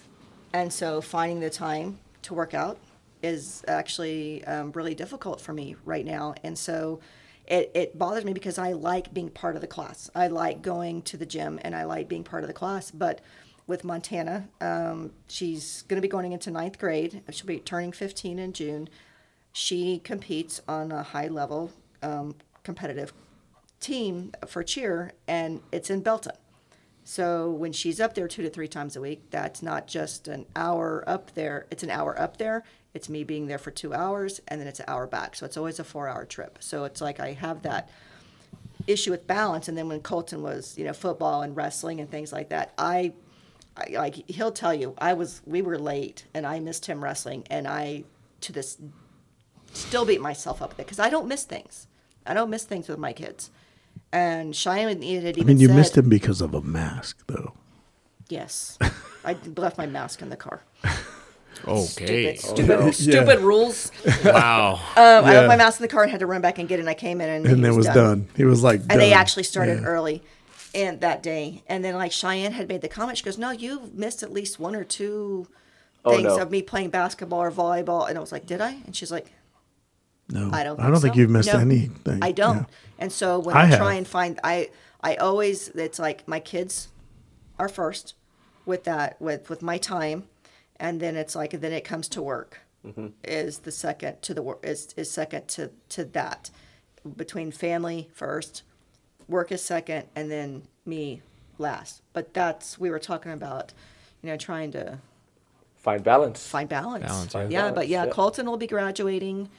And so finding the time to work out is actually um, really difficult for me right now. And so it, it bothers me because I like being part of the class. I like going to the gym and I like being part of the class. But with Montana, um, she's going to be going into ninth grade. She'll be turning 15 in June. She competes on a high level um, competitive team for cheer, and it's in Belton. So when she's up there two to three times a week, that's not just an hour up there. It's an hour up there. It's me being there for two hours, and then it's an hour back. So it's always a four-hour trip. So it's like I have that issue with balance. And then when Colton was, you know, football and wrestling and things like that, I, I like he'll tell you I was we were late and I missed him wrestling, and I to this still beat myself up because I don't miss things. I don't miss things with my kids. And Cheyenne had even
I mean, you
said,
missed him because of a mask, though.
Yes. I left my mask in the car.
Okay.
Stupid,
Oh,
stupid, stupid rules. Um,
Wow.
I
Yeah.
left my mask in the car and had to run back and get it. And I came in and,
And
he
it was done. He was like,
And they
done.
actually started
Yeah.
early and that day. And then like Cheyenne had made the comment. She goes, "No, you've missed at least one or two things
no.
of me playing basketball or volleyball." And I was like, "Did I?" And she's like,
No,
I don't.
I don't think
so.
you've missed
No,
anything.
I don't.
Yeah.
And so when
I
I,
have.
try and find, I I always it's like my kids are first with that with with my time, and then it's like then it comes to work is the second to the wor- is is second to to that between family first, work is second, and then me last. But that's we were talking about, you know, trying to
Find balance.
find balance.
Balance,
Find
yeah,
balance,
but yeah,
yeah.
Colton will be graduating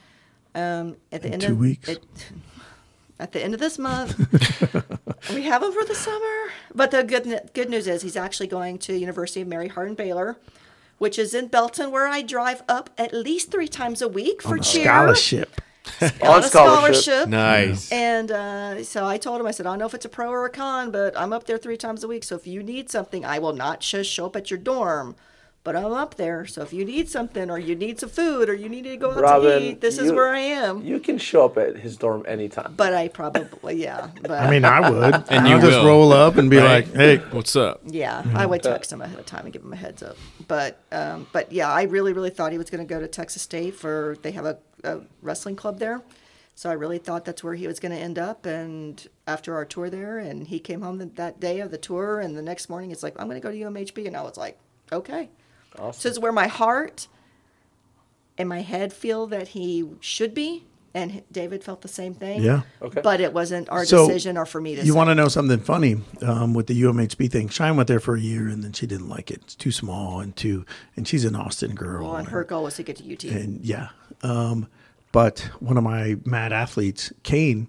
um, at the end
two
of
weeks.
It, at the end of this month, we have him for the summer. But the good n- good news is he's actually going to University of Mary Hardin Baylor, which is in Belton, where I drive up at least three times a week for cheer
Scholarship.
On
a
scholarship.
Nice.
And uh, so I told him, I said, I don't know if it's a pro or a con, but I'm up there three times a week. So if you need something, I will not just show up at your dorm, but I'm up there. So if you need something, or you need some food, or you need to go out
Robin,
to eat, this is
you-
where I am.
You can show up at his dorm anytime.
But I probably, yeah. But
I mean, I would.
And
I
you
would just
will.
roll up and be
Right.
like, hey,
What's up?
yeah,
Mm-hmm.
I would text him ahead of time and give him a heads up. But um, but yeah, I really really thought he was going to go to Texas State for they have a, a wrestling club there, so I really thought that's where he was going to end up. And after our tour there, and he came home that, that day of the tour, and the next morning it's like I'm going to go to UMHB, and I was like, okay, so it's where my heart and my head feel that he should be, and David felt the same thing.
Yeah.
Okay.
But it wasn't our
So,
decision or for me to.
You
say.
want to know something funny um, with the UMHB thing? Shine went there for a year and then she didn't like it. It's too small and too, and she's an Austin girl.
Well, and her goal was to get to UT.
and yeah. Um, but one of my mad athletes, Kane,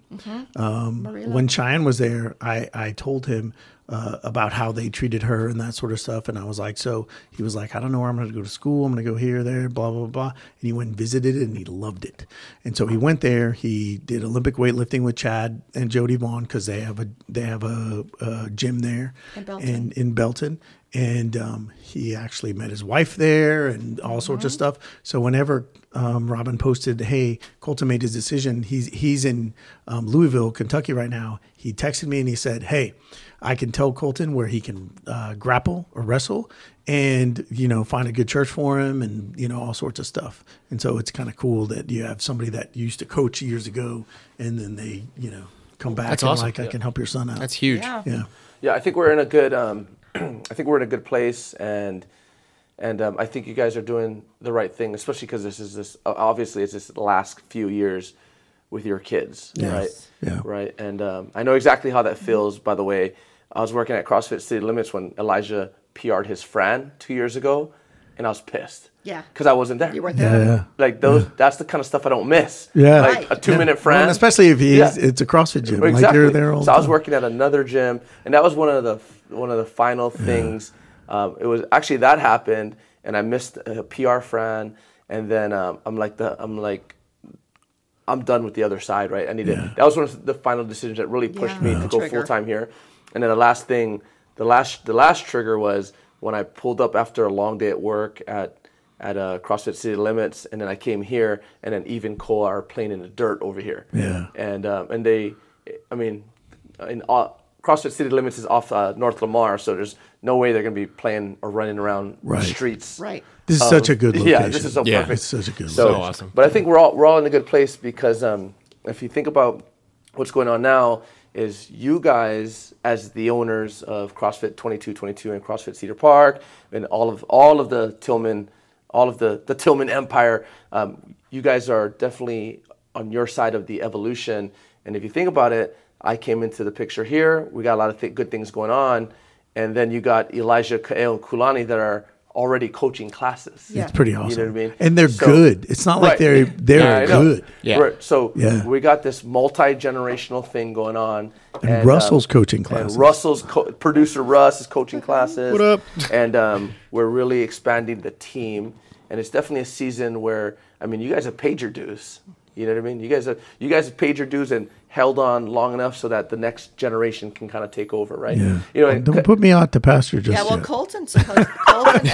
Marilla.
when Cheyenne was there, I, I told him uh, about how they treated her and that sort of stuff. And I was like, so he was like, I don't know where I'm going to go to school. I'm going to go here, there, blah, blah, blah. And he went and visited it and he loved it. And so he went there. He did Olympic weightlifting with Chad and Jody Vaughn because they have a they have a, a gym there
In Belton.
And in Belton. And um, he actually met his wife there and all sorts of
Mm-hmm.
stuff. So whenever um, Robin posted, "Hey, Colton made his decision. He's he's in um, Louisville, Kentucky right now." He texted me and he said, "Hey, I can tell Colton where he can uh, grapple or wrestle, and you know find a good church for him, and you know all sorts of stuff." And so it's kind of cool that you have somebody that you used to coach years ago, and then they you know come back
That's
and
awesome.
like I can help your son out.
That's huge.
Yeah.
yeah.
Yeah, I think we're in a good. Um, I think we're in a good place, and and um, I think you guys are doing the right thing, especially because this is this. uh, Obviously, it's this last few years with your kids,
Yes.
right?
Yeah.
Right, and um, I know exactly how that feels. By the way, I was working at CrossFit City Limits when Elijah PR'd his Fran two years ago, and I was pissed.
Yeah.
because I wasn't there.
You weren't
Yeah,
there.
yeah.
Like those, that's the kind of stuff I don't miss.
Yeah.
like
Right.
a two-minute
Well,
Fran,
and especially if he's,
Yeah.
it's a CrossFit gym.
Well,
Like you're there all
so
the
I was
time.
working at another gym, and that was one of the one of the final things. Um, it was actually that happened, and I missed a PR friend, and then um, I'm like the I'm like. I'm done with the other side, right? I need
Yeah.
to. That was one of the final decisions that really pushed
Yeah.
me
Yeah.
to go
Trigger.
full time here. And then the last thing, the last the last trigger was when I pulled up after a long day at work at at uh, CrossFit City Limits, and then I came here, and then Eve and Cole are playing in the dirt over here
Yeah.
and um, and they, I mean, in all, CrossFit City Limits is off uh, North Lamar, so there's no way they're going to be playing or running around
Right.
the streets.
Right.
This is such a good location.
Oh. Yeah, this is so
Yeah.
perfect.
It's such a good
So,
location.
awesome.
But I think we're all we're all in a good place because um, if you think about what's going on now, is you guys as the owners of CrossFit 2222 and CrossFit Cedar Park and all of all of the Tillman, all of the the Tillman Empire, um, you guys are definitely on your side of the evolution. And if you think about it, I came into the picture here. We got a lot of th- good things going on, and then you got Elijah Kael and Kulani that are already coaching classes.
Yeah.
It's pretty
You know
awesome.
what I mean?
And they're
So-
good. It's not like
Right.
they're
Yeah,
they're
I know.
good.
Yeah.
Right. So
Yeah.
we got this multi generational thing going on.
And Russell's coaching
and
classes.
Russell's co- producer Russ is coaching classes.
What up?
And um, we're really expanding the team. And it's definitely a season where I mean, you guys have paid your dues. You know what I mean? You guys have you guys have paid your dues and held on long enough so that the next generation can kind of take over, right?
Yeah.
You know,
Don't
and-
put me out to pasture just
Yeah, well,
yet.
Colton's supposed, Colton,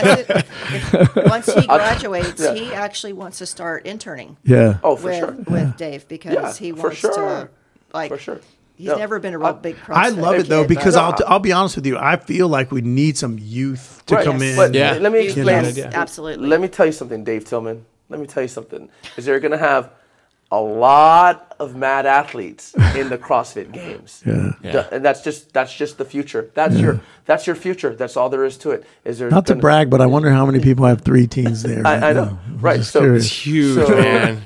if- once he graduates, he actually wants to start interning
yeah.
oh, for
with
sure.
with Dave because
Yeah,
he
for
wants
sure.
to like
For sure.
He's
No, Uh,
never been a real
I-
big CrossFit.
I love it though
kid,
because
but-
I'll t- I'll be honest with you. I feel like we need some youth to
Right.
come
Yes.
in.
But
Yeah.
let me
Yes,
explain.
yes, Yes, absolutely.
Let me tell you something, Dave Tillman. Let me tell you something. Is they're going to have a lot of mad athletes in the CrossFit Games.
Yeah.
Yeah.
And that's just that's just the future. That's your that's your future. That's all there is to it. Is there
Not to
gonna-
brag, but I wonder how many people have three teens there.
I,
Right
I know.
now. I'm
Right.
just
So
curious.
Huge, man.
Right. And,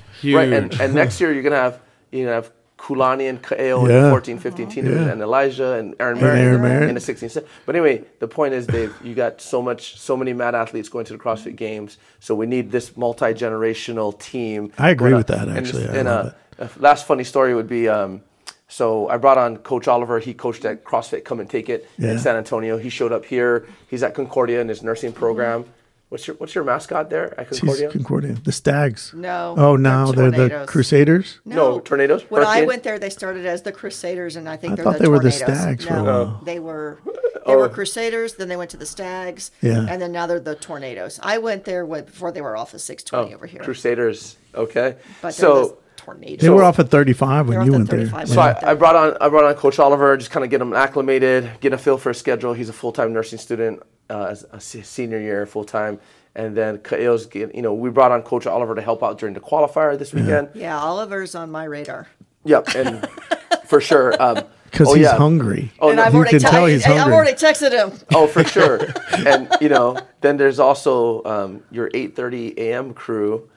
Huge.
and next year you're going to have you know have Kulani and Kael
Yeah.
and 14, 15 teenagers
Yeah.
and Elijah and Aaron Merritt
Aaron Merritt.
in the 16, 17. But anyway, the point is, Dave, you got so much, so many mad athletes going to the CrossFit Games. So we need this multi generational team.
I agree
And, uh,
with that,
and-
actually. I
And,
love
uh, a last funny story would be. Um, so I brought on Coach Oliver. He coached at CrossFit Come and Take It
Yeah.
in San Antonio. He showed up here. He's at Concordia in his nursing program. What's your What's your mascot there at
Jeez,
Concordia?
Concordia. The Stags.
No,
Oh, now
they're
they're, the
tornadoes.
Crusaders.
No, tornadoes?
When I
Hurricane?
went there, they started as the Crusaders, and I think
I
they're
thought
the
they were the
tornadoes.
Stags for
no,
a while.
they were. They were Crusaders. Then they went to the Stags.
Yeah.
And then now they're the tornadoes. I went there when, before they were off of 620 over here.
Oh, Crusaders. Okay.
but they're the
so
tornadoes.
They were off at 35
They're
when
off
you
at
went there.
35.
so I, I brought on I brought on Coach Oliver, just kind of get him acclimated, get a feel for his schedule. He's a full time nursing student, uh, as a se- senior year full time, and then Kael's. get- You know, we brought on Coach Oliver to help out during the qualifier this weekend.
yeah, Oliver's on my radar.
Yep, and for sure. Because
Because he's hungry.
Oh,
and
no,
I've
you
already
can tell
I-
he's
I- I've
hungry.
already texted him.
Oh, for sure. and you know, then there's also um, your 8:30 a.m. crew.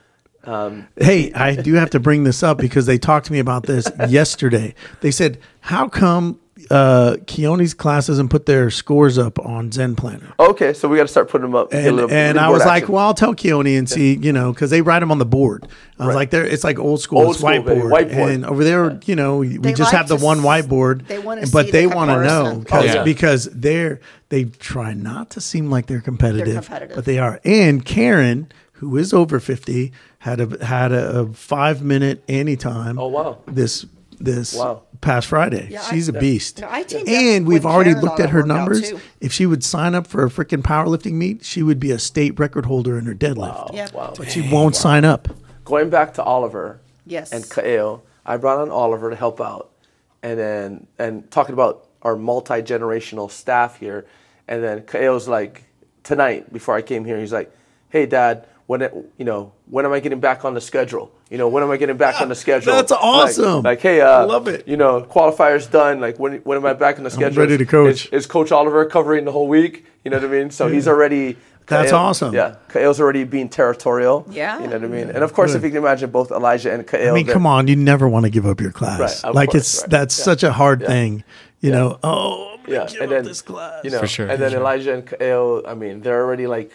Hey, I do have to bring this up because they talked to me about this yesterday. They said, "How come uh, Keone's class doesn't put their scores up on Zen Planner?"
Okay, so we got to start putting them up. get a
And,
little
and I
leaderboard
was like,
action.
"Well, I'll tell Keone and see, you know, because they write them on the board." I was
Right.
like, "There, it's like old school,
Old
it's
school, baby.
whiteboard.
Whiteboard.
and over there, you know, we
They
just
like
have the
to
one
s-
whiteboard.
they wanna
but
see
they
the
want to know
Oh,
comparison.
because
yeah.
because they're they try not to seem like they're competitive,
competitive.
but they are. And Karen, who is over fifty, had a had a, a five minute anytime.
Oh, wow.
This this
Wow.
past Friday,
Yeah,
she's a
I-
beast.
No, I teamed up
and
with
we've already
Karen
looked
on
at
a
her
workout,
numbers.
too.
If she would sign up for a freaking powerlifting meet, she would be a state record holder in her deadlift.
Yep.
wow.
But she won't sign up.
going back to Oliver
Yes.
and Kaeo, I brought on Oliver to help out and then and talking about our multi generational staff here. And then Kaeo's like tonight before I came here, he's like, Hey dad, when it, you know, when am I getting back on the schedule? You know, when am I getting back on the schedule?
that's
Like-
awesome.
Like, hey, uh,
Love it.
You know, qualifiers done. Like, when when am I back on the schedule?
ready to
Is-
coach.
Is, is Coach Oliver covering the whole week? You know what I mean? So he's already.
That's
Kaeo-
awesome.
Yeah, Kael's already being territorial.
Yeah.
You know what I mean? And of course, if you can imagine both Elijah and Kael.
I mean, come on, you never want to give up your class.
Right, of
like
course,
it's
right.
that's such a hard thing. You know, oh, I'm gonna
Yeah,
give
and
up
then
this class.
you know,
For sure,
and then
for sure.
Elijah and Kael. I mean, they're already like,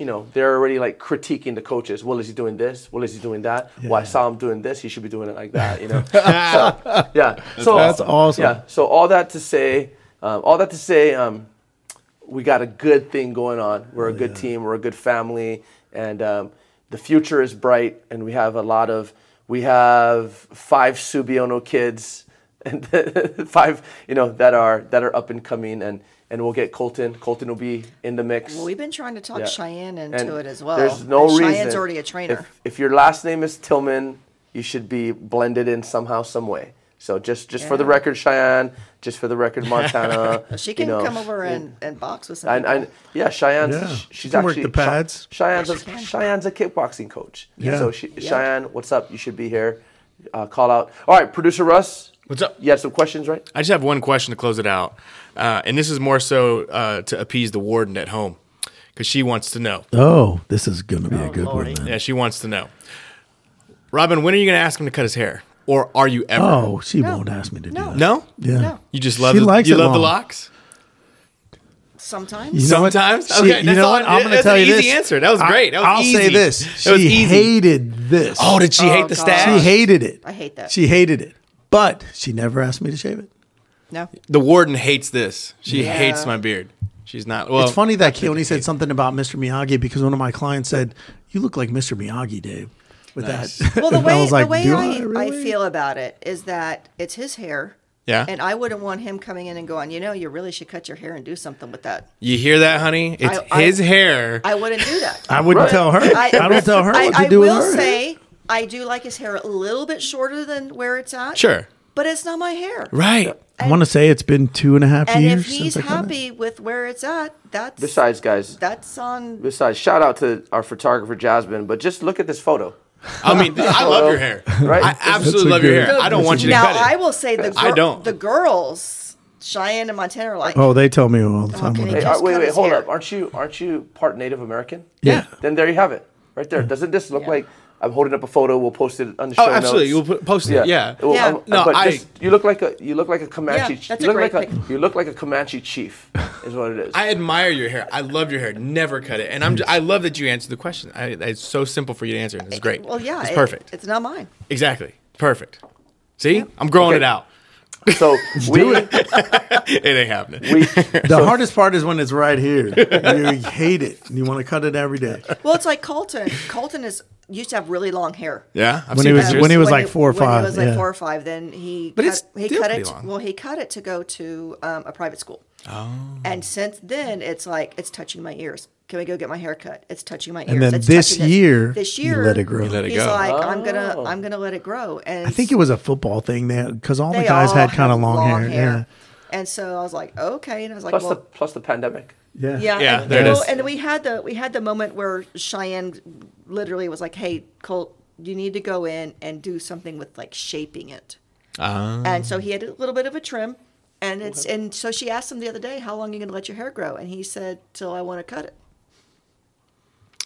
you know, they're already like critiquing the coaches. Well, is he doing this? Well, is he doing that? Well, I saw him doing this. He should be doing it like that. You know. So, yeah. So
That's awesome.
Yeah. So all that to say, um, all that to say, um, we got a good thing going on. We're a good team. We're a good family, and um, the future is bright. And we have a lot of we have five Subiono kids, and five you know that are that are up and coming, and and we'll get Colton. Colton will be in the mix.
Well, we've been trying to talk
Yeah.
Cheyenne
And
into it as well.
There's no
and
reason.
Cheyenne's already a trainer.
If, if your last name is Tillman, you should be blended in somehow, some way. So just just for the
Yeah.
record, Cheyenne. Just for the record, Montana.
She
you
can
know.
come over and, and box with some
And, and yeah, Cheyenne's
Yeah.
sh- she's
She can work
actually
the pads.
Che- Cheyenne's,
She
a,
can.
Cheyenne's a kickboxing coach.
Yeah.
So she, Cheyenne, what's up? You should be here. Uh, call out. All right, producer Russ.
What's up?
You had some questions, right?
I just have one question to close it out, uh, and this is more so uh, to appease the warden at home because she wants to know.
Oh, this is going to be a good
lordy.
one. Man.
Yeah, she wants to know. Robin, when are you going to ask him to cut his hair, or are you ever?
Oh, she won't ask me to do
No.
that.
No,
Yeah.
No.
you just love.
She
the,
likes
you
it
love the
long.
locks.
sometimes.
You know what?
Sometimes?
She-
Okay, that's
you know
all-
what? I'm going to
that's
tell
an
you
easy
this.
answer. That was great. That was
I'll say
easy.
this.
That was
She
easy.
hated this.
Oh, did she
Oh,
hate the
God.
stash?
she hated it.
I hate that.
She hated it. But she never asked me to shave it.
No.
the warden hates this. She
Yeah.
hates my beard. She's not. Well,
it's funny that Keone said something about Mr. Miyagi because one of my clients said, "You look like Mr. Miyagi, Dave." With that,
Well, the
And
way
I was like,
the way
"Do
I,
I really?"
I feel about it is that it's his hair.
Yeah.
And I wouldn't want him coming in and going, you know, you really should cut your hair and do something with that.
You hear that, honey? It's
I-
his hair.
I wouldn't do that.
I wouldn't
Right.
tell her. I, don't tell her
I,
what to
I
do with
will
her.
say I do like his hair a little bit shorter than where it's at.
Sure.
But it's not my hair.
right.
I want to say it's been two and a half
And
years.
if he's
since I cut it.
happy with where it's at, that's
Besides, guys.
that's on
Besides, shout out to our photographer Jasmine. But just look at this photo.
I mean, I love your hair.
Right.
I absolutely
a
love your
good-
hair. I don't want you to
now
cut it.
I will say the
I
gir-
don't.
the girls, Cheyenne and Montana are like
oh, they tell me all the time.
can
what
you
I-
Hey,
just
uh, wait,
cut
wait,
his
hold
hair.
up. Aren't you aren't you part Native American?
Yeah.
Then there you have it, right there. Doesn't this look like I'm holding up a photo? We'll post it on the show
Oh, absolutely. You'll
notes.
put, post it. Yeah.
um,
Well,
Yeah.
I'm-
No,
but
I-
just- you look like a you look like a Comanche.
Yeah, that's
you
a
look
great
like
pic.
a you look like a Comanche chief, is what it is.
I admire your hair. I love your hair. Never cut it. And I'm. Just, I love that you answered the question. I, it's so simple for you to answer, and it's great.
Well, yeah,
It's
it-
perfect.
It's not mine.
exactly. Perfect. See, I'm
Okay.
growing it out.
so we
It ain't happening.
we
The hardest part is when it's right here. You hate it and you want to cut it every day.
Well, it's like Colton. Colton is used to have really long hair.
yeah. I've
When
seen
he was-
pictures.
when he was- like four or
When
five,
he was like
yeah.
four or five, then he
But
cut,
it's
he
still
cut
pretty
it.
long.
Well, he cut it to go to um, a private school. Oh. And since then, it's like it's touching my ears. Can we go get my hair cut? It's touching my ears.
then
it's
this
touching
year,
this
you
year,
let it grow. You
let it
he's
go.
like, I'm
Oh.
gonna, I'm gonna let it grow. And
I think it was a football thing there because all the
they
guys
all
had kind of
have
long, hair.
And so I was like, okay. And I was like,
plus
well,
the plus the pandemic.
Yeah. Yeah.
Yeah,
Yeah,
and,
there it
well,
is.
and we had the we had the moment where Cheyenne literally was like, "Hey, Colt, you need to go in and do something with like shaping it."
Uh-huh.
And
Mm.
so he had a little bit of a trim, and it's and so she asked him the other day, "How long are you going to let your hair grow?" And he said, "Till I want to cut it."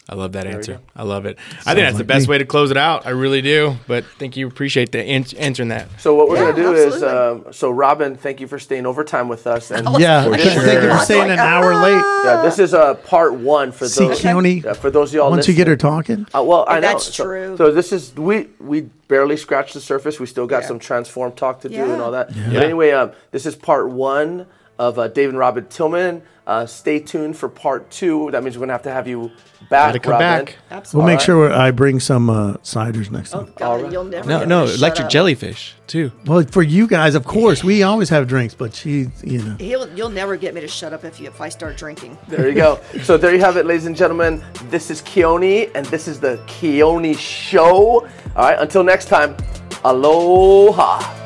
I love that
go.
answer. I love it. I think that's the
like
best
me.
way to close it out. I really do. But thank you. Appreciate the ans- answering that.
So what we're
Yeah,
gonna do is
absolutely.
um, so Robin, thank you for staying overtime with us. And
I
For
couldn't
sure.
think
I
of
was
staying
like,
an hour late.
yeah, this is uh, part one for
See,
those
Keone,
yeah, for those of y'all.
Once you
listening.
get her talking,
Uh, well, I know.
That's
So-
true.
So this is we we barely scratched the surface. We still got
Yeah.
some transform talk to do and
Yeah.
all that.
Yeah.
But anyway, um, this is part one of uh, Dave and Robin Tillman. Uh, stay tuned for part two. That means we're gonna have to have you back,
Gotta come
Robin.
back.
Absolutely.
we'll make
right.
sure I bring some uh, ciders next time.
God, you'll never.
No,
get
no,
me to shut
electric
up.
jellyfish too.
Well, for you guys, of course, we always have drinks, but she, you know.
He'll, you'll never get me to shut up if you if I start drinking.
There you go. So there you have it, ladies and gentlemen. This is Keone, and this is the Keone Show. All right. Until next time, aloha.